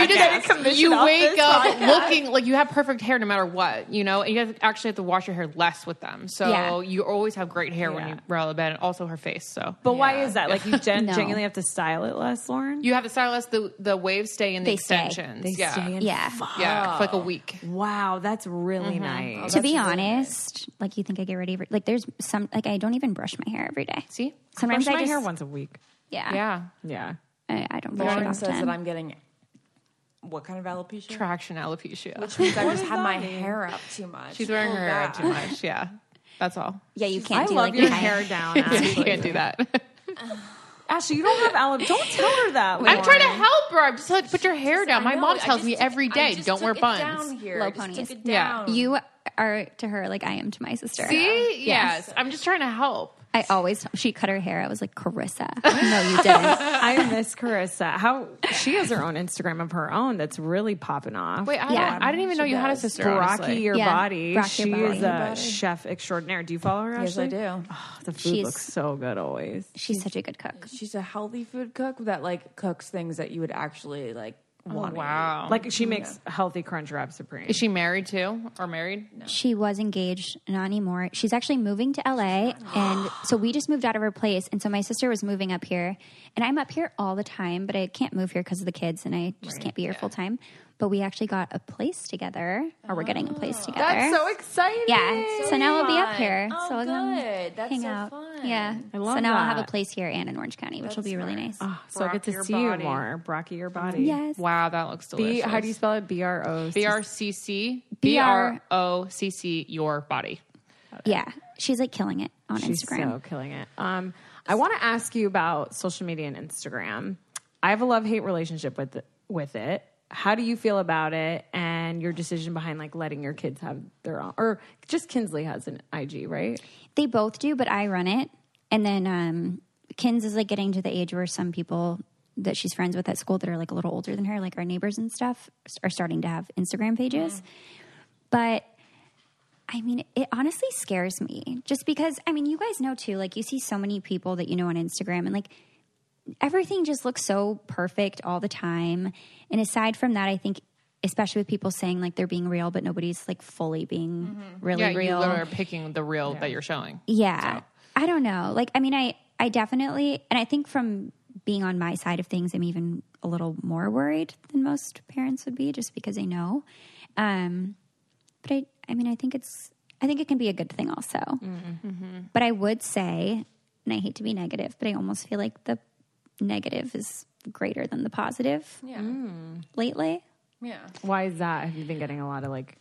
[SPEAKER 4] just you wake up looking like you have perfect hair no matter what, you know. And you have, actually have to wash your hair less with them, so
[SPEAKER 5] Yeah.
[SPEAKER 4] you always have great hair when you
[SPEAKER 2] Yeah.
[SPEAKER 4] roll out of bed, and also her face. So,
[SPEAKER 2] But why is that? Like, you gen-
[SPEAKER 5] No.
[SPEAKER 2] genuinely have to style it less, Lauren.
[SPEAKER 4] you have the stylist. The the waves stay in the
[SPEAKER 5] They stay.
[SPEAKER 4] extensions.
[SPEAKER 2] They
[SPEAKER 4] yeah,
[SPEAKER 2] stay in-
[SPEAKER 5] Yeah.
[SPEAKER 4] yeah, for like a week.
[SPEAKER 2] wow, that's really
[SPEAKER 4] Mm-hmm.
[SPEAKER 2] nice.
[SPEAKER 5] to be honest, like you think I get ready every like there's some like I don't even brush my hair every day.
[SPEAKER 4] See,
[SPEAKER 5] Sometimes
[SPEAKER 2] Brush
[SPEAKER 5] I
[SPEAKER 2] my
[SPEAKER 5] just
[SPEAKER 2] hair once a week.
[SPEAKER 5] yeah
[SPEAKER 4] yeah,
[SPEAKER 2] Yeah.
[SPEAKER 5] I, I don't brush it
[SPEAKER 1] Lauren
[SPEAKER 5] often.
[SPEAKER 1] says that I'm getting what kind of alopecia?
[SPEAKER 4] traction alopecia.
[SPEAKER 1] Which means I just have my hair up too much.
[SPEAKER 4] She's wearing
[SPEAKER 1] Pulled
[SPEAKER 4] her hair
[SPEAKER 1] back.
[SPEAKER 4] too much. Yeah, that's all.
[SPEAKER 5] yeah, you can't
[SPEAKER 2] I
[SPEAKER 5] do
[SPEAKER 2] love
[SPEAKER 5] like
[SPEAKER 2] your
[SPEAKER 5] the
[SPEAKER 2] hair
[SPEAKER 5] high-
[SPEAKER 2] down,
[SPEAKER 4] You
[SPEAKER 2] Ashley.
[SPEAKER 4] can't do that.
[SPEAKER 2] Ashley, you don't have alopecia. Don't tell her that.
[SPEAKER 4] I'm trying to
[SPEAKER 2] Lauren.
[SPEAKER 4] help her. I'm just like, put your hair down.
[SPEAKER 1] I
[SPEAKER 4] My
[SPEAKER 1] know,
[SPEAKER 4] mom
[SPEAKER 1] I
[SPEAKER 4] tells
[SPEAKER 1] just
[SPEAKER 4] me
[SPEAKER 1] took-
[SPEAKER 4] every
[SPEAKER 1] I
[SPEAKER 4] day,
[SPEAKER 1] just
[SPEAKER 4] don't wear
[SPEAKER 1] took it
[SPEAKER 4] buns.
[SPEAKER 1] down here.
[SPEAKER 5] Low
[SPEAKER 1] I just
[SPEAKER 5] ponies.
[SPEAKER 1] took it
[SPEAKER 4] Yeah.
[SPEAKER 1] down.
[SPEAKER 5] You are to her like I am to my sister.
[SPEAKER 4] See? Yes. I'm just trying to help.
[SPEAKER 5] I always she cut her hair. I was like Carissa. No, you didn't.
[SPEAKER 2] I miss Carissa. How she has her own Instagram of her own that's really popping off.
[SPEAKER 4] Wait, I,
[SPEAKER 5] Yeah.
[SPEAKER 4] don't, I didn't even know you had a sister.
[SPEAKER 2] Rocky
[SPEAKER 4] honestly.
[SPEAKER 2] your
[SPEAKER 5] Yeah,
[SPEAKER 2] body.
[SPEAKER 5] Rock Your
[SPEAKER 2] she
[SPEAKER 5] Body.
[SPEAKER 2] is a chef extraordinaire. Do you follow her?
[SPEAKER 1] Yes, I
[SPEAKER 2] Ashley?
[SPEAKER 1] do.
[SPEAKER 2] Oh, the food
[SPEAKER 5] She's-
[SPEAKER 2] looks so good always.
[SPEAKER 5] She's such a good cook.
[SPEAKER 1] She's a healthy food cook that like cooks things that you would actually like want. to eat.
[SPEAKER 4] Oh, Wow. Like,
[SPEAKER 2] Like she makes healthy crunch wrap supreme.
[SPEAKER 4] is she married too? Or married?
[SPEAKER 5] She was engaged, not anymore. She's actually moving to LA. And so we just moved out of her place. And so my sister was moving up here. And I'm up here all the time, but I can't move here because of the kids and I just can't be here full time. But we actually got a place together, or we're getting a place together.
[SPEAKER 4] exciting.
[SPEAKER 5] yeah. So, now we'll be up
[SPEAKER 1] fun.
[SPEAKER 5] here.
[SPEAKER 1] Oh,
[SPEAKER 5] so we'll come
[SPEAKER 1] good. That's
[SPEAKER 5] hang
[SPEAKER 1] so
[SPEAKER 5] out.
[SPEAKER 1] fun.
[SPEAKER 5] Yeah.
[SPEAKER 2] I love
[SPEAKER 5] so now I'll have
[SPEAKER 2] that.
[SPEAKER 5] a place here and in Orange County, which will be really nice.
[SPEAKER 2] Oh, so I get
[SPEAKER 4] Rock
[SPEAKER 2] to
[SPEAKER 4] your
[SPEAKER 2] see
[SPEAKER 4] body.
[SPEAKER 2] you more. Brocky your body.
[SPEAKER 5] yes.
[SPEAKER 4] Wow, that looks
[SPEAKER 2] B,
[SPEAKER 4] delicious.
[SPEAKER 2] how do you spell it? B R O.
[SPEAKER 4] B R C C B
[SPEAKER 5] BR.
[SPEAKER 4] R O C C your body.
[SPEAKER 5] Yeah. She's like killing it on
[SPEAKER 2] She's
[SPEAKER 5] Instagram.
[SPEAKER 2] so killing it. Um, I want to ask you about social media and Instagram. I have a love hate relationship with with it. How do you feel about it and your decision behind like letting your kids have their own or just Kinsley has an IG, right?
[SPEAKER 5] They both do, but I run it. And then um, Kins is like getting to the age where some people that she's friends with at school that are like a little older than her, like our neighbors and stuff, s- are starting to have Instagram pages.
[SPEAKER 4] Mm-hmm.
[SPEAKER 5] But I mean, it honestly scares me just because, I mean, you guys know too, like you see so many people that you know on Instagram and like everything just looks so perfect all the time. And aside from that, I think, especially with people saying like they're being real, but nobody's like fully being
[SPEAKER 4] Mm-hmm.
[SPEAKER 5] really
[SPEAKER 4] yeah, you
[SPEAKER 5] real.
[SPEAKER 4] literally are picking the real that you're showing.
[SPEAKER 5] Yeah. I don't know. Like, I mean, I, I definitely, and I think from being on my side of things, I'm even a little more worried than most parents would be just because they know. Um, but I, I mean, I think it's, I think it can be a good thing also. But I would say, and I hate to be negative, but I almost feel like the negative is greater than the positive
[SPEAKER 8] Yeah.
[SPEAKER 5] lately.
[SPEAKER 8] Yeah.
[SPEAKER 2] Why is that? Have you been getting a lot of like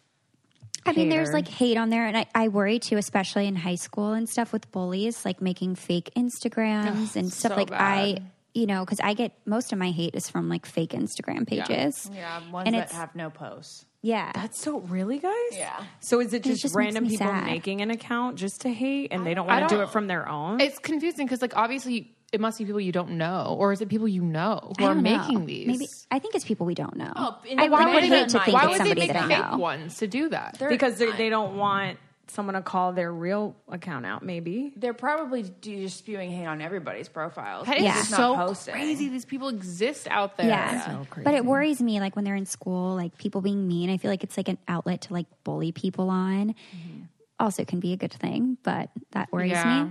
[SPEAKER 5] I mean, there's
[SPEAKER 2] Hater.
[SPEAKER 5] like hate on there, and I, I worry too, especially in high school and stuff with bullies, like making fake Instagrams and stuff.
[SPEAKER 4] so
[SPEAKER 5] like I, you know, because I get most of my hate is from like fake Instagram pages.
[SPEAKER 8] Yeah. Ones
[SPEAKER 5] And
[SPEAKER 8] that
[SPEAKER 5] it's-
[SPEAKER 8] have no posts.
[SPEAKER 5] Yeah,
[SPEAKER 2] That's so really, guys. Yeah. So is it just,
[SPEAKER 5] just makes
[SPEAKER 2] random
[SPEAKER 5] me
[SPEAKER 2] people
[SPEAKER 5] sad.
[SPEAKER 2] making an account just to hate, and they don't want
[SPEAKER 4] I
[SPEAKER 2] to do
[SPEAKER 4] don't-
[SPEAKER 2] it from their own?
[SPEAKER 4] It's confusing because, like, obviously, it must be people you don't know, or is it people you know who
[SPEAKER 5] I
[SPEAKER 4] are
[SPEAKER 5] don't know.
[SPEAKER 4] making these?
[SPEAKER 5] Maybe I think it's people we don't know.
[SPEAKER 8] Oh, in
[SPEAKER 5] I,
[SPEAKER 8] the
[SPEAKER 5] I would
[SPEAKER 8] back of
[SPEAKER 5] hate to
[SPEAKER 8] my
[SPEAKER 5] think
[SPEAKER 4] Why
[SPEAKER 8] mind.
[SPEAKER 5] it's
[SPEAKER 4] would they
[SPEAKER 5] somebody
[SPEAKER 4] make
[SPEAKER 5] that I
[SPEAKER 4] fake
[SPEAKER 5] know.
[SPEAKER 4] ones to do that?
[SPEAKER 2] because they, they don't want someone to call their real account out. Maybe
[SPEAKER 8] They're probably do- just spewing hate on everybody's profiles.
[SPEAKER 4] That is
[SPEAKER 5] Yeah.
[SPEAKER 8] It's not
[SPEAKER 4] so
[SPEAKER 8] posting.
[SPEAKER 4] crazy. These people exist out there.
[SPEAKER 5] Yeah, but it worries me like when they're in school, like people being mean. I feel like it's like an outlet to like bully people on. Also, can be a good thing, but that worries
[SPEAKER 4] Mm-hmm. Yeah.
[SPEAKER 5] me.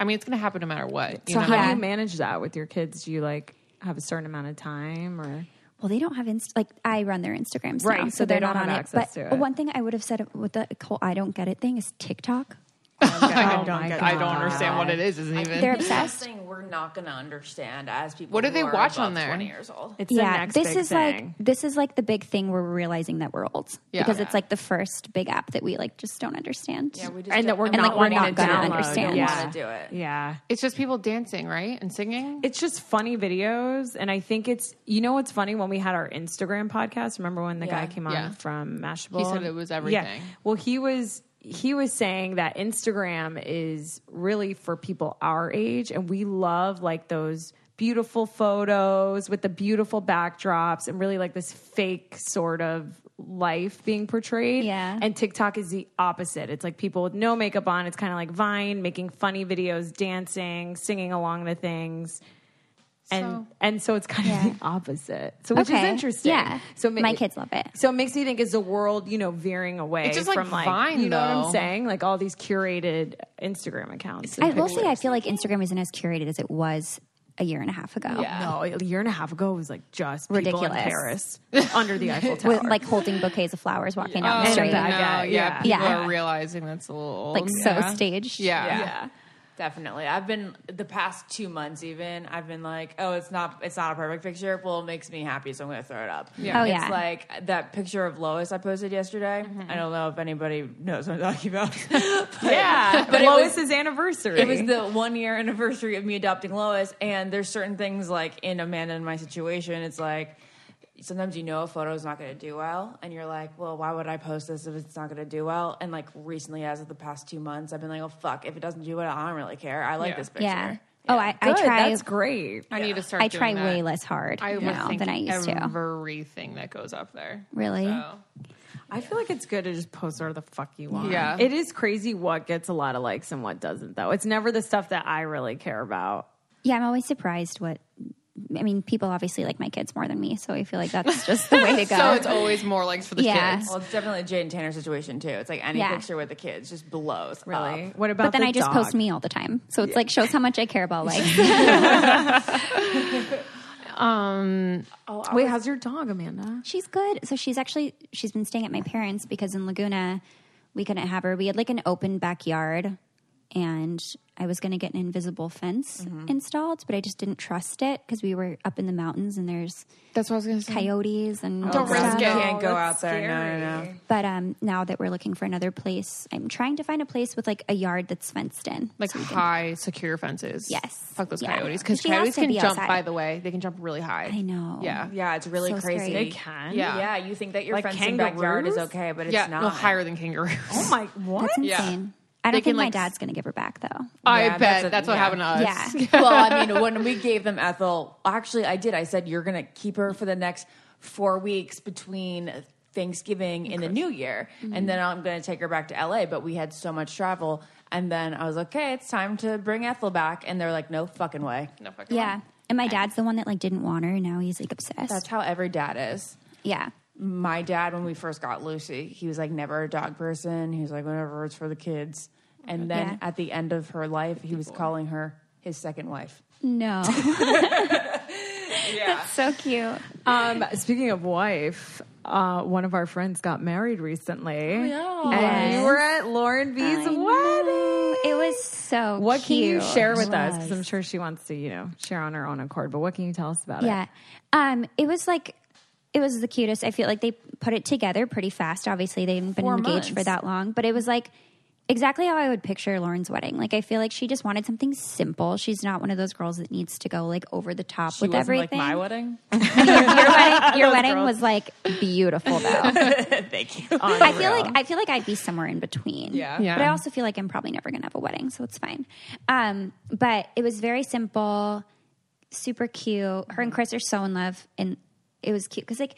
[SPEAKER 4] I mean, it's going to happen no matter what. you
[SPEAKER 2] so.
[SPEAKER 4] know?
[SPEAKER 2] How do you manage that with your kids? Do you like have a certain amount of time, or
[SPEAKER 5] Well, they don't have inst- like I run their Instagrams, now,
[SPEAKER 2] Right,
[SPEAKER 5] so,
[SPEAKER 2] so they
[SPEAKER 5] they're
[SPEAKER 2] don't have
[SPEAKER 5] not on it.
[SPEAKER 2] access
[SPEAKER 5] But
[SPEAKER 2] to it.
[SPEAKER 5] one thing I would have said with the whole "I don't get it" thing is TikTok.
[SPEAKER 4] I don't, get- I don't understand what it is. Isn't even.
[SPEAKER 5] They're
[SPEAKER 8] It's
[SPEAKER 5] obsessed.
[SPEAKER 8] Something we're not going to understand as people.
[SPEAKER 4] What do
[SPEAKER 8] who
[SPEAKER 4] they
[SPEAKER 8] are
[SPEAKER 4] watch on
[SPEAKER 8] above
[SPEAKER 4] there?
[SPEAKER 8] Twenty years old.
[SPEAKER 2] it's the
[SPEAKER 5] Yeah,
[SPEAKER 2] next
[SPEAKER 5] this
[SPEAKER 2] big
[SPEAKER 5] is
[SPEAKER 2] thing?
[SPEAKER 5] like this is like the big thing where we're realizing that we're old
[SPEAKER 4] Yeah.
[SPEAKER 5] because
[SPEAKER 4] Yeah.
[SPEAKER 5] it's like the first big app that we like just don't understand. Yeah,
[SPEAKER 8] We just
[SPEAKER 2] and that we're
[SPEAKER 5] And,
[SPEAKER 2] not
[SPEAKER 5] like, we're
[SPEAKER 2] wanting
[SPEAKER 5] not
[SPEAKER 2] to
[SPEAKER 5] gonna
[SPEAKER 2] download.
[SPEAKER 5] understand.
[SPEAKER 2] Yeah.
[SPEAKER 8] want to do it.
[SPEAKER 2] Yeah.
[SPEAKER 4] it's just people dancing, right, and singing.
[SPEAKER 2] It's just funny videos, and I think it's you know what's funny when we had our Instagram podcast. Remember when the guy came on
[SPEAKER 4] Yeah.
[SPEAKER 2] from Mashable?
[SPEAKER 4] He said it was everything.
[SPEAKER 2] Well, he was he was saying that Instagram is really for people our age, and we love like those beautiful photos with the beautiful backdrops and really like this fake sort of life being portrayed.
[SPEAKER 5] Yeah.
[SPEAKER 2] And TikTok is the opposite. It's like people with no makeup on. It's kind of like Vine making funny videos, dancing, singing along to things. And and so it's kind of the opposite. So which is
[SPEAKER 5] Okay.
[SPEAKER 2] interesting.
[SPEAKER 5] Yeah.
[SPEAKER 2] So ma-
[SPEAKER 5] My kids love it.
[SPEAKER 2] So it makes me think is the world, you know, veering away
[SPEAKER 4] It's just like
[SPEAKER 2] from like
[SPEAKER 4] Vine,
[SPEAKER 2] you know what
[SPEAKER 4] though.
[SPEAKER 2] I'm saying? Like all these curated Instagram accounts.
[SPEAKER 5] I will say I feel like Instagram isn't as curated as it was a year and a half ago.
[SPEAKER 2] No, a year and a half ago it was like just people
[SPEAKER 5] Ridiculous.
[SPEAKER 2] in Paris under the Eiffel Tower.
[SPEAKER 5] With like holding bouquets of flowers walking down
[SPEAKER 2] And
[SPEAKER 5] the
[SPEAKER 2] a
[SPEAKER 5] street,
[SPEAKER 2] bag. Oh, Yeah,
[SPEAKER 4] yeah,
[SPEAKER 2] yeah.
[SPEAKER 4] People
[SPEAKER 5] Yeah.
[SPEAKER 4] are realizing that's a little old.
[SPEAKER 5] like
[SPEAKER 4] yeah.
[SPEAKER 5] so staged.
[SPEAKER 4] Yeah.
[SPEAKER 8] yeah. Definitely. I've been the past two months even, I've been like, oh, it's not it's not a perfect picture. Well, it makes me happy, so I'm gonna throw it up.
[SPEAKER 5] Oh,
[SPEAKER 8] it's
[SPEAKER 5] yeah.
[SPEAKER 8] like that picture of Lois I posted yesterday. I don't know if anybody knows what I'm talking about. But-
[SPEAKER 2] yeah,
[SPEAKER 8] But
[SPEAKER 2] but
[SPEAKER 8] it was-
[SPEAKER 2] Lois's anniversary.
[SPEAKER 8] It was the one year anniversary of me adopting Lois, and there's certain things like in Amanda and my situation, it's like sometimes you know a photo's not going to do well, and you're like, well, why would I post this if it's not going to do well? And like recently, as of the past two months, I've been like, oh fuck, if it doesn't do well, I don't really care. I like
[SPEAKER 4] Yeah.
[SPEAKER 8] this picture.
[SPEAKER 5] Yeah. Oh, I, I
[SPEAKER 2] Good,
[SPEAKER 5] try.
[SPEAKER 2] That's great.
[SPEAKER 4] I need to start.
[SPEAKER 5] I try
[SPEAKER 4] doing that.
[SPEAKER 5] way less hard
[SPEAKER 4] I was
[SPEAKER 5] now
[SPEAKER 4] thinking
[SPEAKER 5] than I used to.
[SPEAKER 4] everything that goes up there.
[SPEAKER 5] Really?
[SPEAKER 4] So,
[SPEAKER 2] I feel like it's good to just post whatever the fuck you want.
[SPEAKER 4] Yeah.
[SPEAKER 2] It is crazy what gets a lot of likes and what doesn't, though. It's never the stuff that I really care about.
[SPEAKER 5] Yeah, I'm always surprised what. I mean, people obviously like my kids more than me, so I feel like that's just the way to go.
[SPEAKER 4] so it's always more likes for the
[SPEAKER 5] Yeah.
[SPEAKER 4] kids.
[SPEAKER 8] Well, it's definitely a Jade and Tanner situation too. It's like any
[SPEAKER 5] Yeah.
[SPEAKER 8] picture with the kids just blows.
[SPEAKER 2] Really?
[SPEAKER 8] up.
[SPEAKER 2] What about
[SPEAKER 5] but then
[SPEAKER 2] the
[SPEAKER 5] I just
[SPEAKER 2] dog?
[SPEAKER 5] post me all the time, so it's like shows how much I care about like
[SPEAKER 2] Wait, how's your dog, Amanda?
[SPEAKER 5] She's good. So she's actually she's been staying at my parents because in Laguna we couldn't have her. We had like an open backyard and I was going to get an invisible fence
[SPEAKER 4] Mm-hmm.
[SPEAKER 5] installed, but I just didn't trust it because we were up in the mountains and there's
[SPEAKER 4] That's what I was going to say.
[SPEAKER 5] coyotes and
[SPEAKER 4] Mm-hmm.
[SPEAKER 2] Oh,
[SPEAKER 4] Don't
[SPEAKER 5] stuff.
[SPEAKER 4] risk it.
[SPEAKER 2] Can't go out there. No, no, no.
[SPEAKER 5] But um, now that we're looking for another place, I'm trying to find a place with like a yard that's fenced in.
[SPEAKER 4] Like high secure fences.
[SPEAKER 5] Yes.
[SPEAKER 4] Fuck those
[SPEAKER 5] Yeah.
[SPEAKER 4] coyotes. Because
[SPEAKER 5] She has
[SPEAKER 4] coyotes
[SPEAKER 5] to
[SPEAKER 4] can
[SPEAKER 5] be
[SPEAKER 4] jump,
[SPEAKER 5] outside.
[SPEAKER 4] by the way. They can jump really high.
[SPEAKER 5] I know.
[SPEAKER 4] Yeah.
[SPEAKER 1] Yeah, it's really
[SPEAKER 5] So
[SPEAKER 1] crazy.
[SPEAKER 5] scary. They
[SPEAKER 2] can?
[SPEAKER 4] Yeah.
[SPEAKER 1] Yeah, you think that your
[SPEAKER 2] Like
[SPEAKER 1] friend's fenced in backyard is
[SPEAKER 2] kangaroos?
[SPEAKER 1] okay, but it's
[SPEAKER 4] yeah.
[SPEAKER 1] not.
[SPEAKER 4] No higher than kangaroos.
[SPEAKER 2] Oh my, what?
[SPEAKER 5] That's
[SPEAKER 4] Yeah.
[SPEAKER 5] insane. I don't
[SPEAKER 4] They can,
[SPEAKER 5] think my
[SPEAKER 4] like,
[SPEAKER 5] dad's going to give her back though.
[SPEAKER 4] I
[SPEAKER 1] Yeah,
[SPEAKER 4] bet
[SPEAKER 1] that's
[SPEAKER 4] that's,
[SPEAKER 1] a-
[SPEAKER 4] what
[SPEAKER 1] yeah.
[SPEAKER 4] happened to us.
[SPEAKER 5] Yeah.
[SPEAKER 1] well, I mean, when we gave them Ethel, actually, I did. I said, You're going to keep her for the next four weeks between Thanksgiving and the New Year. And then I'm going to take her back to LA. But we had so much travel. And then I was like, Okay, it's time to bring Ethel back. And they're like, No fucking way.
[SPEAKER 4] No fucking
[SPEAKER 5] Yeah. And my dad's the one that like didn't want her and now he's like obsessed.
[SPEAKER 1] That's how every dad is.
[SPEAKER 5] yeah.
[SPEAKER 1] My dad, when we first got Lucy, he was like, Never a dog person. He was like, Whatever, it's for the kids. And then
[SPEAKER 5] Yeah.
[SPEAKER 1] at the end of her life, he was calling her his second wife.
[SPEAKER 5] No. That's so cute.
[SPEAKER 2] Um, speaking of wife, uh, one of our friends got married recently. And
[SPEAKER 5] Yes.
[SPEAKER 2] you were at Lauren B's
[SPEAKER 5] Oh, I know.
[SPEAKER 2] wedding.
[SPEAKER 5] It was so
[SPEAKER 2] What can you
[SPEAKER 5] cute.
[SPEAKER 2] share with us? Because I'm sure she wants to, you know, share on her own accord. But what can you tell us about it?
[SPEAKER 5] Yeah. Um, it was like it was the cutest. I feel like they put it together pretty fast. Obviously, they hadn't been
[SPEAKER 1] Four
[SPEAKER 5] engaged for
[SPEAKER 1] months.
[SPEAKER 5] that long, but it was like exactly how I would picture Lauren's wedding. Like I feel like she just wanted something simple. She's not one of those girls that needs to go like over the top
[SPEAKER 1] She
[SPEAKER 5] with
[SPEAKER 1] wasn't like
[SPEAKER 5] everything.
[SPEAKER 1] my wedding.
[SPEAKER 5] your wedding, your wedding was like beautiful though. Thank you. I feel like I feel like I'd be somewhere in between. Yeah.
[SPEAKER 4] Oh, Yeah.
[SPEAKER 5] But I also feel like I'm probably never gonna have a wedding, so it's fine. Um, but it was very simple, super cute. Her and Chris are so in love, and it was cute because like.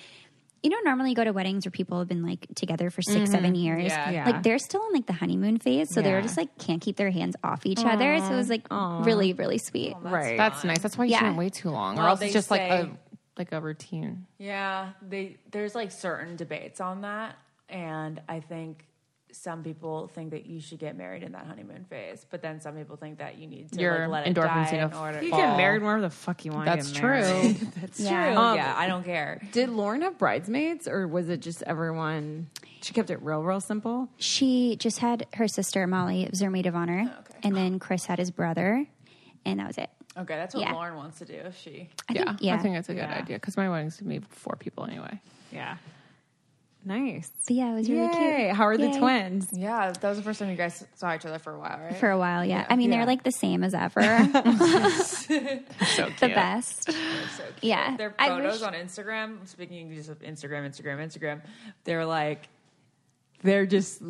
[SPEAKER 5] You know, normally you go to weddings where people have been like together for 6 seven years.
[SPEAKER 4] Mm-hmm. Yeah. Yeah.
[SPEAKER 5] Like they're still in like the honeymoon phase, so they were just like can't keep their hands off each other. So it was like really, really sweet.
[SPEAKER 2] Right.
[SPEAKER 4] That's nice. That's why you
[SPEAKER 5] Yeah.
[SPEAKER 4] shouldn't wait too long, or
[SPEAKER 1] Well,
[SPEAKER 4] else
[SPEAKER 1] they
[SPEAKER 4] it's just like a
[SPEAKER 1] say-
[SPEAKER 4] like a routine.
[SPEAKER 1] Yeah, they there's like certain debates on that, and I think some people think that you should get married in that honeymoon phase, but then some people think that you need to
[SPEAKER 4] Your
[SPEAKER 1] like, let it
[SPEAKER 4] endorphins
[SPEAKER 1] die
[SPEAKER 4] need
[SPEAKER 1] in
[SPEAKER 4] to
[SPEAKER 1] order.
[SPEAKER 2] you
[SPEAKER 4] fall.
[SPEAKER 2] get married wherever the fuck you want.
[SPEAKER 4] That's
[SPEAKER 2] to get married.
[SPEAKER 4] true.
[SPEAKER 1] It's
[SPEAKER 5] Yeah.
[SPEAKER 1] true. yeah, I don't care.
[SPEAKER 2] Did Lauren have bridesmaids, or was it just everyone? She kept it real, real simple.
[SPEAKER 5] She just had her sister Molly. It was her maid of honor,
[SPEAKER 1] Oh,
[SPEAKER 5] and then Chris had his brother, and that was it.
[SPEAKER 1] Okay, that's what
[SPEAKER 5] Yeah.
[SPEAKER 1] Lauren wants to do. If she
[SPEAKER 5] I
[SPEAKER 4] yeah,
[SPEAKER 5] think, yeah.
[SPEAKER 4] I think that's a good idea because my wedding's gonna be four people anyway.
[SPEAKER 2] Yeah. Nice.
[SPEAKER 5] so yeah, it was really
[SPEAKER 2] Yay.
[SPEAKER 5] cute.
[SPEAKER 2] How are the
[SPEAKER 5] Yay.
[SPEAKER 2] twins?
[SPEAKER 1] yeah, that was the first time you guys saw each other for a while, right?
[SPEAKER 5] For a while, yeah. I mean, they're like the same as ever. the
[SPEAKER 4] So cute.
[SPEAKER 5] best. Yeah,
[SPEAKER 1] Their
[SPEAKER 5] I
[SPEAKER 1] photos
[SPEAKER 5] wish-
[SPEAKER 1] on Instagram. Speaking just of Instagram, Instagram, Instagram, they're like they're just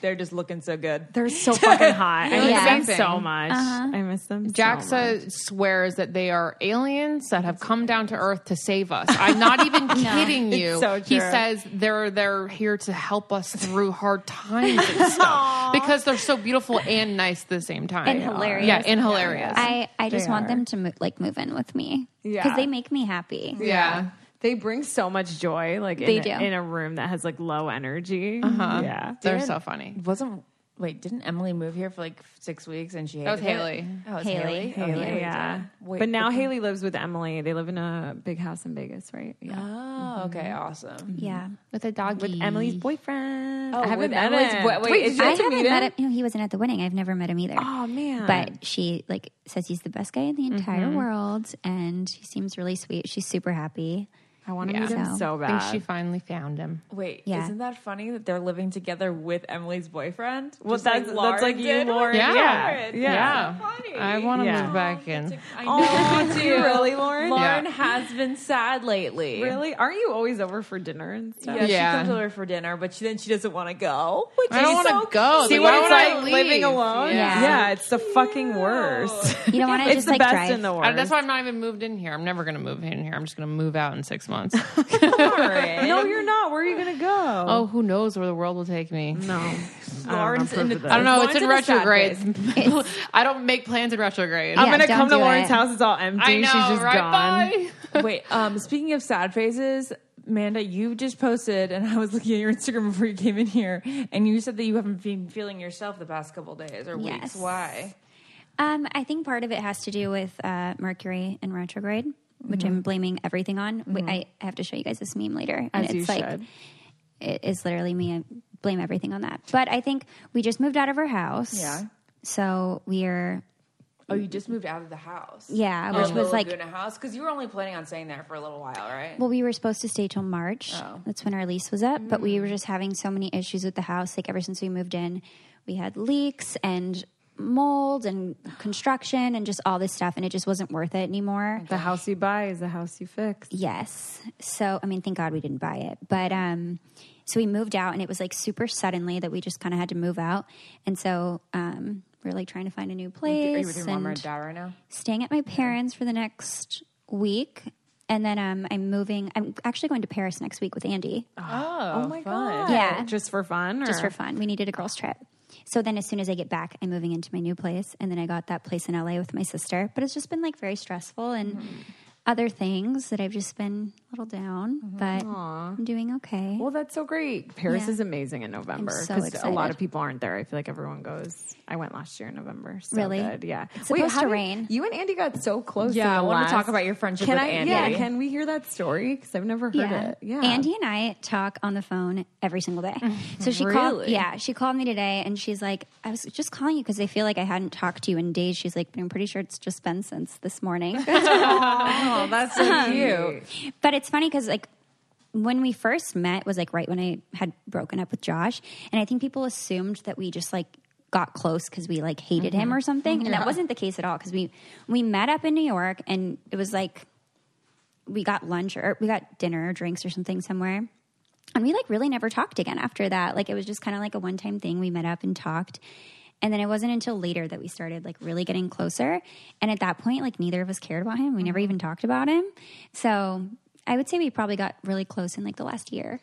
[SPEAKER 1] they're just looking so good.
[SPEAKER 2] They're so fucking hot. I miss
[SPEAKER 5] Yeah.
[SPEAKER 2] them
[SPEAKER 4] Same
[SPEAKER 2] so
[SPEAKER 4] thing.
[SPEAKER 2] much.
[SPEAKER 5] Uh-huh.
[SPEAKER 2] I miss them. so much.
[SPEAKER 4] Jaxa swears that they are aliens that have come down to Earth to save us. I'm not even kidding you.
[SPEAKER 2] so true.
[SPEAKER 4] He says they're they're here to help us through hard times and stuff because they're so beautiful and nice at the same time
[SPEAKER 5] And hilarious.
[SPEAKER 4] Yeah, and hilarious.
[SPEAKER 5] I I just want them to mo- like move in with me because
[SPEAKER 2] Yeah.
[SPEAKER 5] they make me happy.
[SPEAKER 4] yeah.
[SPEAKER 2] They bring so much joy, like
[SPEAKER 5] They
[SPEAKER 2] in,
[SPEAKER 5] do.
[SPEAKER 2] in a room that has like low energy. Yeah.
[SPEAKER 4] they're so funny.
[SPEAKER 1] wasn't wait didn't emily move here for like six weeks and she hated
[SPEAKER 4] That was
[SPEAKER 1] it?
[SPEAKER 4] Haley.
[SPEAKER 1] oh it's
[SPEAKER 5] Haley.
[SPEAKER 1] haley,
[SPEAKER 5] Haley,
[SPEAKER 1] Okay.
[SPEAKER 2] Yeah.
[SPEAKER 1] Wait,
[SPEAKER 2] but now Haley lives with Emily. They live in a big house in Vegas, right? Yeah.
[SPEAKER 1] oh okay awesome
[SPEAKER 5] Yeah,
[SPEAKER 4] With a doggy.
[SPEAKER 2] With Emily's boyfriend.
[SPEAKER 1] Oh,
[SPEAKER 2] I haven't
[SPEAKER 1] with
[SPEAKER 2] met
[SPEAKER 1] Emily's
[SPEAKER 2] him.
[SPEAKER 1] boy- wait,
[SPEAKER 2] Wait,
[SPEAKER 1] is
[SPEAKER 2] did you
[SPEAKER 5] I
[SPEAKER 2] get to
[SPEAKER 5] haven't
[SPEAKER 2] meet
[SPEAKER 5] met
[SPEAKER 2] him?
[SPEAKER 5] him. No, he wasn't at the wedding. I've never met him either.
[SPEAKER 2] Oh, man. Mm-hmm.
[SPEAKER 5] But she like says he's the best guy in the entire world, and he seems really sweet. She's super happy.
[SPEAKER 2] I want to meet him
[SPEAKER 5] So-
[SPEAKER 2] so
[SPEAKER 4] I
[SPEAKER 2] bad.
[SPEAKER 4] think she finally found him.
[SPEAKER 1] wait
[SPEAKER 5] Yeah.
[SPEAKER 1] isn't that funny that they're living together with emily's boyfriend
[SPEAKER 2] well,
[SPEAKER 1] Just
[SPEAKER 2] that's
[SPEAKER 1] Lauren
[SPEAKER 2] that's like you,
[SPEAKER 1] did with
[SPEAKER 2] Lauren.
[SPEAKER 4] Yeah.
[SPEAKER 2] yeah.
[SPEAKER 1] Lauren.
[SPEAKER 4] Yeah.
[SPEAKER 1] That's so funny.
[SPEAKER 4] I want to
[SPEAKER 2] Yeah.
[SPEAKER 4] move back in.
[SPEAKER 1] I know
[SPEAKER 2] do
[SPEAKER 1] you
[SPEAKER 2] you
[SPEAKER 1] do.
[SPEAKER 2] Oh, really, Lauren?
[SPEAKER 1] Lauren
[SPEAKER 4] Yeah.
[SPEAKER 1] has been sad lately.
[SPEAKER 2] Really? Aren't you always over for dinner and stuff?
[SPEAKER 1] Yeah,
[SPEAKER 4] Yeah.
[SPEAKER 1] she comes over for dinner, but she, then she doesn't want to go. Which
[SPEAKER 4] I don't
[SPEAKER 1] is
[SPEAKER 4] want to
[SPEAKER 1] so-
[SPEAKER 4] go.
[SPEAKER 2] See
[SPEAKER 4] Like,
[SPEAKER 2] what
[SPEAKER 4] why
[SPEAKER 2] it's
[SPEAKER 4] would I
[SPEAKER 2] like
[SPEAKER 4] leave?
[SPEAKER 2] living alone?
[SPEAKER 5] Yeah.
[SPEAKER 2] Oh, it's the fucking worst.
[SPEAKER 5] You don't want to
[SPEAKER 2] It's
[SPEAKER 5] just
[SPEAKER 2] the
[SPEAKER 5] like
[SPEAKER 2] best
[SPEAKER 5] drive.
[SPEAKER 2] in the world.
[SPEAKER 4] I- that's why I'm not even moved in here. I'm never going to move in here. I'm just going to move out in six months.
[SPEAKER 2] No, you're not. Where are you gonna go?
[SPEAKER 4] oh, who knows where the world will take me?
[SPEAKER 2] no,
[SPEAKER 1] Lauren's in the,
[SPEAKER 4] I don't know.
[SPEAKER 1] Lauren's
[SPEAKER 4] It's in
[SPEAKER 1] a sad
[SPEAKER 4] retrograde.
[SPEAKER 1] phase.
[SPEAKER 4] I don't make plans in retrograde.
[SPEAKER 5] Yeah,
[SPEAKER 2] I'm gonna
[SPEAKER 5] don't
[SPEAKER 2] come to
[SPEAKER 5] do
[SPEAKER 2] Lauren's
[SPEAKER 5] it.
[SPEAKER 2] house. It's all empty.
[SPEAKER 4] I know,
[SPEAKER 2] She's just
[SPEAKER 4] right?
[SPEAKER 2] gone.
[SPEAKER 4] Bye.
[SPEAKER 1] Wait, um, speaking of sad phases, Amanda, you just posted, and I was looking at your Instagram before you came in here, and you said that you haven't been feeling yourself the past couple days or weeks.
[SPEAKER 5] Yes.
[SPEAKER 1] Why?
[SPEAKER 5] Um, I think part of it has to do with uh, Mercury in retrograde, which
[SPEAKER 2] Mm-hmm.
[SPEAKER 5] I'm blaming everything on. Wait, I I have to show you guys this meme later, and
[SPEAKER 2] As
[SPEAKER 5] it's
[SPEAKER 2] you
[SPEAKER 5] like
[SPEAKER 2] should.
[SPEAKER 5] it is literally me. I blame everything on that. But I think we just moved out of our house.
[SPEAKER 1] Yeah.
[SPEAKER 5] So we are,
[SPEAKER 1] Oh, you just moved out of the house. Oh,
[SPEAKER 5] yeah,
[SPEAKER 1] Which
[SPEAKER 2] Oh,
[SPEAKER 5] which was like,
[SPEAKER 1] Laguna house because you were only planning on staying there for a little while, right?
[SPEAKER 5] well, we were supposed to stay till March.
[SPEAKER 1] Oh.
[SPEAKER 5] That's when our lease was up, but
[SPEAKER 1] Mm.
[SPEAKER 5] we were just having so many issues with the house. Like ever since we moved in, we had leaks and mold and construction and just all this stuff, and it just wasn't worth it anymore.
[SPEAKER 2] The house you buy is the house you fix.
[SPEAKER 5] Yes. So, I mean, thank God we didn't buy it. But um so we moved out and it was like super suddenly that we just kind of had to move out. And so um we were like trying to find a new place
[SPEAKER 1] Are you with your mom or
[SPEAKER 5] and
[SPEAKER 1] dad right now?
[SPEAKER 5] staying at my parents for the next week. And then um I'm moving I'm actually going to Paris next week with Andy
[SPEAKER 2] Oh, my god!
[SPEAKER 5] Yeah.
[SPEAKER 2] just for fun. Or?
[SPEAKER 5] just for fun. We needed a girls trip. So then as soon as I get back, I'm moving into my new place and then I got that place in LA with my sister. But it's just been like very stressful and
[SPEAKER 2] Mm-hmm.
[SPEAKER 5] other things that I've just been a little down, but I'm doing okay.
[SPEAKER 2] Well, that's so great. Paris
[SPEAKER 5] Yeah.
[SPEAKER 2] is amazing in November
[SPEAKER 5] so
[SPEAKER 2] a lot
[SPEAKER 5] excited.
[SPEAKER 2] of people aren't there. I feel like everyone goes. I went last year in November. So
[SPEAKER 5] Really?
[SPEAKER 2] good. Yeah.
[SPEAKER 5] It's supposed
[SPEAKER 2] how
[SPEAKER 5] to
[SPEAKER 2] did-
[SPEAKER 5] rain.
[SPEAKER 2] You and Andy got so close.
[SPEAKER 1] Yeah,
[SPEAKER 2] in the
[SPEAKER 1] I wanna
[SPEAKER 2] last-
[SPEAKER 1] talk about your friendship
[SPEAKER 2] Can
[SPEAKER 1] with
[SPEAKER 2] I,
[SPEAKER 1] Andy.
[SPEAKER 2] Yeah, can we hear that story? Because I've never heard
[SPEAKER 5] Yeah.
[SPEAKER 2] it. Yeah, Mm-hmm.
[SPEAKER 5] Andy and I talk on the phone every single day. So she called.
[SPEAKER 1] Really?
[SPEAKER 5] Yeah, she called me today, and she's like, "I was just calling you because I feel like I hadn't talked to you in days." She's like, "But I'm pretty sure it's just been since this morning."
[SPEAKER 2] Oh, that's so cute.
[SPEAKER 5] but it's funny because like when we first met was like right when I had broken up with Josh, and I think people assumed that we just like got close because we like hated
[SPEAKER 2] Mm-hmm.
[SPEAKER 5] him or something, and that wasn't the case at all because we we met up in New York, and it was like we got lunch or we got dinner or drinks or something somewhere. And we like really never talked again after that. Like it was just kind of like a one time thing. We met up and talked. And then it wasn't until later that we started like really getting closer. And at that point, like neither of us cared about him. We never even talked about him. So I would say we probably got really close in like the last year.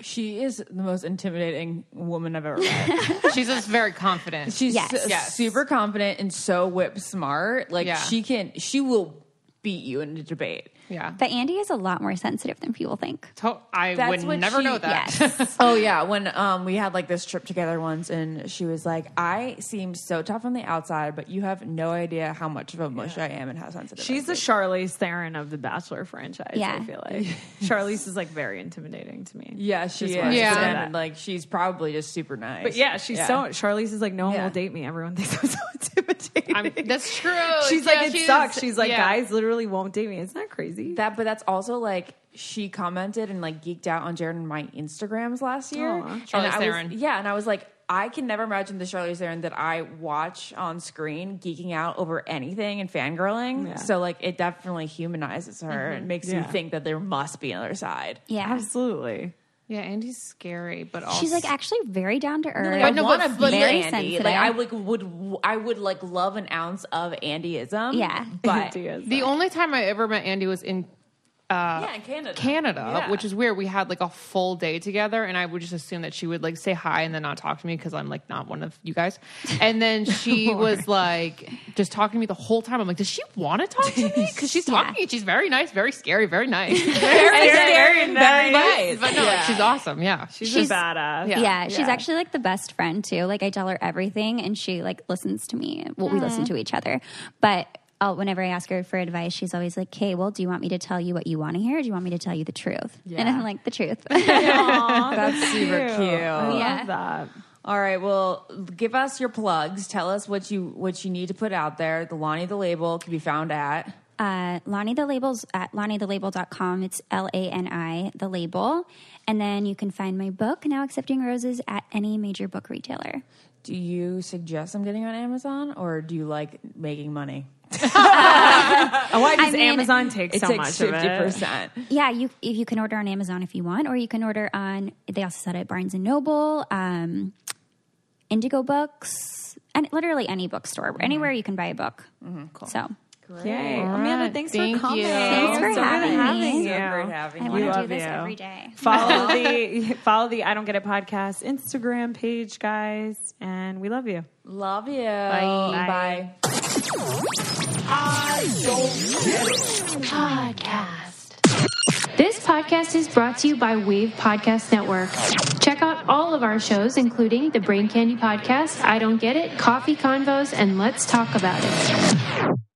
[SPEAKER 1] She is the most intimidating woman I've ever met.
[SPEAKER 4] She's just very confident.
[SPEAKER 1] She's
[SPEAKER 5] Yes.
[SPEAKER 1] s-
[SPEAKER 4] Yes.
[SPEAKER 1] super confident and so whip smart. Like
[SPEAKER 4] Yeah.
[SPEAKER 1] she can, she will beat you in a debate.
[SPEAKER 4] yeah.
[SPEAKER 5] But Andy is a lot more sensitive than people think.
[SPEAKER 4] To- I
[SPEAKER 1] That's
[SPEAKER 4] would
[SPEAKER 1] what
[SPEAKER 4] never
[SPEAKER 1] she-
[SPEAKER 4] know that.
[SPEAKER 5] Yes.
[SPEAKER 1] Oh yeah, when um we had like this trip together once, and she was like, "I seem so tough on the outside, but you have no idea how much of a mush I am and how sensitive."
[SPEAKER 2] She's the Charlize Theron of the Bachelor franchise.
[SPEAKER 5] Yeah.
[SPEAKER 2] I feel like Charlize is like very intimidating to me.
[SPEAKER 1] yeah, she is.
[SPEAKER 2] why I
[SPEAKER 4] Yeah.
[SPEAKER 1] And,
[SPEAKER 2] said that.
[SPEAKER 1] like she's probably just super nice.
[SPEAKER 2] But yeah, she's so Charlize is like, no one
[SPEAKER 1] Yeah.
[SPEAKER 2] will date me. Everyone thinks I'm so intimidating.
[SPEAKER 4] I'm- that's true.
[SPEAKER 2] She's
[SPEAKER 4] Yeah,
[SPEAKER 2] like, it
[SPEAKER 4] she is-
[SPEAKER 2] sucks. She's like,
[SPEAKER 4] yeah.
[SPEAKER 2] guys literally won't date me. Isn't that crazy?
[SPEAKER 1] that. But that's also like she commented and like geeked out on Jared and my Instagrams last year.
[SPEAKER 2] Aw.
[SPEAKER 1] and
[SPEAKER 4] Charlize
[SPEAKER 1] I
[SPEAKER 4] Theron.
[SPEAKER 1] was yeah, and I was like. I can never imagine the Charlize Theron that I watch on screen geeking out over anything and fangirling.
[SPEAKER 2] Yeah. Mm-hmm.
[SPEAKER 1] So like it definitely humanizes her and makes you
[SPEAKER 2] Yeah.
[SPEAKER 1] think that there must be another side.
[SPEAKER 5] Yeah.
[SPEAKER 2] Absolutely.
[SPEAKER 4] Yeah, Andy's scary, but also
[SPEAKER 5] She's like actually very down to earth.
[SPEAKER 4] I But no,
[SPEAKER 1] want
[SPEAKER 4] but-
[SPEAKER 1] to
[SPEAKER 4] but
[SPEAKER 1] be
[SPEAKER 5] very
[SPEAKER 1] Andy.
[SPEAKER 5] sensitive.
[SPEAKER 1] Like I would, would I would like love an ounce of Andyism.
[SPEAKER 5] Yeah.
[SPEAKER 1] but
[SPEAKER 2] She is.
[SPEAKER 4] the only time I ever met Andy was in uh,
[SPEAKER 1] yeah, in Canada.
[SPEAKER 4] Canada,
[SPEAKER 1] Yeah.
[SPEAKER 4] which is weird. We had like a full day together, and I would just assume that she would like say hi and then not talk to me because I'm like not one of you guys. And then she was like just talking to me the whole time. I'm like, does she want to talk to me? Because she's talking. to me. She's very nice, very scary, very nice.
[SPEAKER 1] very,
[SPEAKER 2] very nice.
[SPEAKER 1] nice.
[SPEAKER 4] but no, she's awesome. Yeah,
[SPEAKER 2] She's,
[SPEAKER 5] She's-
[SPEAKER 2] a badass.
[SPEAKER 5] yeah. she's actually like the best friend too. Like I tell her everything, and she like listens to me. Well, we listen
[SPEAKER 2] Mm-hmm.
[SPEAKER 5] to each other, but uh, whenever I ask her for advice, she's always like, "Okay, well, do you want me to tell you what you want to hear? Or do you want me to tell you the truth?" And I'm like, "The truth."
[SPEAKER 1] That's super cute.
[SPEAKER 2] I
[SPEAKER 5] Yeah.
[SPEAKER 2] love that.
[SPEAKER 1] All right, well, give us your plugs. Tell us what you what you need to put out there. The Lonnie the label can be found at.
[SPEAKER 5] uh, Lonnie the Labels at lonniethelabel.com. It's L A N I the label, and then you can find my book now accepting roses at any major book retailer.
[SPEAKER 1] Do you suggest them getting on Amazon, or do you like making money?
[SPEAKER 2] Oh, why does
[SPEAKER 5] mean,
[SPEAKER 2] Amazon take so much of it?
[SPEAKER 1] percent.
[SPEAKER 5] Yeah, you if you can order on Amazon if you want, or you can order on. They also sell it at Barnes and Noble, um, Indigo Books, and literally any bookstore,
[SPEAKER 2] Mm-hmm.
[SPEAKER 5] anywhere you can buy a book. Cool. So
[SPEAKER 2] Yay. Amanda, thanks
[SPEAKER 4] Thank
[SPEAKER 2] for coming.
[SPEAKER 4] you.
[SPEAKER 5] Thanks for
[SPEAKER 2] Oh, so
[SPEAKER 5] having
[SPEAKER 2] good
[SPEAKER 5] me.
[SPEAKER 2] having
[SPEAKER 5] So
[SPEAKER 2] you.
[SPEAKER 1] great having
[SPEAKER 5] I
[SPEAKER 1] you.
[SPEAKER 5] want
[SPEAKER 2] We
[SPEAKER 5] to do
[SPEAKER 2] love
[SPEAKER 5] this
[SPEAKER 2] you.
[SPEAKER 5] every day.
[SPEAKER 2] Follow the follow the I don't get it podcast Instagram page, guys, and we love you.
[SPEAKER 1] Love you.
[SPEAKER 2] Bye.
[SPEAKER 1] Bye.
[SPEAKER 9] This podcast is brought to you by Wave Podcast Network. Check out all of our shows, including the Brain Candy Podcast, I Don't Get It, Coffee Convos, and Let's Talk About It.